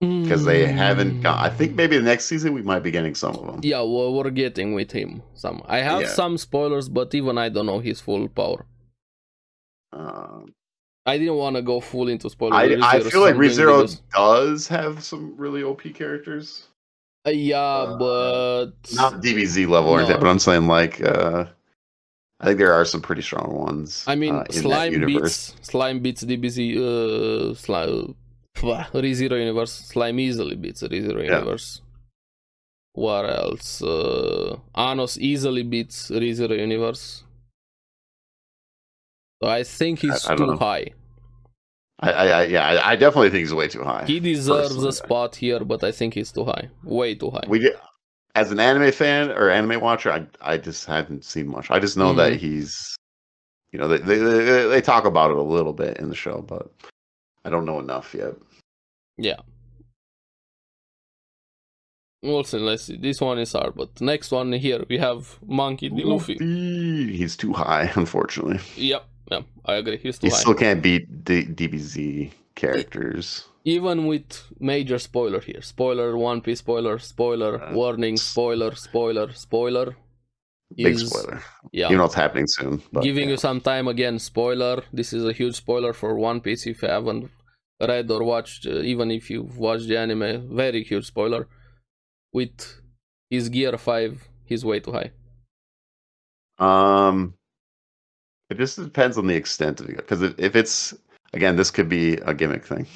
Speaker 2: because they haven't. Got, I think maybe the next season we might be getting some of them.
Speaker 1: Mm. Yeah, we're, we're getting with him some. I have
Speaker 2: Yeah.
Speaker 1: some spoilers, but even I don't know his full power.
Speaker 2: Um,
Speaker 1: I didn't want to go full into spoilers.
Speaker 2: I, I
Speaker 1: ReZero's
Speaker 2: feel like
Speaker 1: doing
Speaker 2: Rezero
Speaker 1: videos.
Speaker 2: does have some really OP characters.
Speaker 1: Uh, yeah,
Speaker 2: uh,
Speaker 1: but
Speaker 2: Not DBZ level or
Speaker 1: No.
Speaker 2: anything, but I'm saying like uh, I think there are some pretty strong ones.
Speaker 1: I mean,
Speaker 2: uh, in that
Speaker 1: slime
Speaker 2: universe.
Speaker 1: beats slime beats DBZ uh, slime ReZero universe. Slime easily beats ReZero
Speaker 2: Yeah.
Speaker 1: universe. What else? Uh, Anos easily beats ReZero universe. So I think he's
Speaker 2: I don't
Speaker 1: too
Speaker 2: know.
Speaker 1: high.
Speaker 2: I, I, I yeah, I, I definitely think he's way too high. [SIGHS]
Speaker 1: He deserves
Speaker 2: personally.
Speaker 1: a spot here, but I think he's too high. Way too high.
Speaker 2: we did, as an anime fan or anime watcher i i just haven't seen much i just know that
Speaker 1: Mhm.
Speaker 2: he's you know they, they they they talk about it a little bit in the show but i don't know enough yet
Speaker 1: Also, let's see. This one is hard, but next one here we have Monkey D. Luffy.
Speaker 2: Luffy, he's too high [LAUGHS] unfortunately
Speaker 1: Yep, yep, I agree. He's too
Speaker 2: he
Speaker 1: high.
Speaker 2: still can't beat the dbz characters
Speaker 1: even with major spoiler here spoiler one piece spoiler spoiler
Speaker 2: Uh,
Speaker 1: warning spoiler spoiler spoiler
Speaker 2: big
Speaker 1: is-
Speaker 2: spoiler
Speaker 1: yeah
Speaker 2: you know it's happening soon but
Speaker 1: giving
Speaker 2: yeah.
Speaker 1: you some time again spoiler this is a huge spoiler for one piece if you haven't read or watched uh, even if you've watched the anime very huge spoiler with his gear 5 he's way too high
Speaker 2: um it just depends on the extent of it because if, if it's again this could be a gimmick thing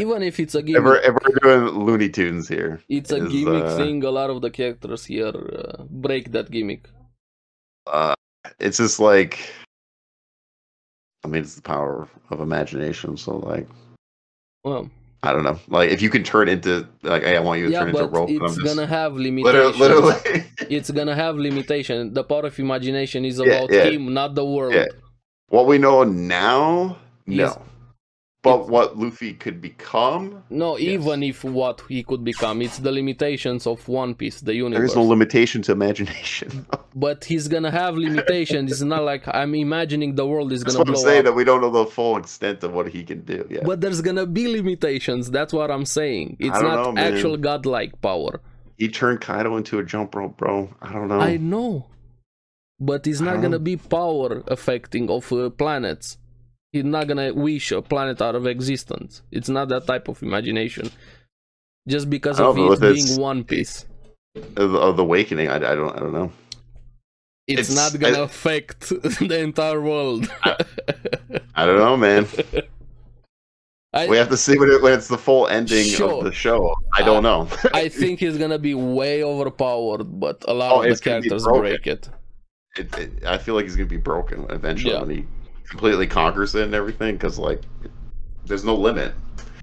Speaker 1: even if it's a gimmick
Speaker 2: if we're, if we're doing looney tunes here
Speaker 1: it's a
Speaker 2: is,
Speaker 1: gimmick
Speaker 2: uh,
Speaker 1: thing a lot of the characters here uh, break that gimmick
Speaker 2: uh, it's just like I mean, it's the power of imagination. So like,
Speaker 1: Well,
Speaker 2: I don't know. Like, if you can turn into like, hey, I want you to
Speaker 1: yeah,
Speaker 2: turn into a
Speaker 1: but
Speaker 2: rope. and
Speaker 1: it's
Speaker 2: I'm just
Speaker 1: gonna have
Speaker 2: literally,
Speaker 1: limitations.
Speaker 2: literally [LAUGHS]
Speaker 1: It's gonna have limitation. The power of imagination is
Speaker 2: Yeah,
Speaker 1: about
Speaker 2: yeah.
Speaker 1: him, not the world.
Speaker 2: Yeah. what we know now. No,
Speaker 1: Yes.
Speaker 2: but
Speaker 1: It's-
Speaker 2: what Luffy could become.
Speaker 1: No,
Speaker 2: Yes.
Speaker 1: even if what he could become, it's the limitations of One Piece, the universe.
Speaker 2: There is no limitation to imagination.
Speaker 1: but he's gonna have limitations. it's not like I'm imagining the world is
Speaker 2: [LAUGHS] That's
Speaker 1: gonna
Speaker 2: what I'm
Speaker 1: blow
Speaker 2: saying.
Speaker 1: up.
Speaker 2: That we don't know the full extent of what he can do. Yeah.
Speaker 1: But there's gonna be limitations. That's what I'm saying. It's
Speaker 2: don't
Speaker 1: not
Speaker 2: know, man.
Speaker 1: actual godlike power.
Speaker 2: He turned Kaido into a jump rope, bro. I don't know.
Speaker 1: I know, but it's not
Speaker 2: Huh?
Speaker 1: gonna be power affecting of uh, planets. He's not gonna wish a planet out of existence. It's not that type of imagination. Just because
Speaker 2: I
Speaker 1: of
Speaker 2: don't know
Speaker 1: it
Speaker 2: if it's-
Speaker 1: being One Piece,
Speaker 2: Of, of the awakening, I, I don't. I don't know.
Speaker 1: it's,
Speaker 2: It's-
Speaker 1: not gonna
Speaker 2: I- [LAUGHS]
Speaker 1: affect the entire world.
Speaker 2: I don't know, man.
Speaker 1: [LAUGHS] I,
Speaker 2: we have to see when, it, when it's the full ending
Speaker 1: Sure.
Speaker 2: of the show. I don't know. [LAUGHS]
Speaker 1: I think he's gonna be way overpowered, but a lot
Speaker 2: Oh,
Speaker 1: of the
Speaker 2: it's gonna be
Speaker 1: characters
Speaker 2: broken.
Speaker 1: break
Speaker 2: [LAUGHS]
Speaker 1: it.
Speaker 2: it, it, I feel like he's gonna be broken eventually
Speaker 1: Yeah.
Speaker 2: when he completely conquers it and everything. Because like, there's no limit.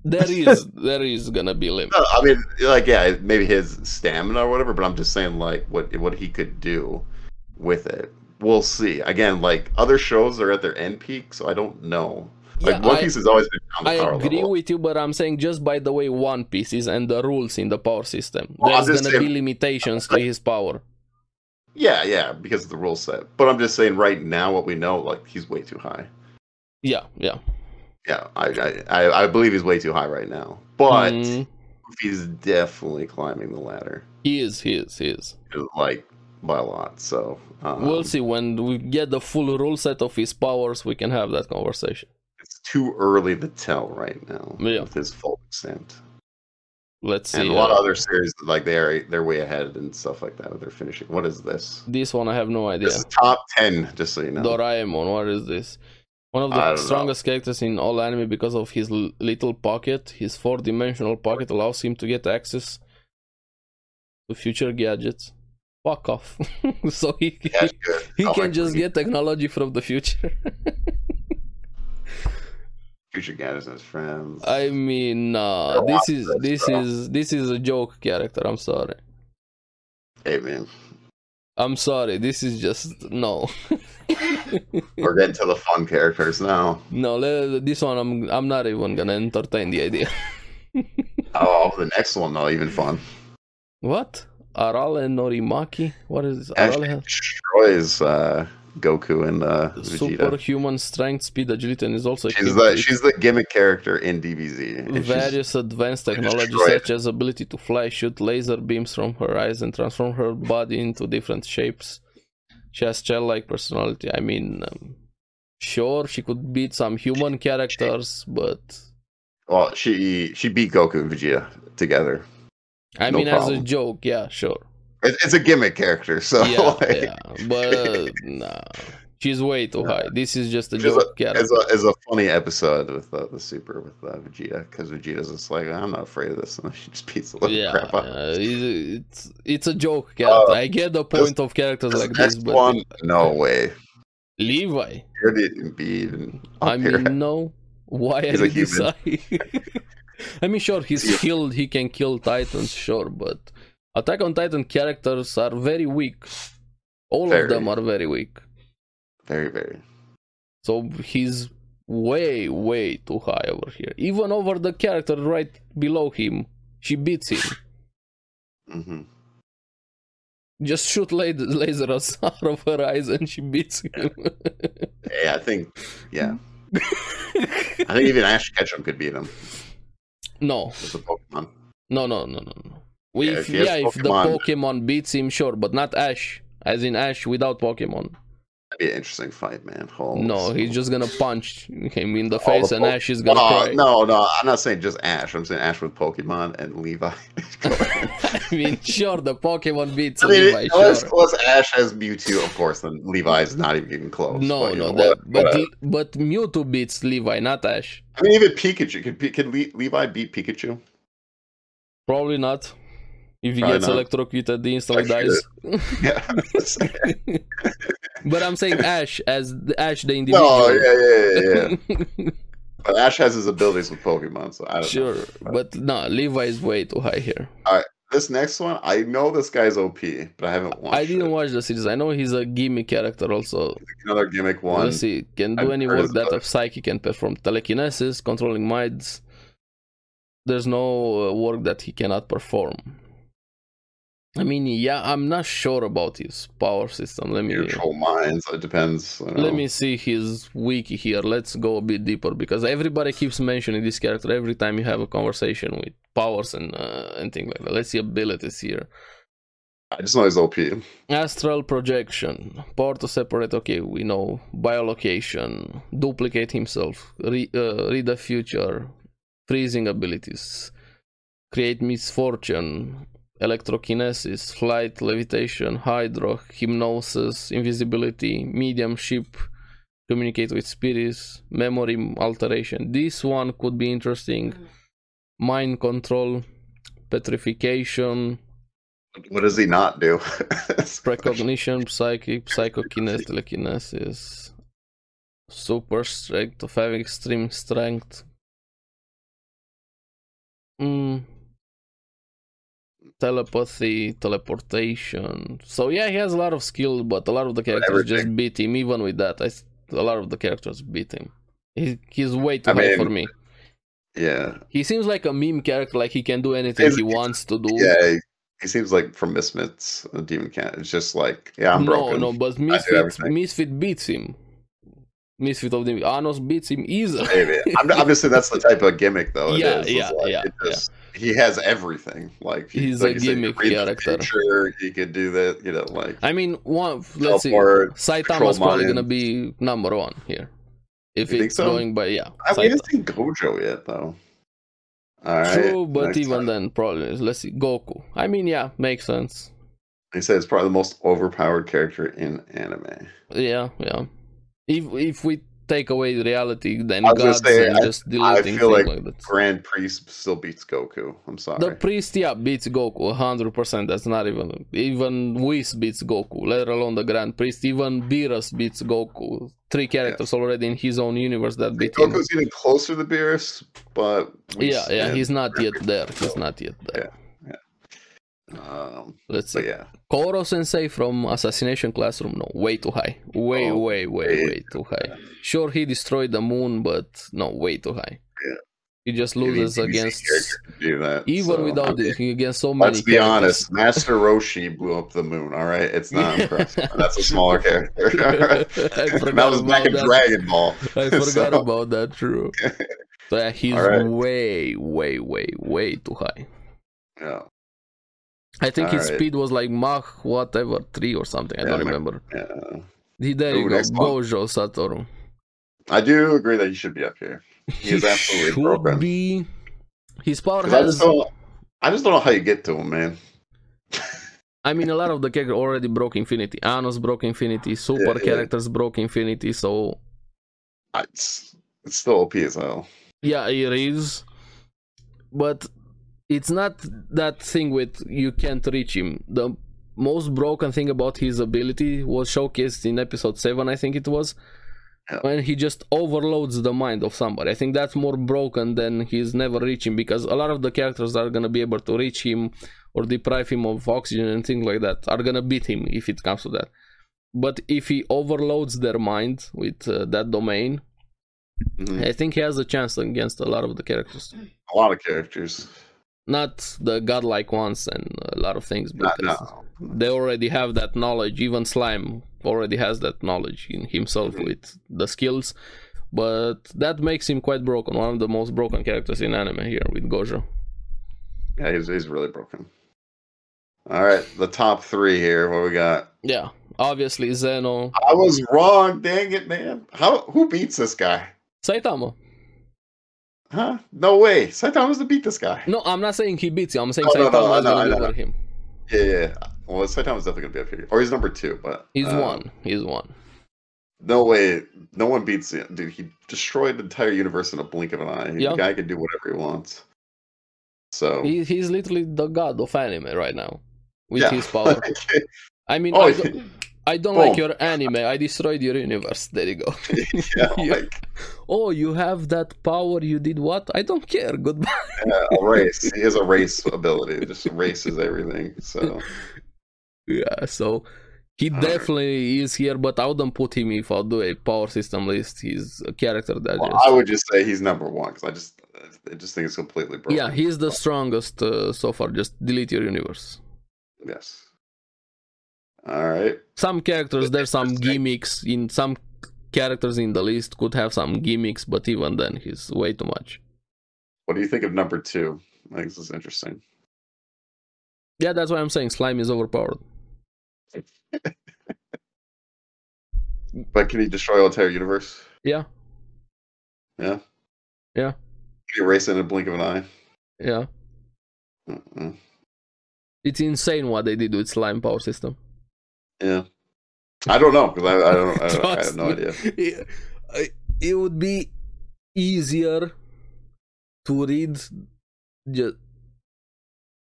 Speaker 1: There is, there is gonna be limit.
Speaker 2: No, I mean, like, yeah, maybe his stamina or whatever. But I'm just saying, like, what what he could do with it. We'll see. Again, like other shows are at their end peak, so I don't know. Like
Speaker 1: Yeah,
Speaker 2: One
Speaker 1: I-
Speaker 2: Piece has always been down
Speaker 1: I
Speaker 2: the power
Speaker 1: agree
Speaker 2: level.
Speaker 1: with you, but I'm saying just by the way One Piece is and the rules in the power system,
Speaker 2: Well, I'm
Speaker 1: there's
Speaker 2: just
Speaker 1: gonna
Speaker 2: saying-
Speaker 1: be limitations to his power.
Speaker 2: yeah, yeah, because of the rule set. But I'm just saying, right now, what we know, like, he's way too high.
Speaker 1: Yeah, yeah.
Speaker 2: Yeah, I I- I, I believe he's way too high right now. But
Speaker 1: Mm,
Speaker 2: Luffy's definitely climbing the ladder,
Speaker 1: he is, he is, he is.
Speaker 2: like by a lot. So um,
Speaker 1: we'll see when we get the full rule set of his powers. We can have that conversation.
Speaker 2: It's too early to tell right now
Speaker 1: Yeah.
Speaker 2: with his full extent.
Speaker 1: Let's see.
Speaker 2: And a lot
Speaker 1: uh,
Speaker 2: of other series, like they are they're way ahead and stuff like that. They're finishing. What is this?
Speaker 1: this one I have no idea.
Speaker 2: This is top ten, just so you know.
Speaker 1: Doraemon, what is this? One of
Speaker 2: I
Speaker 1: the
Speaker 2: don't know.
Speaker 1: strongest characters in all anime because of his l- little pocket. His four dimensional pocket allows him to get access to future gadgets. Fuck off. [LAUGHS] so he, he-
Speaker 2: Yeah, good.
Speaker 1: [LAUGHS] he,
Speaker 2: Oh my
Speaker 1: can just
Speaker 2: God.
Speaker 1: get technology from the future. [LAUGHS]
Speaker 2: Future Gaddis and his friends.
Speaker 1: I mean, nah,
Speaker 2: They're
Speaker 1: this is
Speaker 2: watching this,
Speaker 1: this
Speaker 2: bro.
Speaker 1: is this is a joke character. I'm sorry.
Speaker 2: hey man,
Speaker 1: I'm sorry. This is just no. [LAUGHS]
Speaker 2: we're getting to the fun characters
Speaker 1: [LAUGHS]
Speaker 2: now.
Speaker 1: No, le- this one I'm I'm not even going to entertain the idea.
Speaker 2: Oh, the next one though, even fun.
Speaker 1: What? Arale Norimaki? What is this? Arale
Speaker 2: Actually,
Speaker 1: has
Speaker 2: destroys uh, Goku and uh, Vegeta.
Speaker 1: superhuman strength, speed, agility, and is also
Speaker 2: She's
Speaker 1: equipped
Speaker 2: the
Speaker 1: with
Speaker 2: she's the gimmick character in DBZ. and she's-
Speaker 1: various advanced technologies
Speaker 2: destroyed.
Speaker 1: such as ability to fly, shoot laser beams from her eyes, and transform her body into different shapes. She has childlike personality. I mean, um, sure, she could beat some human characters, but
Speaker 2: Well, she she beat Goku and Vegeta together.
Speaker 1: I
Speaker 2: No
Speaker 1: mean, as a
Speaker 2: problem.
Speaker 1: joke, yeah,
Speaker 2: [LAUGHS]
Speaker 1: sure.
Speaker 2: It, it's a gimmick character, so [LAUGHS]
Speaker 1: Yeah,
Speaker 2: like,
Speaker 1: yeah. But
Speaker 2: [LAUGHS]
Speaker 1: uh, nah. She's way too high. This is just a
Speaker 2: She's a-
Speaker 1: joke character.
Speaker 2: it's a it's a funny episode with uh, the super with uh, Vegeta because Vegeta's just like I'm not afraid of this, [LAUGHS] and she just beats the living
Speaker 1: yeah,
Speaker 2: crap out.
Speaker 1: uh, it- it's it's a joke character.
Speaker 2: Uh,
Speaker 1: I get the point of characters
Speaker 2: This
Speaker 1: like this,
Speaker 2: next
Speaker 1: but
Speaker 2: one, no way.
Speaker 1: Levi,
Speaker 2: Here did Embiid and
Speaker 1: I
Speaker 2: up here.
Speaker 1: mean, no. Why
Speaker 2: He's
Speaker 1: are
Speaker 2: a
Speaker 1: you this high? [LAUGHS] I mean, sure,
Speaker 2: Yeah.
Speaker 1: he's skilled. He can kill titans, sure, but Attack on Titan characters are very weak. All
Speaker 2: Very.
Speaker 1: of them are very weak.
Speaker 2: very very.
Speaker 1: So he's way, way too high over here. Even over the character right below him, she beats him.
Speaker 2: hmm
Speaker 1: Just shoot la- [LAUGHS] lasers out of her eyes, and she beats him. [LAUGHS]
Speaker 2: Yeah, I think. Yeah, I think even Ash Ketchum could beat him
Speaker 1: no,
Speaker 2: with a Pokemon.
Speaker 1: no, no, no, no, no. We,
Speaker 2: Yeah,
Speaker 1: yeah, if,
Speaker 2: if he has
Speaker 1: yeah, if the
Speaker 2: Pokemon.
Speaker 1: Pokemon beats him, sure, but not Ash. As in Ash without Pokemon.
Speaker 2: That'd be an interesting fight, man. Holy
Speaker 1: No,
Speaker 2: smokes.
Speaker 1: he's just gonna punch him in the
Speaker 2: All the
Speaker 1: face, and
Speaker 2: Poke-
Speaker 1: Ash is gonna cry.
Speaker 2: Oh, No, no, no, I'm not saying just Ash. I'm saying Ash with Pokemon and Levi.
Speaker 1: [LAUGHS]
Speaker 2: [LAUGHS]
Speaker 1: I mean, sure, the Pokemon beats
Speaker 2: I mean,
Speaker 1: Levi,
Speaker 2: unless,
Speaker 1: sure.
Speaker 2: unless Ash has Mewtwo, of course, then Levi's not even getting close.
Speaker 1: No,
Speaker 2: Like,
Speaker 1: no,
Speaker 2: what-
Speaker 1: that, but
Speaker 2: whatever.
Speaker 1: the, but Mewtwo beats Levi, not Ash.
Speaker 2: I mean, even Pikachu could Pi- could Le- Levi beat Pikachu?
Speaker 1: Probably not. If he
Speaker 2: Probably
Speaker 1: gets
Speaker 2: not.
Speaker 1: electrocuted, he instantly
Speaker 2: Like,
Speaker 1: dies.
Speaker 2: Yeah.
Speaker 1: [LAUGHS] But I'm saying Ash as the- Ash the individual.
Speaker 2: [LAUGHS] no, yeah,
Speaker 1: [LAUGHS]
Speaker 2: yeah, yeah, yeah. But Ash has his abilities with Pokemon, so I don't know.
Speaker 1: sure, but no, Levi is way too high here.
Speaker 2: This next one, I know this guy's OP, but I haven't watched.
Speaker 1: [LAUGHS] I didn't
Speaker 2: it.
Speaker 1: watch the series. I know he's a gimmick character also.
Speaker 2: another gimmick one.
Speaker 1: Let's see. Can do
Speaker 2: I've
Speaker 1: any
Speaker 2: heard
Speaker 1: work
Speaker 2: of
Speaker 1: that
Speaker 2: that.
Speaker 1: a psychic can perform. Telekinesis, controlling minds. There's no uh, work that he cannot perform. I mean, yeah, I'm not sure about his power system. Let me
Speaker 2: Neutral minds. It depends. I don't
Speaker 1: let
Speaker 2: know.
Speaker 1: me see his wiki here. Let's go a bit deeper because everybody keeps mentioning this character every time you have a conversation with powers and uh, and things like that. Let's see abilities here.
Speaker 2: I just know he's OP.
Speaker 1: Astral projection, power to separate. Okay, we know biolocation, duplicate himself, re, uh, read the future, freezing abilities, create misfortune, electrokinesis, flight, levitation, hydro, hypnosis, invisibility, mediumship, communicate with spirits, memory alteration. This one could be interesting. Mind control, petrification,
Speaker 2: What does he not do? [LAUGHS]
Speaker 1: precognition, psychic, psychokinesis, telekinesis, super strength of having extreme strength. Mm. Telepathy, teleportation. So yeah, he has a lot of skill, but a lot of the characters just
Speaker 2: Everything.
Speaker 1: beat him. Even with that, I s a lot of the characters beat him. He, he's way too
Speaker 2: I
Speaker 1: high
Speaker 2: mean,
Speaker 1: for me.
Speaker 2: yeah,
Speaker 1: He seems like a meme character, like he can do anything he
Speaker 2: He's-
Speaker 1: wants to do.
Speaker 2: yeah. He, he seems like from Misfits, uh, Demon Cat. It's just like, yeah, I'm
Speaker 1: no,
Speaker 2: broken.
Speaker 1: no, but Misfit,
Speaker 2: everything.
Speaker 1: Misfit beats him. Misfit of the Anos beats him easily.
Speaker 2: Maybe. I'm, I'm just saying that's the type of gimmick, though. it
Speaker 1: Yeah,
Speaker 2: is. It's
Speaker 1: yeah,
Speaker 2: like,
Speaker 1: yeah,
Speaker 2: it just- He has everything. Like he-
Speaker 1: He's
Speaker 2: like
Speaker 1: a
Speaker 2: you said, he
Speaker 1: gimmick
Speaker 2: could read the
Speaker 1: character.
Speaker 2: Future, he could do that. You know, like
Speaker 1: I mean,
Speaker 2: [LAUGHS]
Speaker 1: one. Let's see.
Speaker 2: teleport.
Speaker 1: Saitama's
Speaker 2: Control
Speaker 1: probably
Speaker 2: Mind.
Speaker 1: gonna be number one here. If
Speaker 2: You think
Speaker 1: it's
Speaker 2: so?
Speaker 1: going by, yeah.
Speaker 2: I we
Speaker 1: Saitama.
Speaker 2: didn't see Gojo yet, though. All right.
Speaker 1: True, but
Speaker 2: next
Speaker 1: even
Speaker 2: one.
Speaker 1: then, probably let's see. Goku. I mean, yeah, makes sense.
Speaker 2: He said it's probably the most overpowered character in anime.
Speaker 1: Yeah, yeah. If if we take away reality, then
Speaker 2: I was gonna
Speaker 1: gods
Speaker 2: say,
Speaker 1: and
Speaker 2: I-
Speaker 1: just deleting
Speaker 2: feel
Speaker 1: things like,
Speaker 2: like
Speaker 1: that.
Speaker 2: Grand Priest still beats Goku. I'm sorry.
Speaker 1: The priest, yeah, beats Goku 100%. That's not even. Even Whis beats Goku, let alone the Grand Priest. Even Beerus beats Goku. Three characters already in his own universe that beat him.
Speaker 2: Goku's getting closer to Beerus, but
Speaker 1: Yeah,
Speaker 2: we
Speaker 1: yeah,
Speaker 2: stand-
Speaker 1: he's not yet there. He's not yet there.
Speaker 2: Um,
Speaker 1: Let's
Speaker 2: but
Speaker 1: see.
Speaker 2: yeah,
Speaker 1: Koro sensei from Assassination Classroom. No, way too high. Way,
Speaker 2: Oh,
Speaker 1: way, way,
Speaker 2: way
Speaker 1: way too high. Sure, he destroyed the moon, but no, way too high.
Speaker 2: Yeah.
Speaker 1: He just
Speaker 2: I mean,
Speaker 1: loses
Speaker 2: he's a
Speaker 1: against.
Speaker 2: character to do that.
Speaker 1: Even
Speaker 2: so, I
Speaker 1: without
Speaker 2: mean,
Speaker 1: this, against so many.
Speaker 2: Let's be
Speaker 1: characters.
Speaker 2: honest. Master Roshi blew up the moon. All right, it's not
Speaker 1: Yeah.
Speaker 2: impressive. That's a smaller
Speaker 1: [LAUGHS]
Speaker 2: character.
Speaker 1: I
Speaker 2: And
Speaker 1: forgot
Speaker 2: [LAUGHS] that was back
Speaker 1: about
Speaker 2: in
Speaker 1: that.
Speaker 2: Dragon Ball.
Speaker 1: I forgot
Speaker 2: [LAUGHS] So-
Speaker 1: about that. True. So yeah, he's
Speaker 2: All right.
Speaker 1: way, way, way, way too high.
Speaker 2: Yeah,
Speaker 1: I think
Speaker 2: All
Speaker 1: his
Speaker 2: right.
Speaker 1: speed was like Mach whatever three or something. I
Speaker 2: Yeah,
Speaker 1: don't
Speaker 2: Mach-
Speaker 1: remember.
Speaker 2: yeah.
Speaker 1: He there
Speaker 2: Ooh,
Speaker 1: you go,
Speaker 2: next one.
Speaker 1: Gojo Satoru.
Speaker 2: I do agree that he should be up here. He is absolutely
Speaker 1: should
Speaker 2: broken.
Speaker 1: be. His power
Speaker 2: 'Cause I
Speaker 1: has.
Speaker 2: just don't. I just don't know how you get to him, man.
Speaker 1: I mean, a lot of the characters already broke Infinity. Anos broke Infinity. Super
Speaker 2: yeah.
Speaker 1: characters broke Infinity. So
Speaker 2: I- It's, it's still OP as hell.
Speaker 1: Yeah, it is. But it's not that thing with you can't reach him. The most broken thing about his ability was showcased in episode 7, I think it was.
Speaker 2: Yeah.
Speaker 1: When he just overloads the mind of somebody. I think that's more broken than he's never reaching because a lot of the characters that are gonna be able to reach him or deprive him of oxygen and things like that. Are gonna beat him if it comes to that. But if he overloads their mind with uh, that domain,
Speaker 2: Mhm.
Speaker 1: I think he has a chance against a lot of the characters,
Speaker 2: A lot of characters.
Speaker 1: not the godlike ones and a lot of things, but
Speaker 2: Not now.
Speaker 1: they already have that knowledge. Even Slime already has that knowledge in himself
Speaker 2: Mm-hmm.
Speaker 1: with the skills, but that makes him quite broken. One of the most broken characters in anime here with Gojo.
Speaker 2: Yeah, he's, he's really broken. All right, the top three here. What we got?
Speaker 1: Yeah, obviously Zeno,
Speaker 2: I was wrong. Dang it, man. How? Who beats this guy?
Speaker 1: Saitama.
Speaker 2: Huh? No way. Saitama's to beat this guy.
Speaker 1: No, I'm not saying he beats him. I'm saying
Speaker 2: No, no,
Speaker 1: Saitama
Speaker 2: no, I
Speaker 1: is
Speaker 2: know, I
Speaker 1: gonna
Speaker 2: know.
Speaker 1: be over him.
Speaker 2: Yeah, yeah. yeah. Well, Saitama's definitely gonna be up here, or he's number two. But
Speaker 1: He's
Speaker 2: um,
Speaker 1: one. He's one.
Speaker 2: No way. No one beats him, dude. He destroyed the entire universe in a blink of an eye.
Speaker 1: Yeah.
Speaker 2: The guy can do whatever he wants. So [LAUGHS]
Speaker 1: He, he's literally the god of anime right now with
Speaker 2: Yeah.
Speaker 1: his power. I mean,
Speaker 2: Oh, [LAUGHS]
Speaker 1: I don't, I don't
Speaker 2: boom.
Speaker 1: like your anime. I destroyed your universe. There you
Speaker 2: [LAUGHS]
Speaker 1: go. [LAUGHS]
Speaker 2: yeah,
Speaker 1: Yeah.
Speaker 2: like
Speaker 1: oh, you have that power. You did what? I don't care. Goodbye. [LAUGHS]
Speaker 2: yeah, uh, a race. He has a race ability. Just races everything. So
Speaker 1: Yeah. So he
Speaker 2: Alright.
Speaker 1: definitely is here, but I wouldn't put him if I'll do a power system list. He's a character [LAUGHS] that
Speaker 2: well,
Speaker 1: just-
Speaker 2: I would just say he's number one because I just I just think it's completely broken.
Speaker 1: yeah, he's the strongest uh, so far. Just delete your universe.
Speaker 2: Yes. All right.
Speaker 1: Some characters, there's some
Speaker 2: Interesting.
Speaker 1: gimmicks in some characters in the list could have some gimmicks, but even then, he's way too much.
Speaker 2: What do you think of number two? I think this is interesting.
Speaker 1: Yeah, that's why I'm saying slime is overpowered.
Speaker 2: But can he destroy all entire universe?
Speaker 1: Yeah,
Speaker 2: Yeah.
Speaker 1: Yeah.
Speaker 2: Can he erase it in a blink of an eye?
Speaker 1: yeah.
Speaker 2: Mm-mm.
Speaker 1: It's insane what they did with slime power system.
Speaker 2: Yeah. I don't know because I, I don't. I,
Speaker 1: [LAUGHS]
Speaker 2: don't- I have
Speaker 1: Trust
Speaker 2: no
Speaker 1: me.
Speaker 2: idea.
Speaker 1: Yeah. I- It would be easier to read just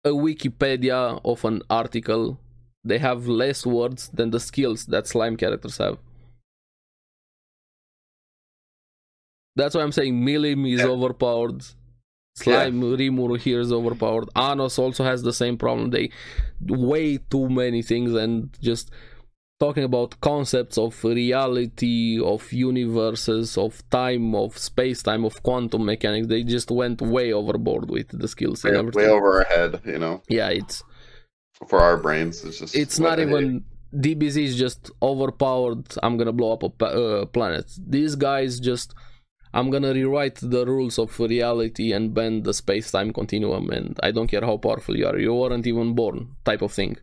Speaker 1: a Wikipedia of an article. They have less words than the skills that slime characters have. That's why I'm saying Milim is overpowered. Slime Rimuru here is overpowered. Anos also has the same problem. They way too many things and just talking about concepts of reality, of universes, of time, of space time, of quantum mechanics. They just went way overboard with the skills and
Speaker 2: Way,
Speaker 1: everything.
Speaker 2: way over our head, you know,
Speaker 1: yeah, it's
Speaker 2: for our brains. It's just.
Speaker 1: it's
Speaker 2: what
Speaker 1: not
Speaker 2: I hate.
Speaker 1: even DBZ is just overpowered. I'm gonna blow up a pa- uh, planet. These guys just I'm gonna rewrite the rules of reality and bend the space time continuum. And I don't care how powerful you are. You weren't even born. Type of thing.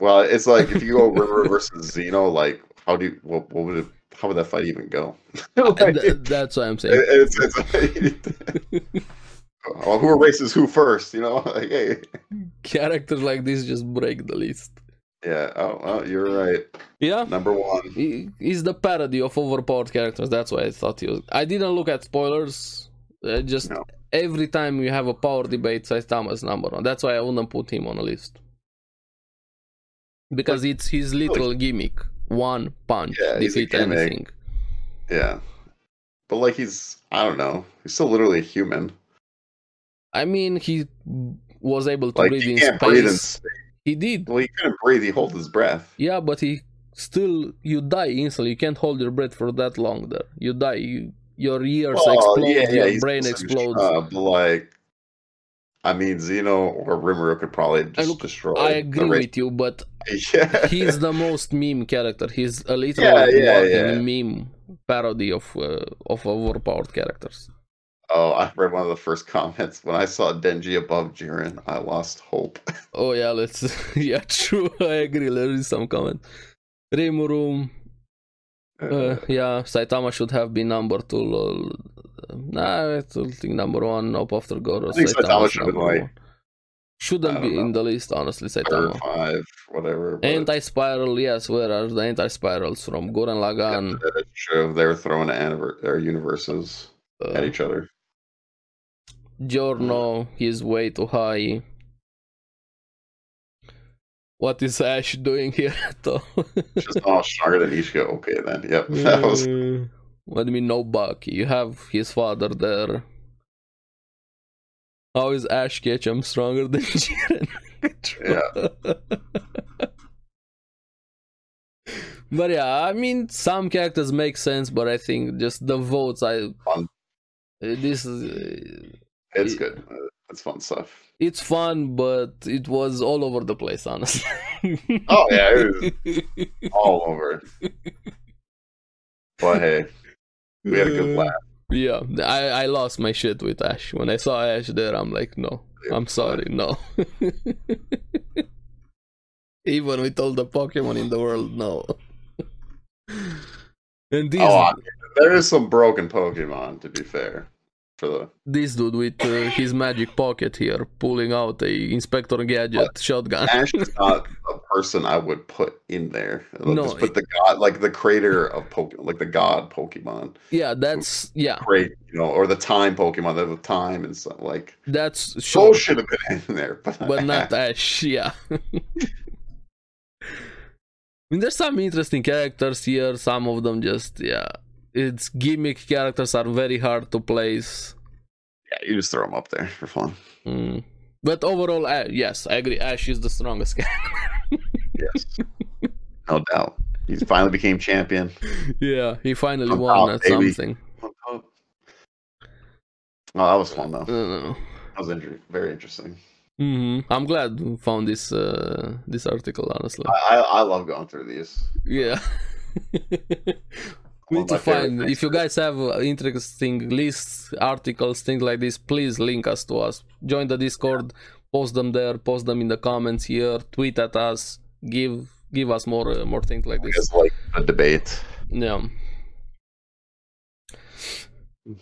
Speaker 2: Well, it's like if you
Speaker 1: [LAUGHS]
Speaker 2: go River versus Zeno, like how do you, what, what would it, how would that fight even go?
Speaker 1: And
Speaker 2: Like,
Speaker 1: th- that's what I'm saying.
Speaker 2: it- it's, it's- [LAUGHS] well, who erases who first? You know, [LAUGHS] like hey,
Speaker 1: Characters like this just break the list.
Speaker 2: yeah, oh, oh, you're right,
Speaker 1: Yeah.
Speaker 2: number one.
Speaker 1: He- He's the parody of overpowered characters. That's why I thought he was. I didn't look at spoilers. Uh, just
Speaker 2: No.
Speaker 1: every time we have a power debate, Saitama's number one. That's why I wouldn't put him on a list. Because it's his little gimmick. One punch,
Speaker 2: Yeah, he's a
Speaker 1: defeat
Speaker 2: gimmick.
Speaker 1: anything.
Speaker 2: Yeah, but like he's, I don't know, he's still literally a human.
Speaker 1: I mean, he was able to
Speaker 2: Like
Speaker 1: breathe
Speaker 2: he
Speaker 1: in
Speaker 2: can't
Speaker 1: space.
Speaker 2: breathe in space.
Speaker 1: He did.
Speaker 2: Well, he couldn't breathe. He holds his breath.
Speaker 1: Yeah, but he still, you die instantly. You can't hold your breath for that long there. You die. You, your ears explode, your
Speaker 2: Oh, he's
Speaker 1: brain
Speaker 2: supposed to be
Speaker 1: explodes.
Speaker 2: strong, but like, I mean, Zeno or Rimuru could probably just
Speaker 1: look,
Speaker 2: destroy.
Speaker 1: I
Speaker 2: the
Speaker 1: agree
Speaker 2: race.
Speaker 1: with you, but
Speaker 2: [LAUGHS] Yeah.
Speaker 1: he's the most meme character. He's a little
Speaker 2: Yeah, yeah,
Speaker 1: walking meme parody of uh, of overpowered characters.
Speaker 2: Oh, I read one of the first comments when I saw Denji above Jiren. I lost hope. [LAUGHS]
Speaker 1: Oh yeah, let's [LAUGHS] yeah, true. [LAUGHS] I agree. There is some comment. Rimuru, uh, yeah, Saitama should have been number two. Lol. Nah, I don't think number one. Nope, after Goro.
Speaker 2: I think Saitama
Speaker 1: Saitama's
Speaker 2: should have been
Speaker 1: number
Speaker 2: like-
Speaker 1: one.
Speaker 2: I
Speaker 1: Shouldn't
Speaker 2: don't
Speaker 1: be in the list, honestly,
Speaker 2: Or
Speaker 1: Saitama.
Speaker 2: five, whatever. but
Speaker 1: Anti spiral, yes. Where are the anti spirals from? Gurren Lagann.
Speaker 2: that is true. They were throwing anniver- their universes at
Speaker 1: Uh,
Speaker 2: each other.
Speaker 1: Giorno, he's way too high. What is Ash doing here [LAUGHS] at all?
Speaker 2: Just all stronger than Ishika. Okay, then. Yep. [LAUGHS] That was
Speaker 1: Uh, [LAUGHS] What do you mean, no Bucky? You have his father there. How is Ash Ketchum stronger than [LAUGHS] Jiren? but yeah, I mean, some characters make sense, but I think just the votes, I.
Speaker 2: Fun.
Speaker 1: This is.
Speaker 2: it's
Speaker 1: it-
Speaker 2: good. Uh, It's
Speaker 1: [LAUGHS]
Speaker 2: fun stuff.
Speaker 1: it's fun, but it was all over the place, honestly.
Speaker 2: [LAUGHS] Oh yeah, it was all over. But hey, we had a
Speaker 1: Uh,
Speaker 2: good laugh.
Speaker 1: Yeah, I, I lost my shit with Ash. When I saw Ash there, I'm like, no, I'm sorry, no. [LAUGHS] Even with all the Pokemon in the world, no. [LAUGHS] And this,
Speaker 2: Oh, I mean, there is some broken Pokemon to be fair. For the
Speaker 1: this dude with uh, his magic pocket here, pulling out a Inspector Gadget shotgun.
Speaker 2: Ash is not a person I would put in there. Like,
Speaker 1: No,
Speaker 2: just put the god, like the creator of Pokemon, like the god Pokemon,
Speaker 1: Yeah, that's yeah,
Speaker 2: great, you know, or the time Pokemon, the time and stuff. Like,
Speaker 1: that's
Speaker 2: Soul
Speaker 1: sure,
Speaker 2: should have been [LAUGHS] in there, but,
Speaker 1: but
Speaker 2: [LAUGHS]
Speaker 1: not Ash. Yeah. I mean, there's some interesting characters here. Some of them just yeah, it's gimmick characters are very hard to place.
Speaker 2: Yeah, you just throw them up there for fun.
Speaker 1: Mm. But overall, uh, yes, I agree. Ash is the strongest [LAUGHS] guy.
Speaker 2: [LAUGHS] Yes, no doubt. He finally became champion.
Speaker 1: yeah, he finally
Speaker 2: I'm
Speaker 1: won
Speaker 2: out,
Speaker 1: at
Speaker 2: baby.
Speaker 1: something.
Speaker 2: Oh, that was fun though.
Speaker 1: I don't know.
Speaker 2: That was inter- very interesting.
Speaker 1: hmm I'm glad we found this uh, this article. Honestly,
Speaker 2: I, I, I love going through these. [LAUGHS]
Speaker 1: yeah. we
Speaker 2: One
Speaker 1: need
Speaker 2: of
Speaker 1: to
Speaker 2: my favorite
Speaker 1: find.
Speaker 2: things.
Speaker 1: If you guys have uh, interesting lists, articles, things like this, please link us to us. Join the Discord. Post them there. Post them in the comments here. Tweet at us. Give give us more uh, more things like this.
Speaker 2: It's like a debate.
Speaker 1: Yeah.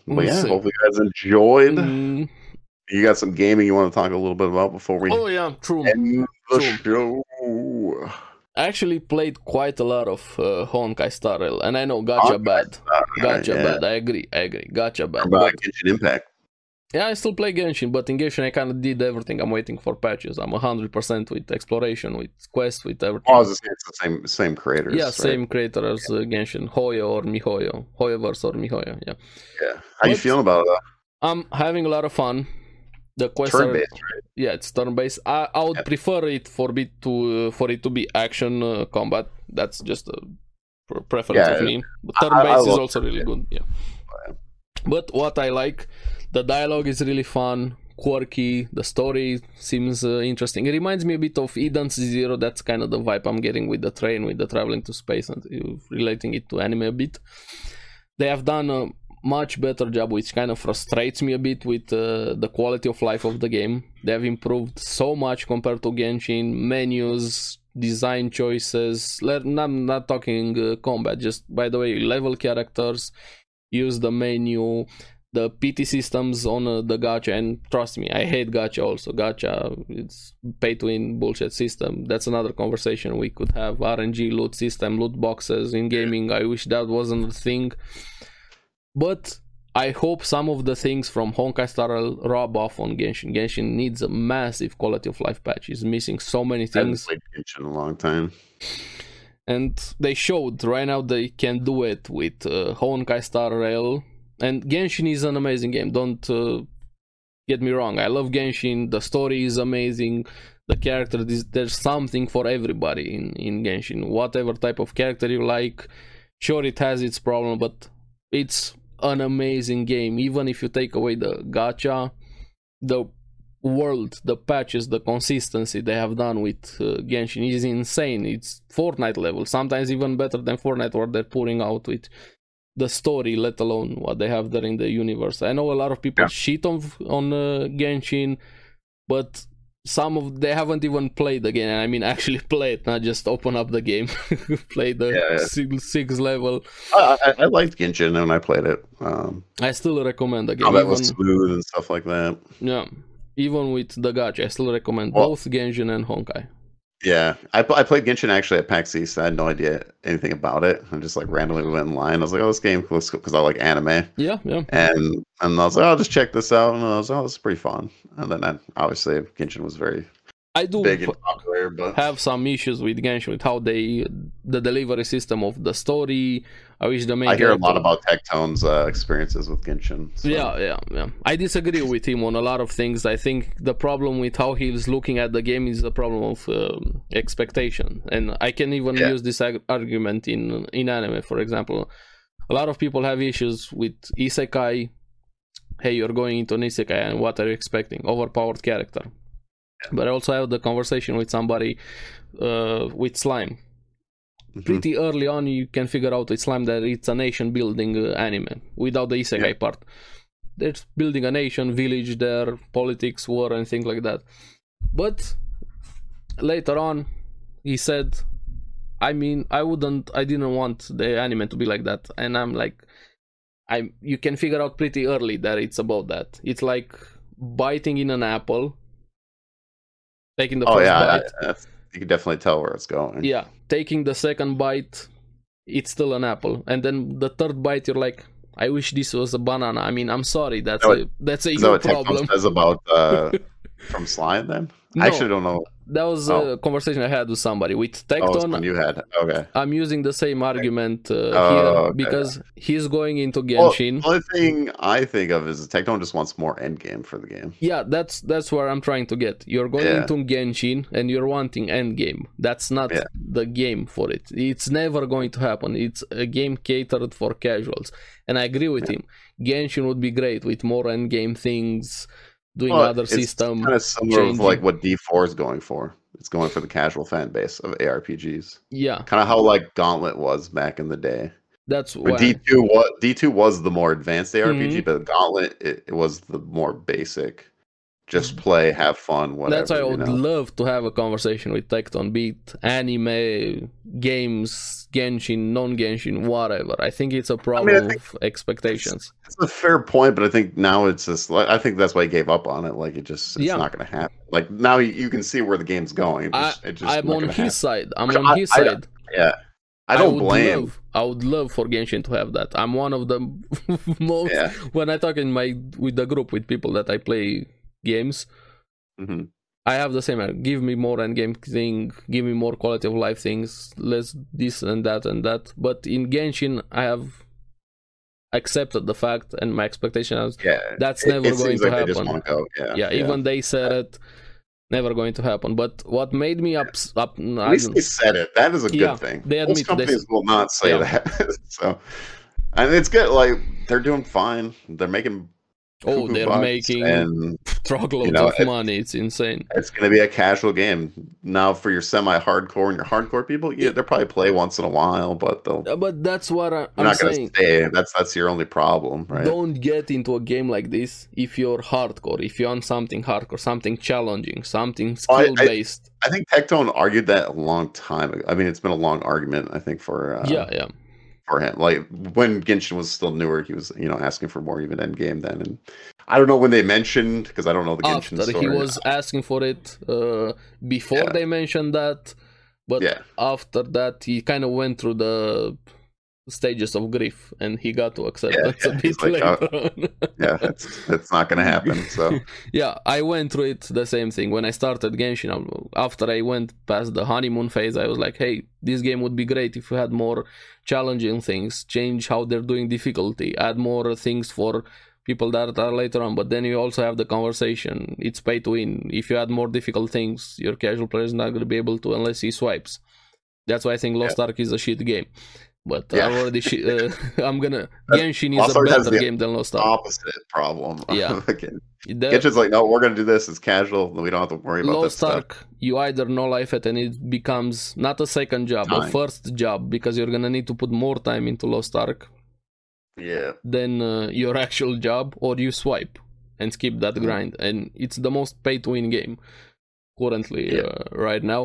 Speaker 2: But yeah,
Speaker 1: see.
Speaker 2: hopefully you guys enjoyed.
Speaker 1: Mm.
Speaker 2: You got some gaming you want to talk a little bit about before we
Speaker 1: Oh yeah, true.
Speaker 2: end the show.
Speaker 1: I actually played quite a lot of uh, Honkai Star Rail, and I know gotcha
Speaker 2: Honkai
Speaker 1: bad, gotcha
Speaker 2: yeah.
Speaker 1: bad. I agree, I agree, gotcha bad.
Speaker 2: Or
Speaker 1: But
Speaker 2: about Genshin Impact.
Speaker 1: yeah, I still play Genshin, but in Genshin I kind of did everything. I'm waiting for patches. I'm 100% with exploration, with quest, with everything.
Speaker 2: Oh, I was just saying it's the same same creators.
Speaker 1: yeah,
Speaker 2: right?
Speaker 1: same creator as uh, Genshin, Hoyo or Mihoyo, Hoyoverse or Mihoyo. Yeah,
Speaker 2: Yeah. How you
Speaker 1: What?
Speaker 2: feeling about uh, it?
Speaker 1: I'm having a lot of fun. The quests
Speaker 2: Turn
Speaker 1: are
Speaker 2: based, right?
Speaker 1: yeah, it's turn-based. I, I would
Speaker 2: Yeah.
Speaker 1: prefer it for it to uh, for it to be action uh, combat. That's just a pre- preference
Speaker 2: Yeah,
Speaker 1: of me. But
Speaker 2: I- I- I
Speaker 1: turn-based is
Speaker 2: love
Speaker 1: also really good. Yeah. But what I like, the dialogue is really fun, quirky. The story seems uh, interesting. It reminds me a bit of Eden's Zero. That's kind of the vibe I'm getting with the train, with the traveling to space, and uh, relating it to anime a bit. They have done a much better job, which kind of frustrates me a bit with uh, the quality of life of the game. They have improved so much compared to Genshin menus, design choices. Let, I'm not talking uh, combat, just by the way, level characters, use the menu, the PT systems on uh, the gacha. And trust me, I hate gacha also. Gacha, it's pay to win bullshit system. That's another conversation we could have. RNG loot system, loot boxes in gaming. I wish that wasn't a thing. But I hope some of the things from Honkai Star Rail rub off on Genshin. Genshin needs a massive quality of life patch. It's missing so many
Speaker 2: I haven't
Speaker 1: things
Speaker 2: played Genshin in a long time.
Speaker 1: and they showed right now they can do it with uh, Honkai Star Rail. And Genshin is an amazing game. Don't uh, get me wrong. I love Genshin. The story is amazing. The character is, there's something for everybody in in Genshin. Whatever type of character you like, sure it has its problem, but it's an amazing game. Even if you take away the gacha, the world, the patches, the consistency they have done with uh, Genshin is insane. It's Fortnite level, sometimes even better than Fortnite, what they're pouring out with the story, let alone what they have there in the universe. I know a lot of people
Speaker 2: Yeah.
Speaker 1: shit on on uh, Genshin, but some of they haven't even played the game. And I mean, [LAUGHS] actually play it, not just open up the game, [LAUGHS] play the
Speaker 2: Yeah, yeah.
Speaker 1: six, six level.
Speaker 2: I, I, I liked Genshin when I played it. Um,
Speaker 1: I still recommend the game.
Speaker 2: combat
Speaker 1: even-
Speaker 2: was smooth and stuff like that.
Speaker 1: Yeah, even with the gacha, I still recommend
Speaker 2: Well-
Speaker 1: both Genshin and Honkai.
Speaker 2: Yeah, I, pl- I played Genshin actually at PAX East. I had no idea anything about it. I just like randomly went in line. I was like, "Oh, this game looks cool" because I like anime,
Speaker 1: Yeah, yeah.
Speaker 2: and and I was like, "Oh, I'll just check this out." And I was, "Oh, this is pretty fun." And then I, obviously Genshin was very
Speaker 1: I do
Speaker 2: big and popular, but
Speaker 1: have some issues with Genshin, with how they the delivery system of the story. I wish the main.
Speaker 2: I hear a lot
Speaker 1: character-
Speaker 2: about Tectone's uh, experiences with Genshin. so-
Speaker 1: Yeah, yeah, yeah. I disagree with him on a lot of things. I think the problem with how he's looking at the game is the problem of um, expectation, and I can even
Speaker 2: Yeah.
Speaker 1: use this ag- argument in in anime, for example. A lot of people have issues with isekai. Hey, you're going into an isekai, and what are you expecting? Overpowered character. But I also had the conversation with somebody uh, with slime
Speaker 2: Mhm.
Speaker 1: pretty early on you can figure out with slime that it's a nation building uh, anime without the isekai part they're building a nation village there politics war and things like that but later on he said i mean i wouldn't i didn't want the anime to be like that and i'm like i you can figure out pretty early that it's about that it's like biting in an apple taking the
Speaker 2: Oh
Speaker 1: first
Speaker 2: yeah,
Speaker 1: bite
Speaker 2: I- that's, you can definitely tell where it's going.
Speaker 1: yeah taking the second bite it's still an apple and then the third bite you're like i wish this was a banana i mean i'm sorry that's
Speaker 2: No,
Speaker 1: a that's a
Speaker 2: Is that
Speaker 1: your
Speaker 2: what
Speaker 1: problem
Speaker 2: Tecmo says about
Speaker 1: [LAUGHS]
Speaker 2: uh, from Slime then? I actually don't know.
Speaker 1: that was a
Speaker 2: Oh.
Speaker 1: conversation i had with somebody with
Speaker 2: Oh, it's
Speaker 1: tecton
Speaker 2: one you had. Okay.
Speaker 1: i'm using the same argument uh, here
Speaker 2: Oh, okay.
Speaker 1: because he's going into genshin
Speaker 2: Only thing I think of is Tecton just wants more end game for the game.
Speaker 1: yeah that's that's where i'm trying to get you're going
Speaker 2: Yeah.
Speaker 1: into genshin and you're wanting endgame that's not
Speaker 2: Yeah.
Speaker 1: the game for it it's never going to happen it's a game catered for casuals and i agree with him genshin would be great with more endgame things doing other system
Speaker 2: kind of similar with
Speaker 1: changing.
Speaker 2: like what D4 is going for. It's going for the casual fan base of ARPGs.
Speaker 1: yeah
Speaker 2: Kind of how like Gauntlet was back in the day.
Speaker 1: that's
Speaker 2: Where
Speaker 1: why
Speaker 2: D2 was D2 was the more advanced ARPG,
Speaker 1: Mhm.
Speaker 2: but Gauntlet it, it was the more basic. Just play, have fun, whatever.
Speaker 1: Hmm. that's why i
Speaker 2: you
Speaker 1: would
Speaker 2: know?
Speaker 1: love to have a conversation with tecton beat anime games genshin non-genshin whatever i think it's a problem
Speaker 2: think-
Speaker 1: of expectations
Speaker 2: It's a fair point, but I think now it's just like I think that's why I gave up on it. Like it just it's
Speaker 1: Yeah.
Speaker 2: not going to happen. Like now you, you can see where the game's going. It's
Speaker 1: I-
Speaker 2: just, it's just
Speaker 1: i'm
Speaker 2: not
Speaker 1: on
Speaker 2: gonna
Speaker 1: his
Speaker 2: happen.
Speaker 1: side i'm
Speaker 2: Which
Speaker 1: on
Speaker 2: I-
Speaker 1: his
Speaker 2: I-
Speaker 1: side
Speaker 2: I don't
Speaker 1: would
Speaker 2: blame.
Speaker 1: Love, I would love for Genshin to have that. I'm one of the [LAUGHS] most
Speaker 2: Yeah.
Speaker 1: when I talk in my with the group with people that I play games.
Speaker 2: hmm
Speaker 1: I have the same. uh, Give me more end game thing. Give me more quality of life things. Less this and that and that. But in Genshin, I have accepted the fact and my expectation is
Speaker 2: Yeah.
Speaker 1: that's
Speaker 2: It-
Speaker 1: never
Speaker 2: it
Speaker 1: going
Speaker 2: seems
Speaker 1: to
Speaker 2: like
Speaker 1: happen
Speaker 2: they just want to go. Yeah.
Speaker 1: yeah, even they said it never going to happen but what made me ups, up
Speaker 2: At least they said it. That is a good
Speaker 1: Yeah,
Speaker 2: thing.
Speaker 1: they
Speaker 2: Most
Speaker 1: admit this.
Speaker 2: companies will not say
Speaker 1: Yeah.
Speaker 2: that. [LAUGHS] so, and it's good. Like they're doing fine. They're making.
Speaker 1: oh
Speaker 2: cuckoo
Speaker 1: they're
Speaker 2: bucks,
Speaker 1: making
Speaker 2: And
Speaker 1: truckloads
Speaker 2: you know,
Speaker 1: of
Speaker 2: it-
Speaker 1: money it's insane
Speaker 2: it's going to be a casual game now for your semi-hardcore and your hardcore people. Yeah, they'll probably play once in a while, but they'll.
Speaker 1: Uh, but that's what I,
Speaker 2: You're
Speaker 1: i'm
Speaker 2: not gonna
Speaker 1: saying
Speaker 2: stay. That's that's your only problem, right?
Speaker 1: don't get into a game like this if you're hardcore if you want something hardcore something challenging something
Speaker 2: Oh, I- Uh, I-
Speaker 1: skill based
Speaker 2: I think Tectone argued that a long time ago. I mean, it's been a long argument. I think for uh,
Speaker 1: yeah yeah
Speaker 2: for him, like when Genshin was still newer, he was you know asking for more even endgame then, and I don't know when they mentioned because I don't know the Genshin
Speaker 1: after
Speaker 2: story.
Speaker 1: he was asking for it uh, before
Speaker 2: Yeah.
Speaker 1: they mentioned that but
Speaker 2: yeah,
Speaker 1: after that he kind of went through the stages of grief and he got to acceptance
Speaker 2: yeah,
Speaker 1: a
Speaker 2: he's
Speaker 1: bit
Speaker 2: like, uh,
Speaker 1: later on.
Speaker 2: yeah, that's that's not gonna happen.
Speaker 1: [LAUGHS]
Speaker 2: So
Speaker 1: yeah i went through it the same thing when i started genshin I'm- after i went past the honeymoon phase i was like hey this game would be great if we had more challenging things change how they're doing difficulty add more things for people that are later on but then you also have the conversation it's pay to win if you add more difficult things your casual player is not going to be able to unless he swipes that's why i think lost ark is a shit game but
Speaker 2: Yeah.
Speaker 1: i already shi
Speaker 2: [LAUGHS]
Speaker 1: [LAUGHS] uh, i'm gonna
Speaker 2: That's-
Speaker 1: genshin
Speaker 2: Lost
Speaker 1: is a
Speaker 2: Ark has
Speaker 1: better
Speaker 2: the
Speaker 1: game than lost ark
Speaker 2: opposite problem. [LAUGHS]
Speaker 1: Yeah.
Speaker 2: Again,
Speaker 1: The-
Speaker 2: Genshin's like, no, we're gonna do this. It's casual. We don't have to worry about
Speaker 1: Low
Speaker 2: that stuff.
Speaker 1: Stark, you either no life it and it becomes not a second job, a
Speaker 2: Time.
Speaker 1: first job, because you're gonna need to put more time into Low Stark
Speaker 2: Yeah,
Speaker 1: than uh, your [LAUGHS] actual job, or you swipe and skip that
Speaker 2: Mhm.
Speaker 1: grind. And it's the most pay to win game currently,
Speaker 2: Yeah.
Speaker 1: uh, right now.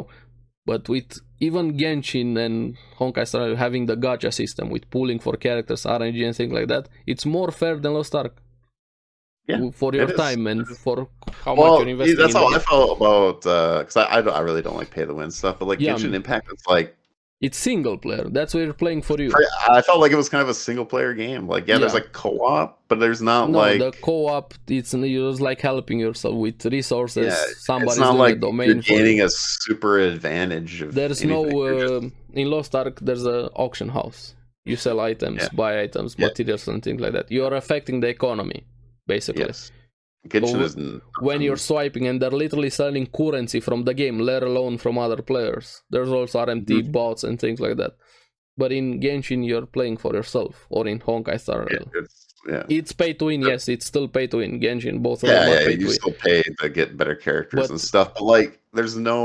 Speaker 1: But with even Genshin and Honkai Star Rail having the gacha system with pooling for characters, RNG, and things like that, it's more fair than Lost Ark.
Speaker 2: Yeah,
Speaker 1: for your
Speaker 2: is.
Speaker 1: time and for how
Speaker 2: well,
Speaker 1: much you're investing.
Speaker 2: that's
Speaker 1: in
Speaker 2: how
Speaker 1: the
Speaker 2: I
Speaker 1: game.
Speaker 2: felt about because I I, don't, I really don't like pay to win stuff, but like
Speaker 1: Yeah, I
Speaker 2: Genshin
Speaker 1: mean-
Speaker 2: Impact, it's like
Speaker 1: It's single player. That's why you're playing for you.
Speaker 2: Pre- I felt like it was kind of a single player game. Like, yeah, there's
Speaker 1: Yeah.
Speaker 2: like co op, but there's not
Speaker 1: no,
Speaker 2: like
Speaker 1: the co-op. It's you're just like helping yourself with resources.
Speaker 2: Yeah,
Speaker 1: Somebody's
Speaker 2: it's not
Speaker 1: doing
Speaker 2: like
Speaker 1: a
Speaker 2: you're
Speaker 1: domain for
Speaker 2: gaining
Speaker 1: you.
Speaker 2: a super advantage. Of
Speaker 1: There's no
Speaker 2: anything. You're just-
Speaker 1: uh, in Lost Ark. There's a auction house. You sell items,
Speaker 2: Yeah.
Speaker 1: buy items,
Speaker 2: Yeah.
Speaker 1: materials, and things like that. You are affecting the economy, basically.
Speaker 2: yes. Genshin
Speaker 1: um, But
Speaker 2: is n-
Speaker 1: When you're
Speaker 2: nothing.
Speaker 1: swiping, and they're literally selling currency from the game, let alone from other players. There's also RMT
Speaker 2: Mm-hmm.
Speaker 1: bots and things like that. But in Genshin, you're playing for yourself, or in Honkai Star Rail.
Speaker 2: it- it's, yeah.
Speaker 1: It's pay to win, yes. It's still pay to win. Genshin, both of
Speaker 2: Yeah,
Speaker 1: them are
Speaker 2: yeah,
Speaker 1: pay to
Speaker 2: you
Speaker 1: win.
Speaker 2: still pay to get better characters
Speaker 1: But-
Speaker 2: and stuff, but like, there's no,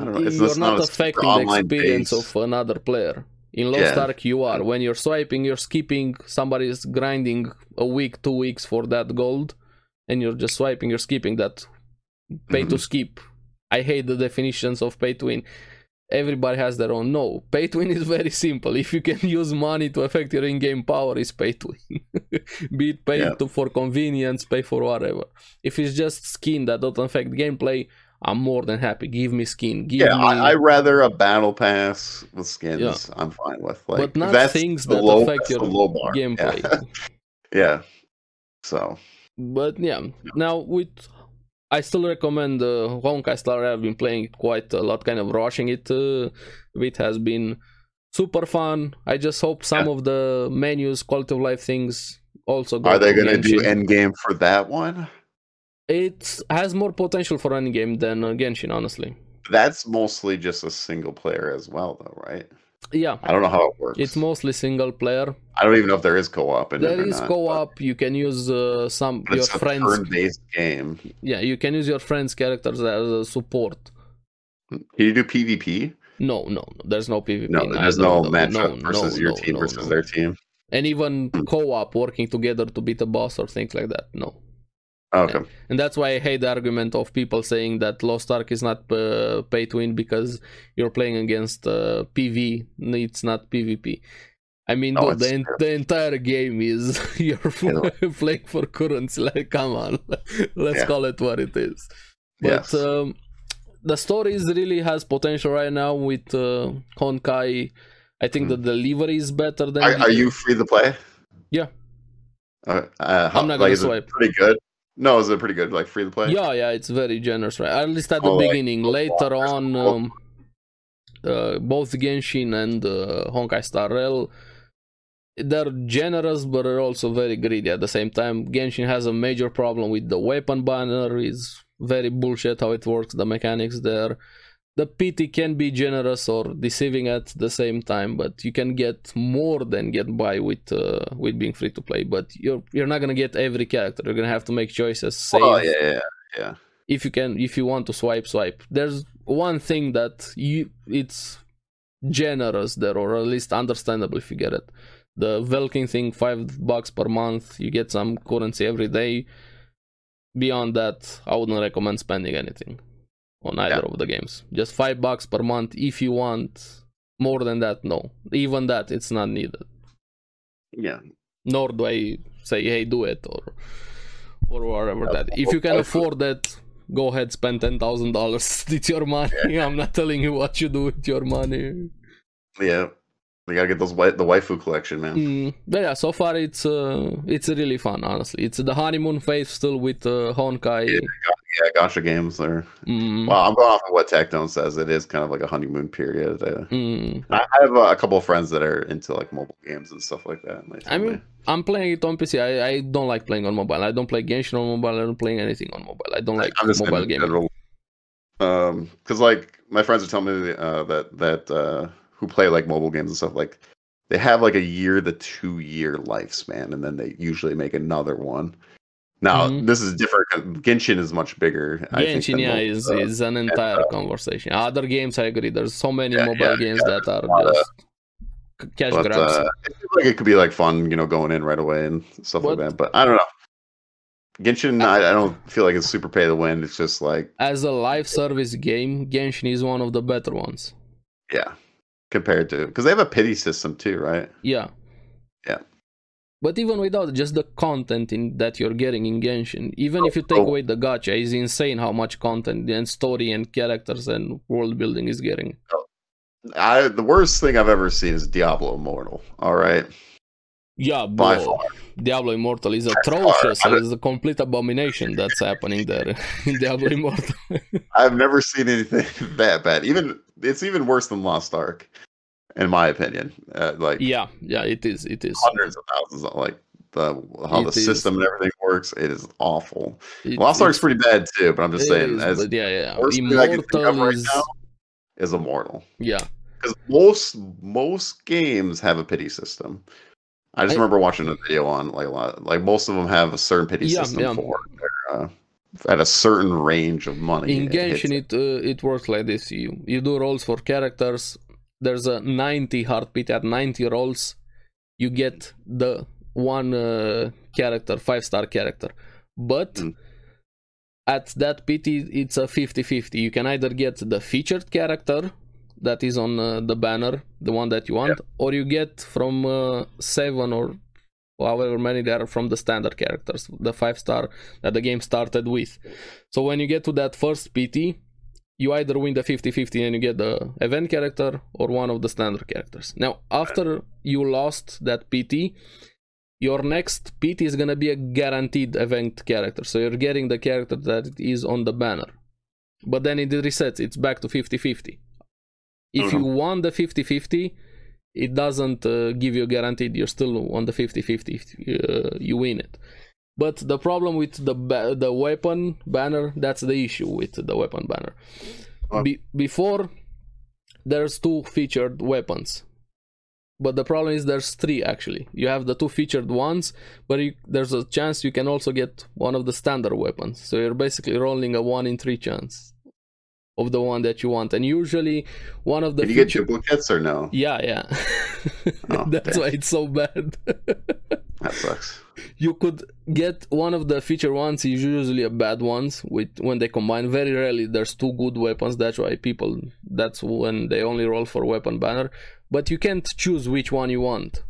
Speaker 2: I don't know, it's
Speaker 1: you're
Speaker 2: just
Speaker 1: not
Speaker 2: not a super
Speaker 1: affecting the
Speaker 2: online
Speaker 1: experience
Speaker 2: base.
Speaker 1: of another player. In Lost
Speaker 2: Yeah.
Speaker 1: Ark, you are. When you're swiping, you're skipping. Somebody's grinding a week, two weeks for that gold, and you're just swiping. You're skipping that pay
Speaker 2: Mm-hmm.
Speaker 1: to skip. I hate the definitions of pay to win. Everybody has their own. No, pay to win is [LAUGHS] very simple. If you can use money to affect your in-game power, is pay to win. Be it pay
Speaker 2: Yeah.
Speaker 1: to, for convenience, pay for whatever. If it's just skin that don't affect gameplay, I'm more than happy. Give me skin. Give
Speaker 2: Yeah,
Speaker 1: me...
Speaker 2: I, I rather a battle pass with skins.
Speaker 1: Yeah.
Speaker 2: I'm fine with like
Speaker 1: But not
Speaker 2: that's
Speaker 1: things
Speaker 2: the
Speaker 1: that
Speaker 2: low,
Speaker 1: affect
Speaker 2: that's
Speaker 1: your
Speaker 2: the low bar. Yeah. [LAUGHS]
Speaker 1: gameplay.
Speaker 2: Yeah. So
Speaker 1: But yeah, now with I still recommend uh, Honkai Star Rail. I've been playing it quite a lot, kind of rushing it. Uh, it has been super fun. I just hope some of the menus, quality of life things, also go
Speaker 2: are they
Speaker 1: to
Speaker 2: going to do
Speaker 1: Genshin.
Speaker 2: endgame for that one?
Speaker 1: It has more potential for any game than uh, Genshin, honestly.
Speaker 2: That's mostly just a single player as well, though, right?
Speaker 1: Yeah,
Speaker 2: I don't know how it works.
Speaker 1: it's mostly single player.
Speaker 2: I don't even know if there is co-op in it.
Speaker 1: There
Speaker 2: or
Speaker 1: is
Speaker 2: not,
Speaker 1: co-op. You can use uh, some
Speaker 2: but- but
Speaker 1: your
Speaker 2: it's a
Speaker 1: friends.
Speaker 2: turn-based game.
Speaker 1: Yeah, you can use your friends' characters as a support.
Speaker 2: Can you do PvP?
Speaker 1: No, no, no, there's no PvP.
Speaker 2: No,
Speaker 1: in
Speaker 2: there's
Speaker 1: either
Speaker 2: no
Speaker 1: of them.
Speaker 2: matchup versus your
Speaker 1: no,
Speaker 2: team
Speaker 1: no,
Speaker 2: versus
Speaker 1: no.
Speaker 2: their team.
Speaker 1: and even
Speaker 2: Hmm.
Speaker 1: co-op working together to beat a boss or things like that. No,
Speaker 2: Oh, Okay.
Speaker 1: and that's why I hate the argument of people saying that Lost Ark is not uh, pay to win because you're playing against uh, PV. It's not PvP. I mean,
Speaker 2: No,
Speaker 1: dude, the,
Speaker 2: it's
Speaker 1: en-
Speaker 2: fair.
Speaker 1: the entire game is [LAUGHS] you're [LAUGHS] playing for currency. [LAUGHS] Like, come on, let's
Speaker 2: Yeah.
Speaker 1: call it what it is. But
Speaker 2: Yes.
Speaker 1: um, the story is really has potential right now with uh, Honkai. I think
Speaker 2: Hmm.
Speaker 1: the delivery is better than.
Speaker 2: Are,
Speaker 1: the-
Speaker 2: are you free to play?
Speaker 1: Yeah.
Speaker 2: Uh, uh, how,
Speaker 1: I'm not gonna
Speaker 2: like, is it
Speaker 1: swipe.
Speaker 2: Pretty good. No, is it pretty good? Like free to play?
Speaker 1: Yeah, yeah, it's very generous, right? At least at the
Speaker 2: Oh, like,
Speaker 1: beginning. Later
Speaker 2: there's
Speaker 1: on,
Speaker 2: co-op.
Speaker 1: um, uh, both Genshin and uh, Honkai Star Rail, they're generous, but are also very greedy at the same time. Genshin has a major problem with the weapon banner. It's very bullshit how it works, the mechanics there. The PT can be generous or deceiving at the same time, but you can get more than get by with uh, with being free to play. But you're you're not gonna get every character. You're gonna have to make choices. Save
Speaker 2: Oh yeah, yeah, yeah.
Speaker 1: if you can if you want to swipe swipe there's one thing that you it's generous there or at least understandable if you get it the velking thing five bucks per month you get some currency every day beyond that i wouldn't recommend spending anything on either of the games just five bucks per month if you want more than that no even that it's not needed
Speaker 2: yeah.
Speaker 1: nor do I say hey do it or or whatever
Speaker 2: Yeah,
Speaker 1: that. If you can
Speaker 2: well,
Speaker 1: afford that, go ahead spend ten thousand dollars. [LAUGHS] It's your money. I'm not telling you what you do with your money.
Speaker 2: Yeah. We gotta get those wa- the waifu collection, man.
Speaker 1: Mm, but yeah, so far it's uh, it's really fun. Honestly, it's the honeymoon phase still with uh, Honkai.
Speaker 2: Yeah. Yeah, gotcha games there.
Speaker 1: Mm,
Speaker 2: Well, I'm going off of what Tectone says. It is kind of like a honeymoon period. Uh,
Speaker 1: mm.
Speaker 2: I I have uh, a couple of friends that are into like mobile games and stuff like that. and they
Speaker 1: I
Speaker 2: tell
Speaker 1: mean,
Speaker 2: me-
Speaker 1: I'm playing it on PC. I, I don't like playing on mobile. I don't play Genshin on mobile. I don't play anything on mobile. I don't like
Speaker 2: I'm just
Speaker 1: mobile
Speaker 2: in
Speaker 1: gaming.
Speaker 2: general. Um, because like my friends are telling me uh, that that uh, who play like mobile games and stuff like they have like a year to two year lifespan, and then they usually make another one. Now
Speaker 1: Mhm.
Speaker 2: this is different. 'cause Genshin is much bigger. I think,
Speaker 1: Genshin
Speaker 2: than
Speaker 1: yeah,
Speaker 2: mobile,
Speaker 1: is,
Speaker 2: uh,
Speaker 1: is an entire conversation. Other games, I agree. There's so many
Speaker 2: Yeah,
Speaker 1: mobile
Speaker 2: yeah,
Speaker 1: games that are
Speaker 2: lot of-
Speaker 1: just c- cash
Speaker 2: but
Speaker 1: grabs.
Speaker 2: uh, it seems like it could be like fun, you know, going in right away and stuff
Speaker 1: But-
Speaker 2: like that. But I don't know. Genshin, I, I don't feel like it's super pay to win. It's just like
Speaker 1: As a live service game, Genshin is one of the better ones.
Speaker 2: yeah, compared to because they have a pity system too, right?
Speaker 1: Yeah.
Speaker 2: Yeah.
Speaker 1: But even without just the content in, that you're getting in Genshin, even if you take
Speaker 2: Oh.
Speaker 1: away the gacha, it's insane how much content and story and characters and world building is getting.
Speaker 2: I the worst thing I've ever seen is Diablo Immortal. All right,
Speaker 1: Yeah,
Speaker 2: by
Speaker 1: bro.
Speaker 2: far.
Speaker 1: Diablo Immortal is atrocious.
Speaker 2: I don't-
Speaker 1: It's a complete abomination that's happening there [LAUGHS] in
Speaker 2: [LAUGHS]
Speaker 1: Diablo Immortal.
Speaker 2: I've never seen anything [LAUGHS] that bad. Even it's even worse than Lost Ark, in my opinion. Uh, like
Speaker 1: Yeah, yeah, it is. It is.
Speaker 2: hundreds of thousands, of, like the how
Speaker 1: It
Speaker 2: the
Speaker 1: is.
Speaker 2: system and everything works. It is awful.
Speaker 1: It-
Speaker 2: Lost Ark's
Speaker 1: it's-
Speaker 2: pretty bad too, but I'm just
Speaker 1: it
Speaker 2: saying.
Speaker 1: is,
Speaker 2: as
Speaker 1: but yeah, yeah.
Speaker 2: worst thing I can think of
Speaker 1: Immortal
Speaker 2: right
Speaker 1: is.
Speaker 2: now is Immortal.
Speaker 1: Yeah,
Speaker 2: because most most games have a pity system. I just
Speaker 1: I-
Speaker 2: remember watching a video on like a lot, like most of them have a certain pity
Speaker 1: Yeah,
Speaker 2: system
Speaker 1: yeah.
Speaker 2: for their, uh, at a certain range of money.
Speaker 1: in
Speaker 2: it hits
Speaker 1: Genshin, it uh, it works like this. You you do rolls for characters. There's a 90 heartbeat at 90 rolls. You get the one uh, character, five star character, but.
Speaker 2: Mm.
Speaker 1: At that PT, it's a 50 50. You can either get the featured character that is on uh, the banner, the one that you want, or you get from uh, seven or however many there are from the standard characters, the five star that the game started with. So when you get to that first PT, you either win the 50-50 and you get the event character or one of the standard characters. Now, after you lost that PT, your next PT is gonna be a guaranteed event character. So you're getting the character that it is on the banner. But then it resets, it's back to 50-50. If you won the 50-50, it doesn't uh, give you guaranteed you're still on the 50-50 if uh, you win it. But the problem with the ba- the weapon banner, that's the issue with the weapon banner. Be- before there's two featured weapons. But the problem is there's three actually. You have the two featured ones, but you, there's a chance you can also get one of the standard weapons. So you're basically rolling a one in three chance of the one that you want. And usually one of the
Speaker 2: Did you get duplicates or
Speaker 1: [LAUGHS]
Speaker 2: no?
Speaker 1: yeah, yeah.
Speaker 2: Oh,
Speaker 1: That's
Speaker 2: damn.
Speaker 1: why it's so bad. [LAUGHS]
Speaker 2: That sucks.
Speaker 1: you could get one of the feature ones is usually a bad ones with when they combine very rarely there's two good weapons that's why people that's when they only roll for weapon banner but you can't choose which one you want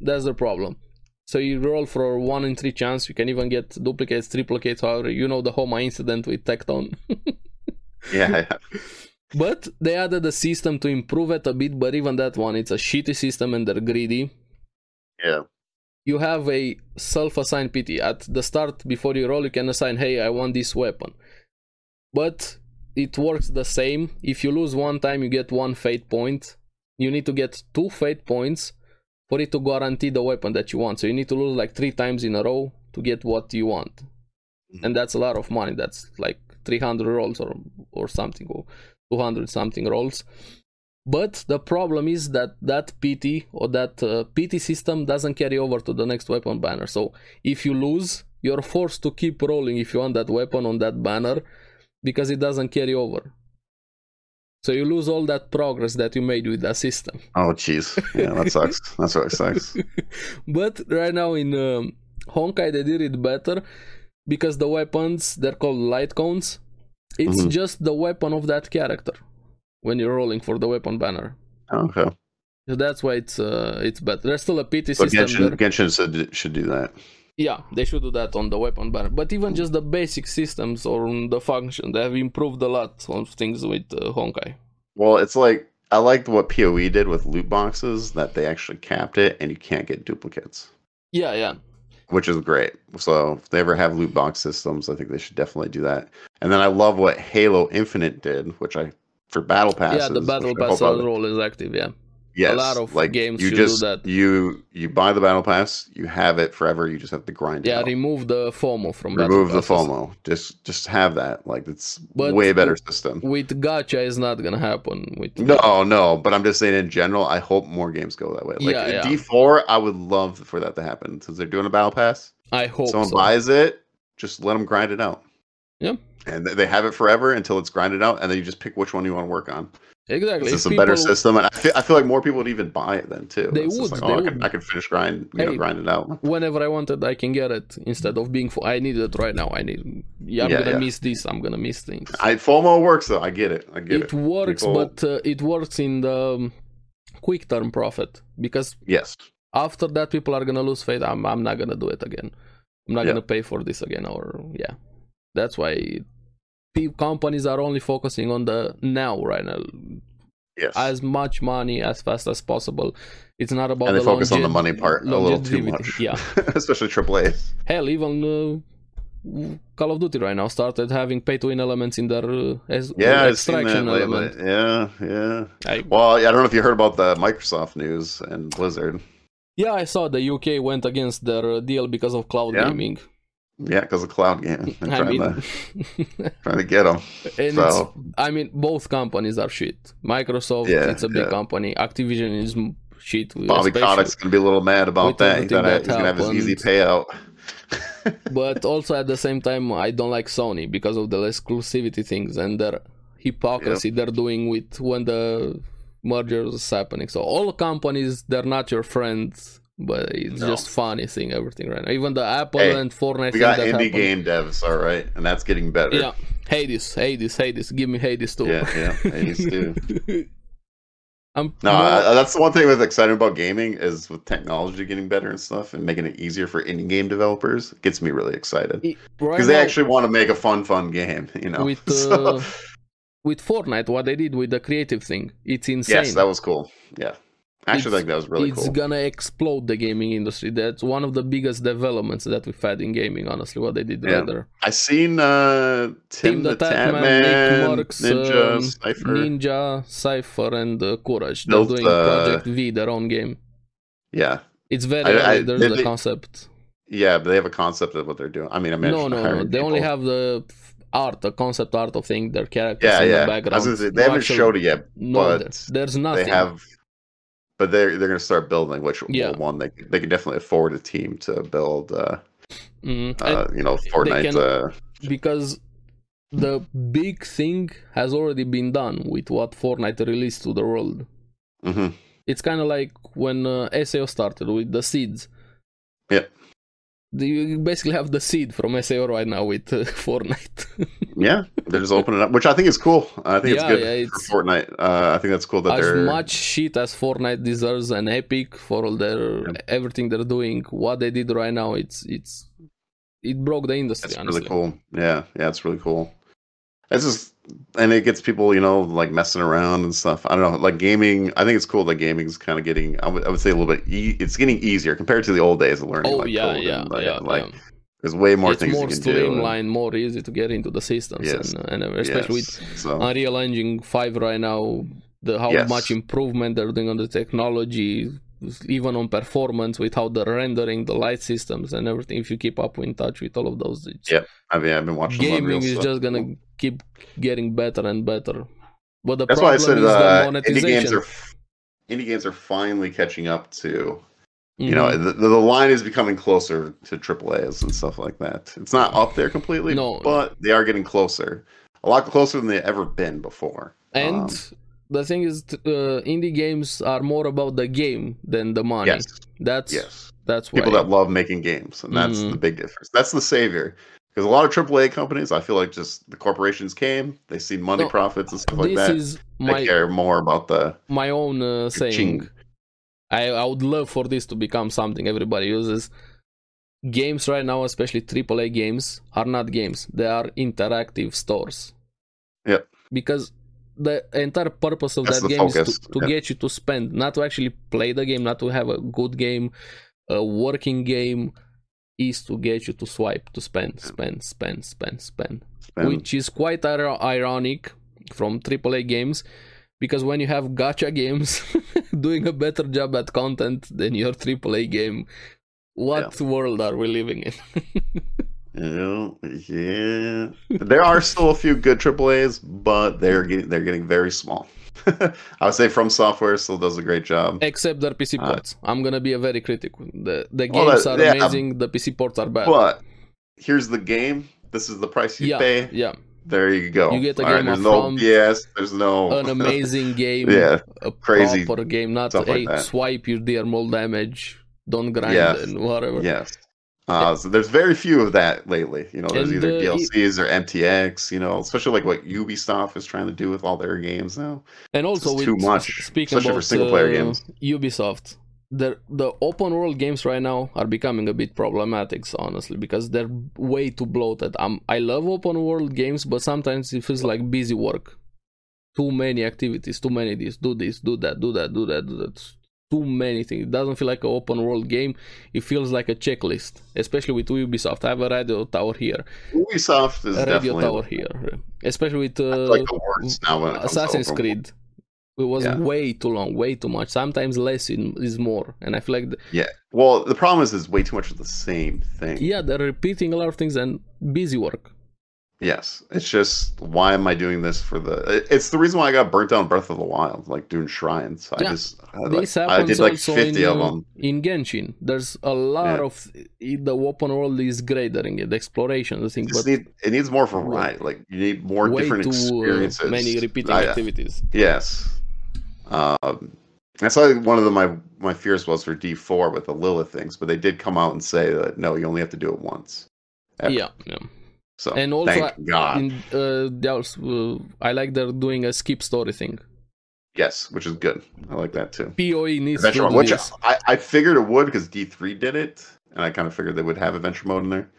Speaker 1: that's the problem so you roll for one in three chance you can even get duplicates triplicates however you know the homa incident with tecton [LAUGHS]
Speaker 2: Yeah, yeah.
Speaker 1: but they added a system to improve it a bit but even that one it's a shitty system and they're greedy
Speaker 2: yeah.
Speaker 1: you have a self-assigned PT at the start before you roll. You can assign, "Hey, I want this weapon," but it works the same. If you lose one time, you get one fate point. You need to get two fate points for it to guarantee the weapon that you want. So you need to lose like three times in a row to get what you want, and that's a lot of money. That's like 300 rolls or or something, or 200 something rolls. But the problem is that that PT or that uh, PT system doesn't carry over to the next weapon banner. So if you lose, you're forced to keep rolling if you want that weapon on that banner because it doesn't carry over. So you lose all that progress that you made with that system.
Speaker 2: Oh, jeez. Yeah, that sucks. That's
Speaker 1: [LAUGHS]
Speaker 2: really sucks.
Speaker 1: but right now in um, Honkai they did it better because the weapons they're called light cones. It's
Speaker 2: Mhm.
Speaker 1: just the weapon of that character when you're rolling for the weapon banner.
Speaker 2: Okay.
Speaker 1: So that's why it's uh, it's better. There's still a PT
Speaker 2: But
Speaker 1: system
Speaker 2: Genshin,
Speaker 1: there.
Speaker 2: Genshin should, should do that.
Speaker 1: Yeah, they should do that on the weapon banner. But even just the basic systems or on the function, they have improved a lot on things with uh, Honkai.
Speaker 2: Well, it's like I liked what PoE did with loot boxes that they actually capped it and you can't get duplicates,
Speaker 1: Yeah, yeah,
Speaker 2: which is great. So if they ever have loot box systems, I think they should definitely do that. And then I love what Halo Infinite did, which I for battle passes.
Speaker 1: yeah. The
Speaker 2: which
Speaker 1: battle
Speaker 2: I hope
Speaker 1: pass
Speaker 2: other-
Speaker 1: role is active. Yeah,
Speaker 2: yes,
Speaker 1: lot of
Speaker 2: like
Speaker 1: games
Speaker 2: you
Speaker 1: should do
Speaker 2: just
Speaker 1: that.
Speaker 2: you you buy the battle pass, you have it forever. You just have to grind.
Speaker 1: yeah.
Speaker 2: it out.
Speaker 1: Remove the FOMO from battle
Speaker 2: remove the
Speaker 1: passes.
Speaker 2: FOMO. Just just have that. Like it's
Speaker 1: But
Speaker 2: way better
Speaker 1: w-
Speaker 2: system.
Speaker 1: With gacha, is not gonna happen. With
Speaker 2: No, no, but I'm just saying in general, I hope more games go that way. Like
Speaker 1: Yeah,
Speaker 2: in
Speaker 1: yeah.
Speaker 2: D4, I would love for that to happen since they're doing a battle pass.
Speaker 1: I hope
Speaker 2: Someone
Speaker 1: so.
Speaker 2: buys it, just let them grind it out.
Speaker 1: Yeah.
Speaker 2: And th- they have it forever until it's grinded out, and then you just pick which one you want to work on.
Speaker 1: exactly. If
Speaker 2: It's just a
Speaker 1: people-
Speaker 2: better system, and I feel, I feel like more people would even buy it then too.
Speaker 1: They
Speaker 2: It's just
Speaker 1: would,
Speaker 2: Like, oh,
Speaker 1: they
Speaker 2: I, could,
Speaker 1: would.
Speaker 2: I could finish grind, you
Speaker 1: Hey.
Speaker 2: know, grind it out.
Speaker 1: Whenever I wanted, I can get it instead of being. Fo- I need it right now. I need. Yeah, I'm
Speaker 2: Yeah,
Speaker 1: gonna
Speaker 2: yeah.
Speaker 1: miss this. I'm gonna miss things.
Speaker 2: I FOMO works though. I get it. I get
Speaker 1: it
Speaker 2: it.
Speaker 1: works,
Speaker 2: People-
Speaker 1: but uh, it works in the um, quick term profit because
Speaker 2: Yes.
Speaker 1: after that people are gonna lose faith. I'm I'm not gonna do it again. I'm not
Speaker 2: Yeah.
Speaker 1: gonna pay for this again. Or yeah, that's why pe- companies are only focusing on the now right now
Speaker 2: Yes.
Speaker 1: as much money as fast as possible. It's not about
Speaker 2: and they
Speaker 1: the
Speaker 2: focus on the
Speaker 1: longev-
Speaker 2: money part a little too
Speaker 1: longevity.
Speaker 2: much.
Speaker 1: Yeah.
Speaker 2: [LAUGHS] Especially AAA's.
Speaker 1: Hell, even uh, Call of Duty right now started having pay to win elements in their uh, as-
Speaker 2: Yeah, I've seen uh, that
Speaker 1: extraction
Speaker 2: lately.
Speaker 1: element.
Speaker 2: Yeah, yeah.
Speaker 1: I,
Speaker 2: Well, I don't know if you heard about the Microsoft news and Blizzard.
Speaker 1: yeah, I saw the UK went against their uh, deal because of cloud
Speaker 2: Yeah.
Speaker 1: gaming.
Speaker 2: Yeah, because of cloud
Speaker 1: [LAUGHS]
Speaker 2: game. They're
Speaker 1: I
Speaker 2: trying,
Speaker 1: mean,
Speaker 2: to,
Speaker 1: [LAUGHS]
Speaker 2: trying to get them.
Speaker 1: and it's,
Speaker 2: So
Speaker 1: I mean, both companies are shit. Microsoft,
Speaker 2: Yeah,
Speaker 1: it's a big
Speaker 2: yeah.
Speaker 1: company. Activision is m- shit.
Speaker 2: Bobby
Speaker 1: especially-
Speaker 2: Kotick's gonna be a little mad
Speaker 1: with
Speaker 2: about that. He's
Speaker 1: everything
Speaker 2: gonna,
Speaker 1: that
Speaker 2: he's gonna have his easy payout. [LAUGHS]
Speaker 1: but also at the same time i don't like sony because of the exclusivity things and their hypocrisy they're doing with when the merger is happening so all companies they're not your friends but it's
Speaker 2: No.
Speaker 1: just funny seeing everything right now even the apple
Speaker 2: Hey,
Speaker 1: and fortnite
Speaker 2: We
Speaker 1: thing
Speaker 2: got
Speaker 1: that
Speaker 2: indie
Speaker 1: happened.
Speaker 2: game devs, all right, and that's getting better.
Speaker 1: yeah [LAUGHS] hades hades hades give me hades too
Speaker 2: yeah, yeah. It needs to.
Speaker 1: [LAUGHS] i'm
Speaker 2: No,
Speaker 1: more-
Speaker 2: I- I- that's the one thing that's exciting about gaming is with technology getting better and stuff, and making it easier for indie game developers. Gets me really excited.
Speaker 1: right
Speaker 2: because they
Speaker 1: now-
Speaker 2: actually want to make a fun, fun game. [LAUGHS] You know,
Speaker 1: With,
Speaker 2: So,
Speaker 1: uh, with Fortnite, what they did with the creative thing, it's insane.
Speaker 2: Yes, that was cool. Yeah. I actually
Speaker 1: It's-
Speaker 2: think that was really
Speaker 1: it's
Speaker 2: cool.
Speaker 1: gonna explode the gaming industry. That's one of the biggest developments that we've had in gaming, honestly, what they did
Speaker 2: Yeah.
Speaker 1: rather.
Speaker 2: I seen uh Tim,
Speaker 1: Tim
Speaker 2: the,
Speaker 1: the
Speaker 2: Tap
Speaker 1: Tatman,
Speaker 2: Man,
Speaker 1: Nick Marks,
Speaker 2: Ninja,
Speaker 1: um,
Speaker 2: Cypher.
Speaker 1: Ninja, Cypher, and uh, Courage. They're
Speaker 2: Built,
Speaker 1: doing
Speaker 2: uh,
Speaker 1: Project V, their own game.
Speaker 2: yeah.
Speaker 1: It's very
Speaker 2: I- I-
Speaker 1: early, there's
Speaker 2: they-
Speaker 1: the
Speaker 2: they-
Speaker 1: concept.
Speaker 2: Yeah, but they have a concept of what they're doing. I mean, I
Speaker 1: No,
Speaker 2: mentioned
Speaker 1: no, no.
Speaker 2: hiring
Speaker 1: They only
Speaker 2: people.
Speaker 1: have the f- art, the concept art of thing, their characters
Speaker 2: yeah,
Speaker 1: in the
Speaker 2: yeah. I was
Speaker 1: background.
Speaker 2: gonna say,
Speaker 1: No
Speaker 2: they haven't
Speaker 1: actual-
Speaker 2: showed it yet.
Speaker 1: no,
Speaker 2: but
Speaker 1: there's, there's nothing.
Speaker 2: They have, but they're they're gonna start building. Which
Speaker 1: Yeah.
Speaker 2: well, one they they can definitely afford a team to build. Uh,
Speaker 1: Mhm. And-
Speaker 2: uh you know, Fortnite.
Speaker 1: can-
Speaker 2: uh,
Speaker 1: because the big thing has already been done with what Fortnite released to the world.
Speaker 2: mhm.
Speaker 1: It's kind of like when uh, SAO started with the seeds.
Speaker 2: Yeah.
Speaker 1: Do You basically have the seed from SAO right now with uh, [LAUGHS] Fortnite.
Speaker 2: Yeah, they're just opening up, which I think is cool. I think it's
Speaker 1: Yeah,
Speaker 2: good
Speaker 1: yeah, it's-
Speaker 2: for Fortnite. Uh, I think that's cool that
Speaker 1: as
Speaker 2: they're
Speaker 1: much shit as Fortnite deserves an epic for all their
Speaker 2: Yeah.
Speaker 1: everything they're doing, what they did right now, it's it's it broke the industry.
Speaker 2: That's
Speaker 1: honestly.
Speaker 2: really cool. Yeah, yeah, it's really cool. It's just, and it gets people, you know, like messing around and stuff. I don't know, like gaming. I think it's cool that gaming's kind of getting. I would I would say a little bit. E- it's getting easier compared to the old days of learning.
Speaker 1: Oh
Speaker 2: like,
Speaker 1: yeah,
Speaker 2: code and,
Speaker 1: yeah,
Speaker 2: like,
Speaker 1: yeah,
Speaker 2: Like
Speaker 1: yeah.
Speaker 2: there's way more
Speaker 1: it's
Speaker 2: things
Speaker 1: more
Speaker 2: you can do. and-
Speaker 1: streamlined, more easy to get into the systems,
Speaker 2: Yes.
Speaker 1: and, and especially with uh,
Speaker 2: yes, so
Speaker 1: Unreal Engine 5 right now, the how
Speaker 2: Yes.
Speaker 1: much improvement they're doing on the technology, even on performance, with how they're rendering the light systems and everything. If you keep up in touch with all of those, it's,
Speaker 2: Yeah, I mean, I've been watching. some Unreal
Speaker 1: gaming is
Speaker 2: stuff.
Speaker 1: just gonna keep getting better and better. But the
Speaker 2: That's why I
Speaker 1: problem
Speaker 2: said
Speaker 1: is the
Speaker 2: uh, indie
Speaker 1: monetization.
Speaker 2: games are f- indie games are finally catching up to you
Speaker 1: Mhm.
Speaker 2: know the, the line is becoming closer to triple A's and stuff like that. It's not up there completely,
Speaker 1: No.
Speaker 2: but they are getting closer, a lot closer than they've ever been before.
Speaker 1: Mm-hmm. and
Speaker 2: um,
Speaker 1: the thing is, t- uh, indie games are more about the game than the money.
Speaker 2: yes,
Speaker 1: That's
Speaker 2: yes,
Speaker 1: that's why.
Speaker 2: people that love making games, and that's
Speaker 1: Mhm.
Speaker 2: the big difference. That's the savior. Because a lot of AAA companies, I feel like just the corporations came, they see money
Speaker 1: No,
Speaker 2: profits and stuff like
Speaker 1: this
Speaker 2: that.
Speaker 1: is
Speaker 2: They
Speaker 1: my
Speaker 2: care more about the
Speaker 1: my own uh,
Speaker 2: Ka-ching.
Speaker 1: saying. I, I would love for this to become something everybody uses. Games right now, especially AAA games, are not games. They are interactive stores.
Speaker 2: Yep.
Speaker 1: Because the entire purpose of
Speaker 2: That's
Speaker 1: that
Speaker 2: the
Speaker 1: game is
Speaker 2: focus,
Speaker 1: to, to
Speaker 2: yeah.
Speaker 1: get you to spend, not to actually play the game, not to have a good game, a working game, is to get you to swipe, to spend, spend, spend, spend, spend
Speaker 2: spend.
Speaker 1: which is quite ir- ironic from AAA games because when you have gacha games [LAUGHS] doing a better job at content than your AAA game, what world are we living in? [LAUGHS]
Speaker 2: Yeah, yeah. there are still a few good AAA's, but they're getting they're getting very small. [LAUGHS] I would say From Software still does a great job.
Speaker 1: Except their PC
Speaker 2: Uh,
Speaker 1: ports. I'm gonna be a very critic. The the
Speaker 2: Well, uh,
Speaker 1: games
Speaker 2: that-
Speaker 1: are
Speaker 2: yeah,
Speaker 1: amazing. The PC ports are bad.
Speaker 2: But here's the game. This is the price you
Speaker 1: yeah,
Speaker 2: pay. [LAUGHS]
Speaker 1: yeah,
Speaker 2: There you go.
Speaker 1: You get the game
Speaker 2: there's
Speaker 1: upfront.
Speaker 2: no yes. There's no [LAUGHS]
Speaker 1: an amazing game.
Speaker 2: yeah.
Speaker 1: a
Speaker 2: crazy
Speaker 1: proper game, not
Speaker 2: stuff like
Speaker 1: a
Speaker 2: that.
Speaker 1: swipe your dear mold damage, don't grind
Speaker 2: Yeah.
Speaker 1: and whatever.
Speaker 2: Yes. Uh, so there's very few of that lately. You know, there's
Speaker 1: And,
Speaker 2: either
Speaker 1: uh, e-
Speaker 2: DLCs or MTX. You know, especially like what Ubisoft is trying to do with all their games now.
Speaker 1: And also,
Speaker 2: just
Speaker 1: with
Speaker 2: too
Speaker 1: s-
Speaker 2: much,
Speaker 1: Speaking
Speaker 2: especially for
Speaker 1: about
Speaker 2: single-player
Speaker 1: uh,
Speaker 2: games.
Speaker 1: Ubisoft, the the open world games right now are becoming a bit problematic, so honestly, because they're way too bloated. Um, I love open world games, but sometimes it feels like busy work. Too many activities, too many this, do this, do that, do that, do that, do that. Too many things. It doesn't feel like an open world game. It feels like a checklist, especially with Ubisoft. I have a radio tower here,
Speaker 2: Ubisoft is
Speaker 1: a radio
Speaker 2: definitely
Speaker 1: tower here, especially with uh,
Speaker 2: like the worst now [LAUGHS] when it comes to
Speaker 1: Assassin's
Speaker 2: open
Speaker 1: Creed. It was
Speaker 2: Yeah.
Speaker 1: way too long, way too much. Sometimes less in- is more, and I feel like,
Speaker 2: Mm.
Speaker 1: th-
Speaker 2: Well, the problem is, it's way too much of the same thing.
Speaker 1: yeah, they're repeating a lot of things and busy work.
Speaker 2: Yes. It's just why am I doing this for the? it- It's the reason why I got burnt out in Breath of the Wild, like doing shrines. I
Speaker 1: Yeah.
Speaker 2: just I, like,
Speaker 1: This
Speaker 2: I
Speaker 1: happens
Speaker 2: did like
Speaker 1: also
Speaker 2: fifty
Speaker 1: in,
Speaker 2: of
Speaker 1: uh,
Speaker 2: them.
Speaker 1: In Genshin, there's a lot
Speaker 2: Yeah.
Speaker 1: of the open world is great during it, exploration, the thing,
Speaker 2: Just
Speaker 1: but
Speaker 2: need it needs more
Speaker 1: Well,
Speaker 2: variety. Like you need more
Speaker 1: way
Speaker 2: different
Speaker 1: too
Speaker 2: experiences. Ah,
Speaker 1: uh, many repeating
Speaker 2: I-
Speaker 1: activities.
Speaker 2: Yes. Um, that's why one of the, my my fears was for D four with the Lilith things, but they did come out and say that no, you only have to do it once. Yeah. Ah.
Speaker 1: Yeah, yeah.
Speaker 2: So
Speaker 1: And also
Speaker 2: thank God.
Speaker 1: In, uh, they also, uh, I like they're doing a skip story thing.
Speaker 2: yes, which is good. I like that too.
Speaker 1: Poe needs to
Speaker 2: adventure mode,
Speaker 1: do
Speaker 2: which
Speaker 1: this.
Speaker 2: I, I figured it would because D3 did it, and I kind of figured they would have adventure mode in there.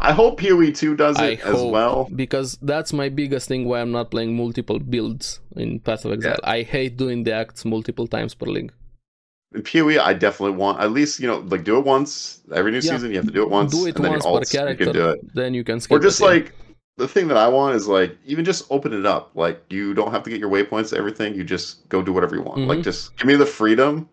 Speaker 2: I hope PoE two does
Speaker 1: I
Speaker 2: it as
Speaker 1: hope,
Speaker 2: well.
Speaker 1: Because that's my biggest thing why I'm not playing multiple builds in Path of Exile. I hate doing the acts multiple times per link.
Speaker 2: PoE, E, I definitely want at least you know like do it once every new
Speaker 1: Yeah.
Speaker 2: season. You have to do it once,
Speaker 1: do it
Speaker 2: and then
Speaker 1: once
Speaker 2: your
Speaker 1: per
Speaker 2: alts, you
Speaker 1: character,
Speaker 2: can do it.
Speaker 1: then you can skip.
Speaker 2: Or just
Speaker 1: it, yeah.
Speaker 2: like the thing that I want is like even just open it up. Like you don't have to get your waypoints, everything. You just go do whatever you want. Like
Speaker 1: Mhm.
Speaker 2: just give me the freedom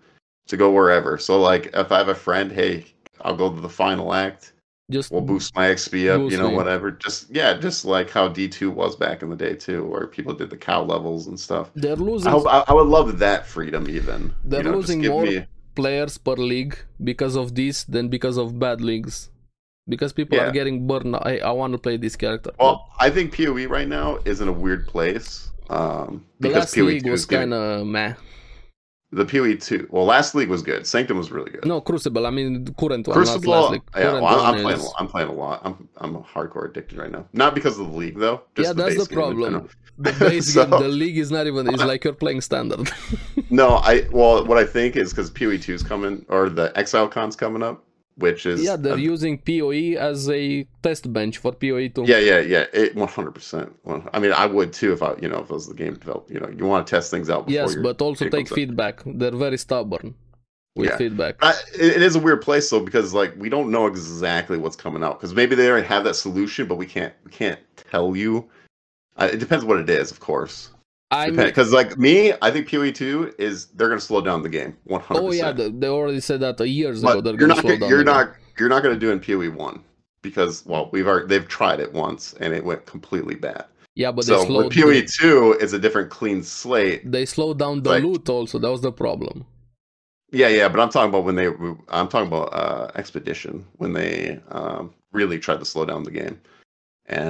Speaker 2: to go wherever. So like if I have a friend, hey, I'll go to the final act.
Speaker 1: just
Speaker 2: We'll boost my XP up,
Speaker 1: Boost
Speaker 2: you know,
Speaker 1: me.
Speaker 2: whatever. Just yeah, just like how D two was back in the day too, where people did the cow levels and stuff.
Speaker 1: they're losing
Speaker 2: I, hope, I, I would love that freedom even.
Speaker 1: They're
Speaker 2: you know, just
Speaker 1: losing
Speaker 2: give
Speaker 1: more-
Speaker 2: me-
Speaker 1: players per league because of this than because of bad leagues. Because people are
Speaker 2: Yeah.
Speaker 1: getting burned. I, I want to play this character.
Speaker 2: Well, I think PoE right now is in a weird place. Um,
Speaker 1: the
Speaker 2: because
Speaker 1: last
Speaker 2: PoE
Speaker 1: league
Speaker 2: two
Speaker 1: was
Speaker 2: is
Speaker 1: kind
Speaker 2: getting-
Speaker 1: of meh.
Speaker 2: The PoE two. Well, last league was good. Sanctum was really good.
Speaker 1: No, Crucible. I mean, the current one.
Speaker 2: Crucible.
Speaker 1: Not last league.
Speaker 2: yeah,
Speaker 1: Current
Speaker 2: well, I'm, I'm
Speaker 1: one
Speaker 2: playing.
Speaker 1: is-
Speaker 2: a- I'm playing a lot. I'm I'm hardcore addicted right now. Not because of the league though. Just
Speaker 1: Yeah,
Speaker 2: the
Speaker 1: that's
Speaker 2: base
Speaker 1: the
Speaker 2: game in
Speaker 1: problem.
Speaker 2: general.
Speaker 1: The
Speaker 2: [LAUGHS]
Speaker 1: base
Speaker 2: So-
Speaker 1: game, the league is not even. It's like you're playing standard.
Speaker 2: No, I well, what I think is because PoE two is coming or the Exile Con's coming up, which is
Speaker 1: yeah, they're
Speaker 2: a-
Speaker 1: using PoE as a test bench for E PoE two.
Speaker 2: yeah, yeah, yeah. It one hundred percent. I mean, I would too if I you know if I was the game developer. You know, you want to test things out. Before
Speaker 1: yes,
Speaker 2: you're-
Speaker 1: but also
Speaker 2: it
Speaker 1: take
Speaker 2: comes out.
Speaker 1: feedback. They're very stubborn with
Speaker 2: Yeah.
Speaker 1: feedback.
Speaker 2: I, it it is a weird place though because like we don't know exactly what's coming out because maybe they already have that solution, but we can't we can't tell you. Uh, it depends what it is, of course.
Speaker 1: I'm.
Speaker 2: Because like me, I think PoE two is they're gonna slow down the game one hundred.
Speaker 1: Oh yeah, they, they already said that uh, years ago.
Speaker 2: but
Speaker 1: They're
Speaker 2: you're
Speaker 1: gonna
Speaker 2: not
Speaker 1: slow
Speaker 2: gonna-
Speaker 1: down
Speaker 2: you're
Speaker 1: the game.
Speaker 2: not you're not gonna do in PoE one because well we've already they've tried it once and it went completely bad.
Speaker 1: Yeah, but they
Speaker 2: so
Speaker 1: slowed
Speaker 2: with PoE two E is a different clean slate.
Speaker 1: they slowed down the
Speaker 2: Like-
Speaker 1: loot also that was the problem
Speaker 2: Yeah, yeah, but I'm talking about when they I'm talking about uh Expedition when they um really tried to slow down the game.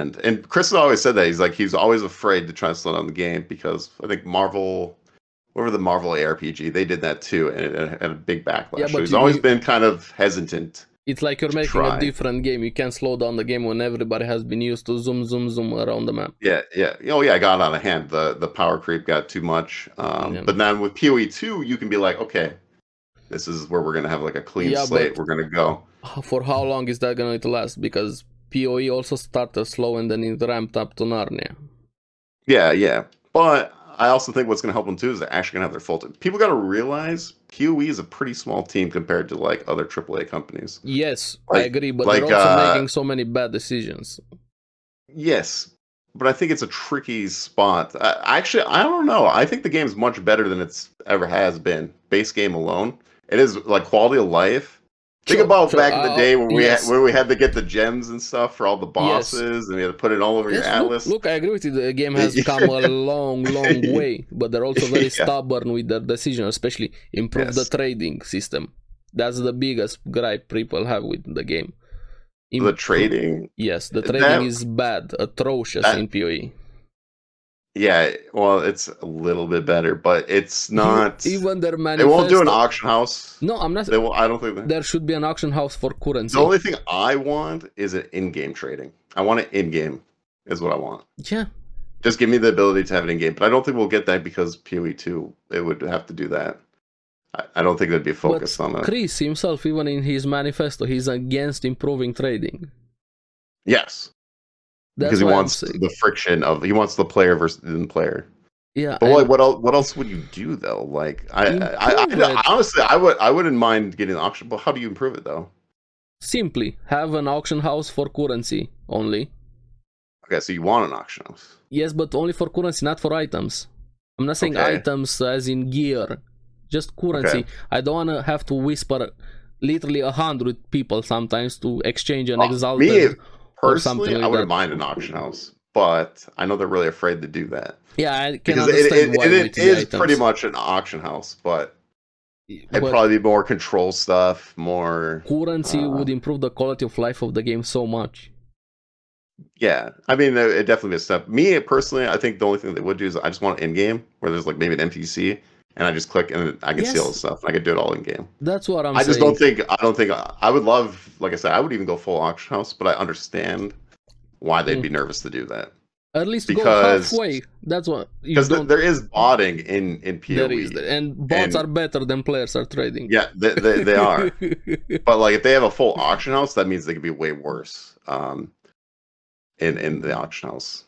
Speaker 2: And and Chris always said that he's like he's always afraid to try to slow down the game because I think Marvel whatever the Marvel ARPG, they did that too and it had a big backlash.
Speaker 1: Yeah,
Speaker 2: so
Speaker 1: but E
Speaker 2: he's
Speaker 1: you-
Speaker 2: always
Speaker 1: you-
Speaker 2: been kind of hesitant.
Speaker 1: it's like you're
Speaker 2: To
Speaker 1: making
Speaker 2: try.
Speaker 1: a different game you can slow down the game when everybody has been used to zoom zoom zoom around the map
Speaker 2: Yeah, yeah. Oh yeah, I got out of hand. The the power creep got too much. Um
Speaker 1: Yeah.
Speaker 2: but then with PoE two you can be like, okay, this is where we're gonna have like a clean
Speaker 1: Yeah,
Speaker 2: slate,
Speaker 1: but-
Speaker 2: we're gonna go.
Speaker 1: for how long is that going to last because poe also started slow and then it ramped up to narnia
Speaker 2: Yeah, yeah. But I also think what's going to help them too is they're actually going to have their full team. People got to realize QE is a pretty small team compared to like other AAA companies.
Speaker 1: yes i
Speaker 2: Like-
Speaker 1: agree but
Speaker 2: like,
Speaker 1: they're also
Speaker 2: uh,
Speaker 1: making so many bad decisions
Speaker 2: Yes, but I think it's a tricky spot. I, actually, I don't know. I think the game's much better than it's ever has been. Base game alone, it is like quality of life. Think
Speaker 1: Sure,
Speaker 2: about
Speaker 1: sure,
Speaker 2: back in the
Speaker 1: uh,
Speaker 2: day when we
Speaker 1: yes.
Speaker 2: had, where we had to get the gems and stuff for all the bosses, and we had to put it all over
Speaker 1: Yes,
Speaker 2: your
Speaker 1: look-
Speaker 2: atlas.
Speaker 1: look, i agree with you the game
Speaker 2: [LAUGHS]
Speaker 1: has come a long long way but they're also very
Speaker 2: Yeah.
Speaker 1: stubborn with their decision especially improve
Speaker 2: Yes.
Speaker 1: the trading system that's the biggest gripe people have with the game
Speaker 2: the
Speaker 1: Improve-
Speaker 2: trading,
Speaker 1: Yes, the
Speaker 2: That-
Speaker 1: trading is bad, atrocious
Speaker 2: that-
Speaker 1: in E. PoE.
Speaker 2: Yeah, well, it's a little bit better, but it's not.
Speaker 1: even their
Speaker 2: they
Speaker 1: manifesto.
Speaker 2: won't do an auction house.
Speaker 1: No, I'm not.
Speaker 2: They will. I don't think they,
Speaker 1: There should be an auction house for currency.
Speaker 2: the only thing I want is an in-game trading. I want it in-game is what I want.
Speaker 1: Yeah,
Speaker 2: Just give me the ability to have it in-game, but I don't think we'll get that because PoE two it would have to do that. I, I don't think they'd be focused on that.
Speaker 1: Chris himself, even in his manifesto, he's against improving trading.
Speaker 2: yes,
Speaker 1: That's
Speaker 2: because he
Speaker 1: why I'm
Speaker 2: wants
Speaker 1: saying-
Speaker 2: the friction of he wants the player versus the player.
Speaker 1: Yeah,
Speaker 2: But
Speaker 1: and
Speaker 2: like, what else? What else would you do though? Like, I, I, I,
Speaker 1: Improve it.
Speaker 2: I honestly, I would, I wouldn't mind getting an auction. But how do you improve it though?
Speaker 1: simply have an auction house for currency only.
Speaker 2: Okay, so you want an auction house.
Speaker 1: Yes, but only for currency, not for items. I'm not saying
Speaker 2: Okay.
Speaker 1: items as in gear, just currency. I don't wanna have to whisper literally a hundred people sometimes to exchange an
Speaker 2: Uh,
Speaker 1: exalted.
Speaker 2: Me
Speaker 1: or something
Speaker 2: personally,
Speaker 1: like
Speaker 2: I wouldn't
Speaker 1: that.
Speaker 2: mind an auction house, but I know they're really afraid to do that
Speaker 1: Yeah, I can
Speaker 2: because it,
Speaker 1: understand
Speaker 2: it,
Speaker 1: why
Speaker 2: it-
Speaker 1: with
Speaker 2: it
Speaker 1: the
Speaker 2: is
Speaker 1: items.
Speaker 2: pretty much an auction house, but it'd
Speaker 1: But
Speaker 2: probably be more control stuff, more.
Speaker 1: currency
Speaker 2: uh,
Speaker 1: would improve the quality of life of the game so much.
Speaker 2: Yeah, I mean, it, it definitely be a step. Me personally, I think the only thing they would do is I just want in game where there's like maybe an NPC, and I just click and I can see all
Speaker 1: Yes.
Speaker 2: the stuff, and I can do it all in game.
Speaker 1: That's what I'm
Speaker 2: i just
Speaker 1: saying.
Speaker 2: don't think I don't think I would
Speaker 1: Hmm.
Speaker 2: love, like I said, I would even go full auction house, but I understand why they'd be nervous to do that.
Speaker 1: At least
Speaker 2: Because-
Speaker 1: go halfway. That's what you
Speaker 2: because
Speaker 1: don't.
Speaker 2: there is botting in in POE.
Speaker 1: there is, and bots
Speaker 2: And-
Speaker 1: are better than players are trading.
Speaker 2: Yeah, they, they,
Speaker 1: [LAUGHS]
Speaker 2: they are. but like if they have a full auction house, that means they could be way worse. Um, in in the auction house,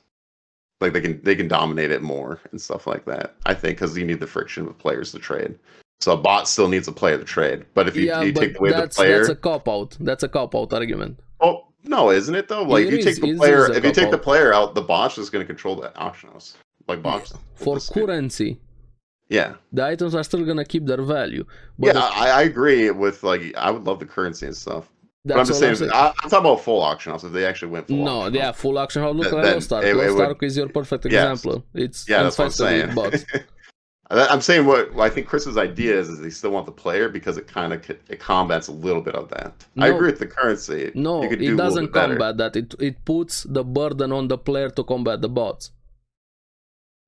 Speaker 2: like they can they can dominate it more and stuff like that. I think because you need the friction with players to trade. So a bot still needs a player to trade. But if you,
Speaker 1: yeah,
Speaker 2: you
Speaker 1: but
Speaker 2: take away the
Speaker 1: that's,
Speaker 2: player,
Speaker 1: that's a cop out. That's a cop out argument.
Speaker 2: oh no, isn't it though?
Speaker 1: It
Speaker 2: Like if you
Speaker 1: is-
Speaker 2: take
Speaker 1: it
Speaker 2: the
Speaker 1: is
Speaker 2: player,
Speaker 1: a
Speaker 2: if you take the
Speaker 1: couple.
Speaker 2: player out, the bot's is going to control the auction house. Like bots
Speaker 1: For currency,
Speaker 2: Yeah,
Speaker 1: the items are still gonna keep their value. But
Speaker 2: yeah,
Speaker 1: the-
Speaker 2: I, I agree with like I would love the currency and stuff. But I'm
Speaker 1: that's
Speaker 2: just
Speaker 1: all I'm
Speaker 2: saying,
Speaker 1: saying.
Speaker 2: I, I'm talking about full auction house. If they actually went full
Speaker 1: no,
Speaker 2: auction
Speaker 1: yeah,
Speaker 2: house.
Speaker 1: full auction house. Look
Speaker 2: Th-
Speaker 1: at
Speaker 2: then
Speaker 1: Lost Ark.
Speaker 2: it- it
Speaker 1: Lost
Speaker 2: would-
Speaker 1: Ark is your perfect
Speaker 2: Yes.
Speaker 1: example. It's
Speaker 2: yeah, that's what I'm
Speaker 1: infested with
Speaker 2: saying.
Speaker 1: [LAUGHS]
Speaker 2: [LAUGHS]
Speaker 1: bots.
Speaker 2: That- I'm saying what I think Chris's idea is is they still want the player because it kind of it combats a little bit of that. I
Speaker 1: No.
Speaker 2: agree with the currency.
Speaker 1: No,
Speaker 2: You could
Speaker 1: it
Speaker 2: do a little
Speaker 1: doesn't
Speaker 2: bit better.
Speaker 1: combat that. It it puts the burden on the player to combat the bots.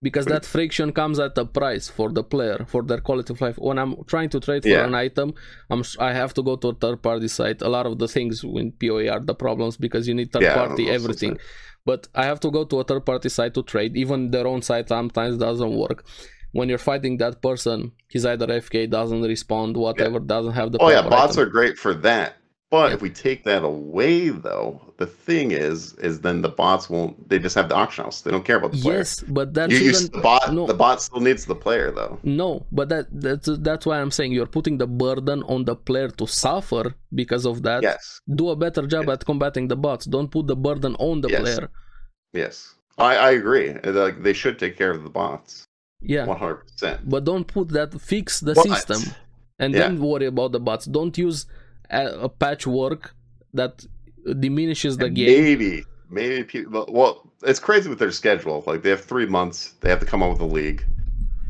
Speaker 1: Because
Speaker 2: But
Speaker 1: that friction comes at a price for the player, for their quality of life. When I'm trying to trade for
Speaker 2: Yeah.
Speaker 1: an item, I'm s- I have to go to a third party site. A lot of the things in PoE are the problems because you need third
Speaker 2: Yeah,
Speaker 1: party
Speaker 2: that's what I'm
Speaker 1: everything. But I have to go to a third party site to trade. Even their own site sometimes doesn't work. When you're fighting that person, he's either FK, doesn't respond, whatever, doesn't have the.
Speaker 2: Oh yeah,
Speaker 1: proper
Speaker 2: bots
Speaker 1: item.
Speaker 2: are great for that. But
Speaker 1: Yeah.
Speaker 2: if we take that away, though, the thing is, is then the bots won't. They just have the auction house. They don't care about the player.
Speaker 1: Yes, but that
Speaker 2: You, you,
Speaker 1: shouldn't.
Speaker 2: the bot,
Speaker 1: no.
Speaker 2: the bot still needs the player though.
Speaker 1: No, but that that's that's why I'm saying you're putting the burden on the player to suffer because of that.
Speaker 2: Yes,
Speaker 1: Do a better job
Speaker 2: Yes.
Speaker 1: at combating the bots. Don't put the burden on the
Speaker 2: Yes.
Speaker 1: player.
Speaker 2: yes, I, I agree. Like they should take care of the bots,
Speaker 1: Yeah.
Speaker 2: one hundred percent.
Speaker 1: But don't put that fix the
Speaker 2: But-
Speaker 1: system and
Speaker 2: Yeah.
Speaker 1: then worry about the bots. Don't use a, a patchwork that diminishes the game.
Speaker 2: Maybe, maybe people. Well, it's crazy with their schedule. Like they have three months. They have to come up with a league,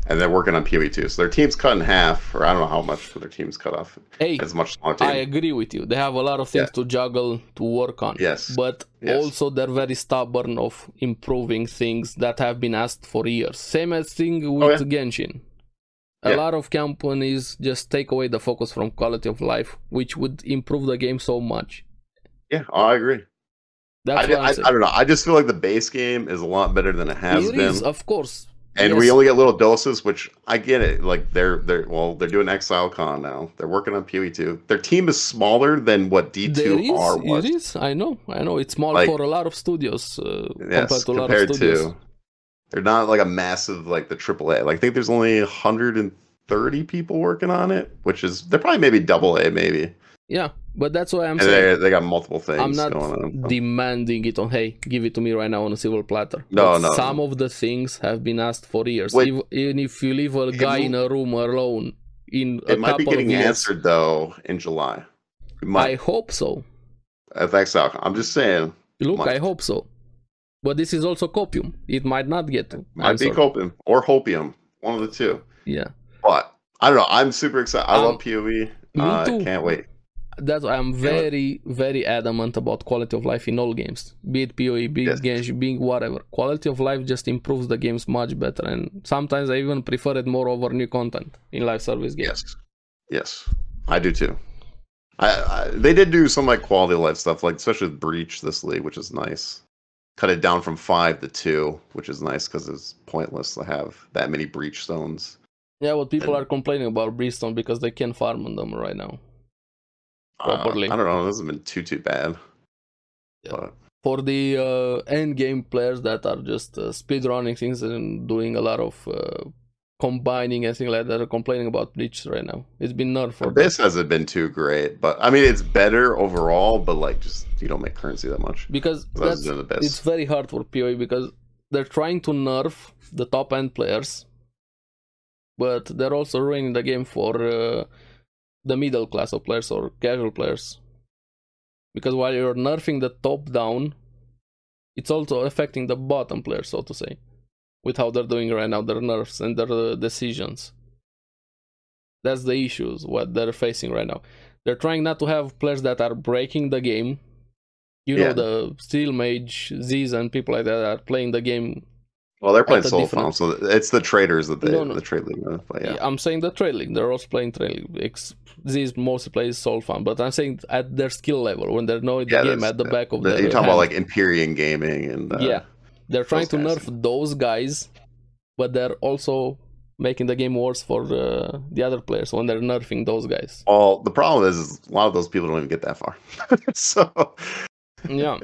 Speaker 2: and they're working on PoE two. So their team's cut in half, or I don't know how much their team's cut off.
Speaker 1: Hey,
Speaker 2: It's a much smaller team.
Speaker 1: I agree with you. They have a lot of things to juggle to work on.
Speaker 2: Yes.
Speaker 1: But
Speaker 2: Yes.
Speaker 1: also they're very stubborn of improving things that have been asked for years. Same as thing with
Speaker 2: Oh, yeah.
Speaker 1: Genshin. A
Speaker 2: Yeah.
Speaker 1: lot of companies just take away the focus from quality of life, which would improve the game so much.
Speaker 2: yeah, I agree. I,
Speaker 1: That's what
Speaker 2: I,
Speaker 1: I'm
Speaker 2: I
Speaker 1: saying.
Speaker 2: don't know. I just feel like the base game is a lot better than it has
Speaker 1: It
Speaker 2: been.
Speaker 1: is, of course.
Speaker 2: and
Speaker 1: yes.
Speaker 2: we only get little doses, which I get it. Like they're they're well, they're doing Exile Con now. They're working on PoE two. Their team is smaller than what D
Speaker 1: There
Speaker 2: two R
Speaker 1: is,
Speaker 2: was.
Speaker 1: it is. I know, I know. It's small
Speaker 2: Like-
Speaker 1: for a lot of studios uh,
Speaker 2: yes,
Speaker 1: compared to a lot
Speaker 2: compared
Speaker 1: of studios.
Speaker 2: to they're not like a massive like the AAA. Like I think there's only 130 people working on it, which is they're probably maybe double A maybe.
Speaker 1: Yeah, but that's why I'm
Speaker 2: and
Speaker 1: saying.
Speaker 2: they they got multiple things
Speaker 1: I'm not
Speaker 2: going on. so.
Speaker 1: demanding it on hey, give it to me right now on a silver platter.
Speaker 2: No,
Speaker 1: But
Speaker 2: no, no.
Speaker 1: Some of the things have been asked for years.
Speaker 2: Wait.
Speaker 1: Ev- even if you leave a guy in a room alone in a
Speaker 2: it might be
Speaker 1: couple of
Speaker 2: getting
Speaker 1: years,
Speaker 2: answered though in July. We
Speaker 1: I
Speaker 2: might.
Speaker 1: hope so.
Speaker 2: I, think so. I'm just saying,
Speaker 1: Look,
Speaker 2: Might.
Speaker 1: I hope so. But this is also copium. It might not get to.
Speaker 2: might be
Speaker 1: answered.
Speaker 2: Copium or Hopium, one of the two.
Speaker 1: yeah,
Speaker 2: But I don't know. I'm super excited. I
Speaker 1: Um,
Speaker 2: love PoE.
Speaker 1: me
Speaker 2: Uh,
Speaker 1: too.
Speaker 2: Can't wait.
Speaker 1: that's why I'm very, very adamant about quality of life in all games, be it PoE, be
Speaker 2: Yes.
Speaker 1: it Genshin, be it whatever. Quality of life just improves the games much better, and sometimes I even prefer it more over new content in live service games.
Speaker 2: Yes, yes, I do too. I, I they did do some like quality of life stuff, like especially with Breach this league, which is nice. Cut it down from five to two, which is nice because it's pointless to have that many Breach stones.
Speaker 1: Yeah, what people
Speaker 2: And-
Speaker 1: are complaining about Bristol because they can't farm on them right now.
Speaker 2: Uh,
Speaker 1: Properly.
Speaker 2: I don't know. It hasn't been too too bad.
Speaker 1: Yeah.
Speaker 2: But
Speaker 1: For the uh, end game players that are just uh, speedrunning things and doing a lot of uh, combining and things like that, are complaining about Bleach right now. It's been nerfed for this
Speaker 2: this hasn't been too great. But I mean, it's better overall. But like, just you don't make currency that much.
Speaker 1: because
Speaker 2: That was
Speaker 1: that's
Speaker 2: the best.
Speaker 1: it's very hard for PoE because they're trying to nerf the top end players, but they're also ruining the game for uh, the middle class of players or casual players. Because while you're nerfing the top down, it's also affecting the bottom player, so to say, with how they're doing right now, their nerfs and their uh, decisions. That's the issues what they're facing right now. They're trying not to have players that are breaking the game. You
Speaker 2: Yeah.
Speaker 1: know the steel mage, Z's, and people like that are playing the game.
Speaker 2: Well, they're playing
Speaker 1: That's a
Speaker 2: Soul
Speaker 1: different-
Speaker 2: Found, so it's the traders that they
Speaker 1: No, no.
Speaker 2: the trade league. uh, But yeah,
Speaker 1: I'm saying the trail league. They're also playing trail league. Ex- Z's mostly plays soul fan, but I'm saying at their skill level when they're knowing the
Speaker 2: Yeah,
Speaker 1: game
Speaker 2: that's-
Speaker 1: at the
Speaker 2: yeah.
Speaker 1: back of
Speaker 2: you're
Speaker 1: their
Speaker 2: talking
Speaker 1: hand.
Speaker 2: about like Empyrean Gaming and uh,
Speaker 1: yeah They're trying to
Speaker 2: Those guys.
Speaker 1: nerf those guys, but they're also making the game worse for uh, the other players when they're nerfing those
Speaker 2: [LAUGHS]
Speaker 1: guys.
Speaker 2: Well, the problem is, is a lot of those people don't even get that far. [LAUGHS] so,
Speaker 1: Yeah,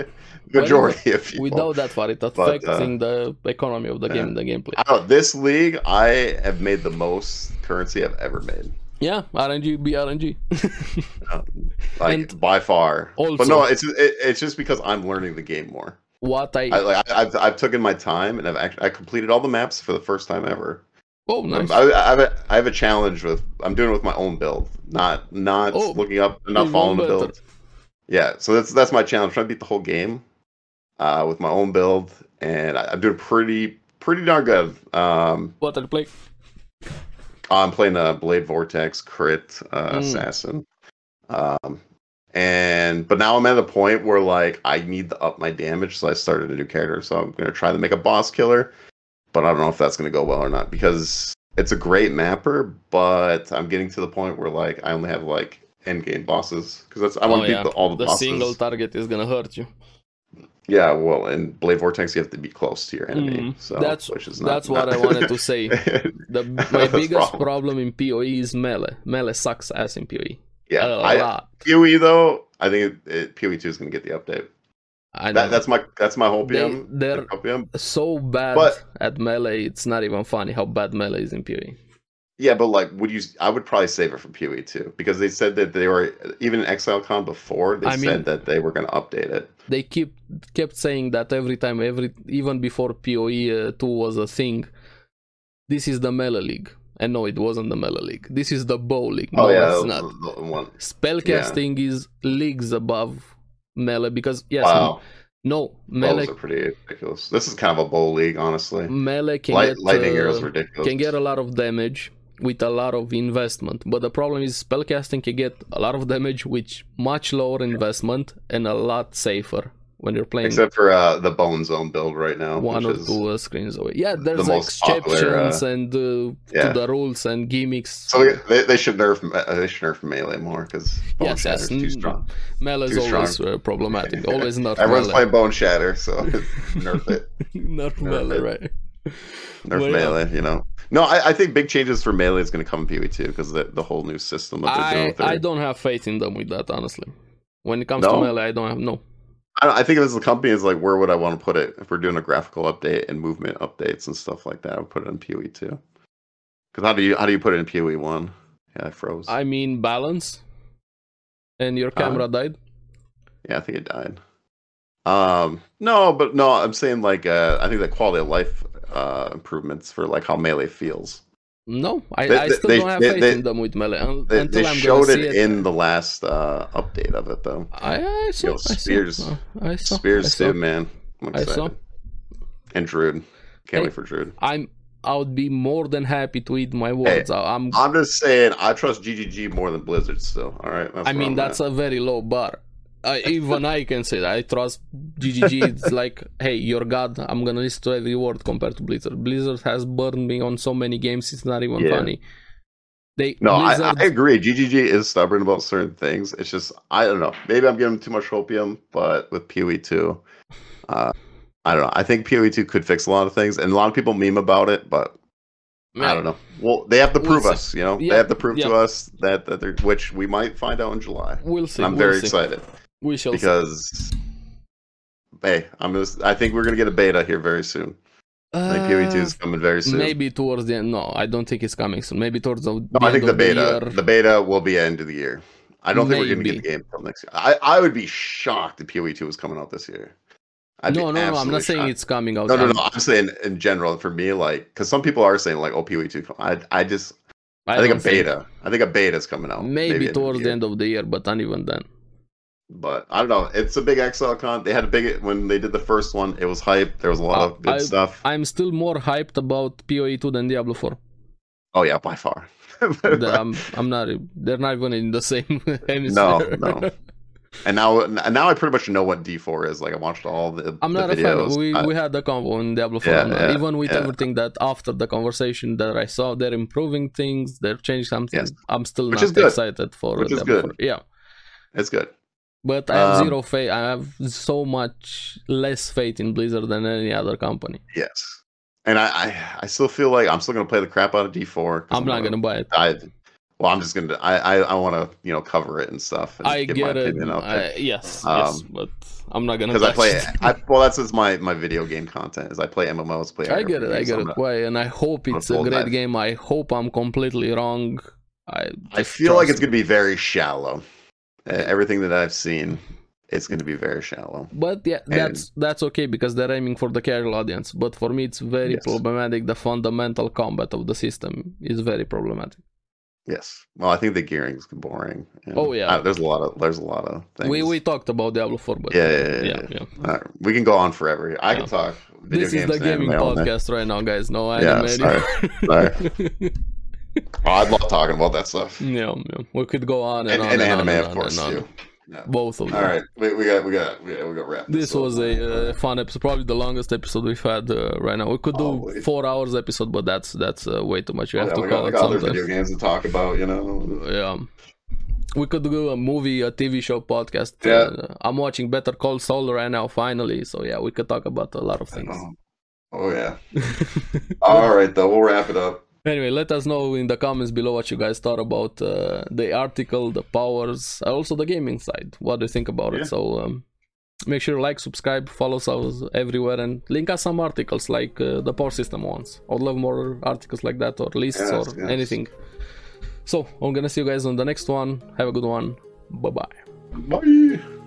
Speaker 2: majority of people.
Speaker 1: we know that far. It's
Speaker 2: uh,
Speaker 1: affecting the economy of the
Speaker 2: yeah.
Speaker 1: game and the gameplay.
Speaker 2: I don't, this league, I have made the most currency I've ever made, Um,
Speaker 1: Yeah, RNG, be RNG.
Speaker 2: like
Speaker 1: And
Speaker 2: by far. but no,
Speaker 1: also-
Speaker 2: it's it, it's just because I'm learning the game more.
Speaker 1: [LAUGHS] what I,
Speaker 2: I, like, I- I've I've taken my time and I've actually I completed all the maps for the first time ever.
Speaker 1: oh
Speaker 2: I'm-
Speaker 1: nice.
Speaker 2: I, I have a, I have a challenge with I'm doing it with my own build, not not
Speaker 1: Oh,
Speaker 2: looking up, not
Speaker 1: even
Speaker 2: following the
Speaker 1: better.
Speaker 2: build. Yeah, so that's that's my challenge. Trying to beat the whole game uh, with my own build, and I, I'm doing pretty pretty darn good. Um, oh,
Speaker 1: What I play?
Speaker 2: I'm playing a Blade Vortex crit uh,
Speaker 1: Mm.
Speaker 2: assassin, um, and but now I'm at a point where like I need to up my damage, so I started a new character. So I'm gonna try to make a boss killer, but I don't know if that's gonna go well or not because it's a great mapper, but I'm getting to the point where like I only have like end game bosses because that's I want
Speaker 1: Oh,
Speaker 2: to beat
Speaker 1: yeah.
Speaker 2: the, all the,
Speaker 1: The
Speaker 2: bosses.
Speaker 1: single target is gonna hurt you.
Speaker 2: yeah, well, in Blade Vortex you have to be close to your enemy,
Speaker 1: Mm.
Speaker 2: so
Speaker 1: That's-
Speaker 2: which is not,
Speaker 1: That's what I
Speaker 2: [LAUGHS]
Speaker 1: wanted to say.
Speaker 2: to.
Speaker 1: The,
Speaker 2: That's
Speaker 1: my
Speaker 2: the
Speaker 1: biggest
Speaker 2: problem.
Speaker 1: problem in PoE is melee. Melee sucks ass in PoE.
Speaker 2: yeah,
Speaker 1: a
Speaker 2: I,
Speaker 1: lot.
Speaker 2: PoE though, I think it, it, PoE two is going to get the update.
Speaker 1: I
Speaker 2: That,
Speaker 1: know.
Speaker 2: that's my that's my whole E.
Speaker 1: they,
Speaker 2: PM.
Speaker 1: they're
Speaker 2: PM.
Speaker 1: so bad
Speaker 2: But-
Speaker 1: at melee. It's not even funny how bad melee is in E. PoE.
Speaker 2: Yeah, but like, would you? I would probably save it for PoE two because they said that they were even in ExileCon before they
Speaker 1: I
Speaker 2: said
Speaker 1: mean-
Speaker 2: that they were going to update it.
Speaker 1: They keep kept saying that every time, every even before PoE uh, two was a thing. This is the melee league, and no, it wasn't the melee league. This is the bow league. No,
Speaker 2: oh yeah,
Speaker 1: it's
Speaker 2: that
Speaker 1: not.
Speaker 2: was the- the one.
Speaker 1: Spellcasting is leagues above melee because yes,
Speaker 2: wow,
Speaker 1: no melee
Speaker 2: those are pretty ridiculous. This is kind of a bowl league, honestly.
Speaker 1: melee can
Speaker 2: Light,
Speaker 1: get
Speaker 2: lightning
Speaker 1: uh,
Speaker 2: arrows are ridiculous.
Speaker 1: can get a lot of damage with a lot of investment. But the problem is spellcasting can get a lot of damage with much lower investment and a lot safer when you're playing
Speaker 2: Except for uh, the bone zone build right now,
Speaker 1: one or
Speaker 2: which is
Speaker 1: two uh, screens away. Yeah,
Speaker 2: the
Speaker 1: there's
Speaker 2: most
Speaker 1: exceptions
Speaker 2: popular, uh,
Speaker 1: and uh,
Speaker 2: yeah.
Speaker 1: to the rules and gimmicks.
Speaker 2: so they, they should nerf me- they should nerf melee more because bone
Speaker 1: Yes, yes. Mm.
Speaker 2: shatter's too strong.
Speaker 1: melee is
Speaker 2: Too
Speaker 1: always uh, problematic. Always not
Speaker 2: Everyone's
Speaker 1: melee. [LAUGHS]
Speaker 2: playing bone shatter, so nerf it.
Speaker 1: not
Speaker 2: Nerf
Speaker 1: melee,
Speaker 2: it.
Speaker 1: right?
Speaker 2: Nerf
Speaker 1: Well, yeah.
Speaker 2: melee, you know. No, I, I think big changes for melee is going to come in PoE two because the, the whole new system that they're doing.
Speaker 1: I,
Speaker 2: With their,
Speaker 1: I don't have faith in them with that, honestly. When it comes to
Speaker 2: No?
Speaker 1: melee, I don't have no.
Speaker 2: I, don't, I think as a company is like, where would I want to put it if we're doing a graphical update and movement updates and stuff like that? I would put it in PoE two. Because how do you how do you put it in PoE one? Yeah, I froze.
Speaker 1: I mean balance. And your
Speaker 2: Uh,
Speaker 1: camera died.
Speaker 2: yeah, I think it died. Um, no, but no, I'm saying like uh, I think the quality of life uh, improvements for like how melee feels.
Speaker 1: No, I,
Speaker 2: They-
Speaker 1: I
Speaker 2: they-
Speaker 1: still
Speaker 2: they-
Speaker 1: don't have
Speaker 2: they-
Speaker 1: faith
Speaker 2: they-
Speaker 1: in them with melee un-
Speaker 2: They,
Speaker 1: until
Speaker 2: they
Speaker 1: I'm
Speaker 2: showed
Speaker 1: gonna see it.
Speaker 2: it in the last uh, update of it though.
Speaker 1: I, I saw,
Speaker 2: Yo,
Speaker 1: I saw,
Speaker 2: Spears-
Speaker 1: uh, I saw, I
Speaker 2: Spears
Speaker 1: saw.
Speaker 2: too, man. I'm
Speaker 1: I
Speaker 2: excited.
Speaker 1: saw.
Speaker 2: And Drude. Can't
Speaker 1: Hey.
Speaker 2: wait for Drude.
Speaker 1: I'm. I would be more than happy to eat my words. I, I'm.
Speaker 2: I'm just saying, I trust GGG more than Blizzard still. All right. That's
Speaker 1: I mean, that's a very low bar. I, even I can say that. I trust GGG.
Speaker 2: [LAUGHS]
Speaker 1: It's like, hey, you're God. I'm gonna listen to every word compared to Blizzard. Blizzard has burned me on so many games. It's not even
Speaker 2: Yeah.
Speaker 1: funny. They
Speaker 2: No, I,
Speaker 1: Blizzard,
Speaker 2: I agree. GGG is stubborn about certain things. It's just, I don't know. Maybe I'm giving them too much hopium, but with PoE 2, uh, I don't know. I think PoE 2 could fix a lot of things, and a lot of people meme about it, but I don't know. Well, they have to
Speaker 1: We'll
Speaker 2: prove
Speaker 1: see.
Speaker 2: us, you know?
Speaker 1: Yeah,
Speaker 2: they have to prove to
Speaker 1: yeah.
Speaker 2: us that, that they're, which we might find out in July.
Speaker 1: We'll see.
Speaker 2: And I'm
Speaker 1: we'll
Speaker 2: very
Speaker 1: see.
Speaker 2: excited.
Speaker 1: We shall see.
Speaker 2: because hey, I'm just, I think we're gonna get a beta here very soon. I think PoE two is
Speaker 1: Uh,
Speaker 2: coming very soon.
Speaker 1: Maybe towards the end. No, I don't think it's coming soon. Maybe towards the.
Speaker 2: no,
Speaker 1: the
Speaker 2: I think
Speaker 1: end
Speaker 2: the
Speaker 1: of
Speaker 2: beta
Speaker 1: year.
Speaker 2: the, beta will be end of the year. I don't think we're gonna
Speaker 1: Maybe.
Speaker 2: get the game until next year. I, I would be shocked if PoE two was coming out this year. I'd
Speaker 1: no,
Speaker 2: be
Speaker 1: no, no. I'm
Speaker 2: absolutely
Speaker 1: not saying
Speaker 2: shocked.
Speaker 1: it's coming out.
Speaker 2: No, no,
Speaker 1: I'm-
Speaker 2: no. I'm saying in general for me, like, because some people are saying like, "Oh, PoE two." I, I just, I, think a
Speaker 1: don't
Speaker 2: beta. I think a beta is coming out.
Speaker 1: Maybe,
Speaker 2: end of
Speaker 1: towards the
Speaker 2: year.
Speaker 1: end of the year, but not even then.
Speaker 2: But I don't know. It's a big XL con. They had a big when they did the first one. It was hype. There was a lot
Speaker 1: I-
Speaker 2: of good
Speaker 1: I-
Speaker 2: stuff.
Speaker 1: I'm still more hyped about PoE 2 than Diablo
Speaker 2: [LAUGHS]
Speaker 1: 4.
Speaker 2: Oh yeah, by far. [LAUGHS]
Speaker 1: The- um, I'm, I'm not. They're not even in the same [LAUGHS] hemisphere.
Speaker 2: no, no.
Speaker 1: [LAUGHS]
Speaker 2: And now, and now I pretty much know what D four is. Like I watched all the,
Speaker 1: I'm
Speaker 2: the
Speaker 1: not a
Speaker 2: videos.
Speaker 1: fan. We,
Speaker 2: I-
Speaker 1: we had the convo in Diablo 4.
Speaker 2: Yeah,
Speaker 1: I'm not-
Speaker 2: yeah,
Speaker 1: even with
Speaker 2: yeah.
Speaker 1: everything that after the conversation that I saw, they're improving things, they're changing something.
Speaker 2: Yes.
Speaker 1: I'm still
Speaker 2: Which
Speaker 1: not
Speaker 2: is good.
Speaker 1: excited for
Speaker 2: Which is
Speaker 1: Diablo
Speaker 2: good.
Speaker 1: 4. Yeah.
Speaker 2: it's good.
Speaker 1: But I have
Speaker 2: Um,
Speaker 1: zero faith. I have so much less faith in Blizzard than any other company.
Speaker 2: Yes. And I, I, I still feel like I'm still gonna play the crap out of D4. 'cause
Speaker 1: I'm not gonna buy it.
Speaker 2: dive. Well, I'm just gonna. I, I, I want to you know cover it and stuff. And
Speaker 1: I
Speaker 2: give
Speaker 1: get it.
Speaker 2: out there.
Speaker 1: I, yes,
Speaker 2: Um,
Speaker 1: yes, but I'm not gonna.
Speaker 2: because I
Speaker 1: touch
Speaker 2: play.
Speaker 1: it.
Speaker 2: I, well, that's just my my video game content. Is I play MMOs. Play.
Speaker 1: [LAUGHS] I get it. I
Speaker 2: RPGs,
Speaker 1: get
Speaker 2: I'm
Speaker 1: it.
Speaker 2: not-
Speaker 1: Why? And I hope
Speaker 2: I'm
Speaker 1: it's a
Speaker 2: full
Speaker 1: great
Speaker 2: dive.
Speaker 1: game. I hope I'm completely wrong. I
Speaker 2: I feel like it's gonna be very shallow. Uh, everything that I've seen, it's gonna be very shallow.
Speaker 1: But yeah, that's that's okay because they're aiming for the casual audience. But for me, it's very
Speaker 2: Yes.
Speaker 1: problematic. The fundamental combat of the system is very problematic.
Speaker 2: Yes. Well, I think the gearing's boring. and
Speaker 1: Oh, yeah.
Speaker 2: I- there's a lot of there's a lot of things.
Speaker 1: We we talked about Diablo 4, but
Speaker 2: Yeah, yeah, yeah,
Speaker 1: yeah.
Speaker 2: yeah. All right, we can go on forever. I
Speaker 1: Yeah.
Speaker 2: can talk. Video
Speaker 1: This is the
Speaker 2: games and anime
Speaker 1: gaming
Speaker 2: all night.
Speaker 1: podcast right now, guys. No
Speaker 2: Yeah,
Speaker 1: anime.
Speaker 2: sorry. Sorry. Oh, I love talking about that stuff.
Speaker 1: [LAUGHS] yeah, yeah, we could go on and,
Speaker 2: and,
Speaker 1: on
Speaker 2: and
Speaker 1: and on
Speaker 2: anime,
Speaker 1: and
Speaker 2: of
Speaker 1: on
Speaker 2: course,
Speaker 1: and on.
Speaker 2: too. Yeah.
Speaker 1: Both of them.
Speaker 2: All right, we, we got we got we got, we got wrap.
Speaker 1: This
Speaker 2: up.
Speaker 1: was a uh, fun episode, probably the longest episode we've had uh, right now. We could do
Speaker 2: Probably.
Speaker 1: four hours episode, but that's that's uh, way too much. We have
Speaker 2: Yeah,
Speaker 1: to
Speaker 2: we got,
Speaker 1: call
Speaker 2: we
Speaker 1: it
Speaker 2: got other video
Speaker 1: sometimes.
Speaker 2: games to talk about, you know.
Speaker 1: Yeah, we could do a movie, a TV show, podcast.
Speaker 2: Yeah.
Speaker 1: Uh, I'm watching Better Call Saul right now, finally. So yeah, we could talk about a lot of things.
Speaker 2: Oh, oh,
Speaker 1: [LAUGHS]
Speaker 2: yeah. All right, though, we'll wrap it up.
Speaker 1: Anyway, let us know in the comments below what you guys thought about uh, the article, the powers, and also the gaming side. What do you think about
Speaker 2: Yeah.
Speaker 1: it? So um, make sure to like, subscribe, follow us everywhere, and link us some articles like uh, the power system ones. I'd love more articles like that, or lists,
Speaker 2: Yes,
Speaker 1: or
Speaker 2: yes.
Speaker 1: anything. So I'm gonna see you guys on the next one. Have a good one. Bye bye.
Speaker 2: Bye.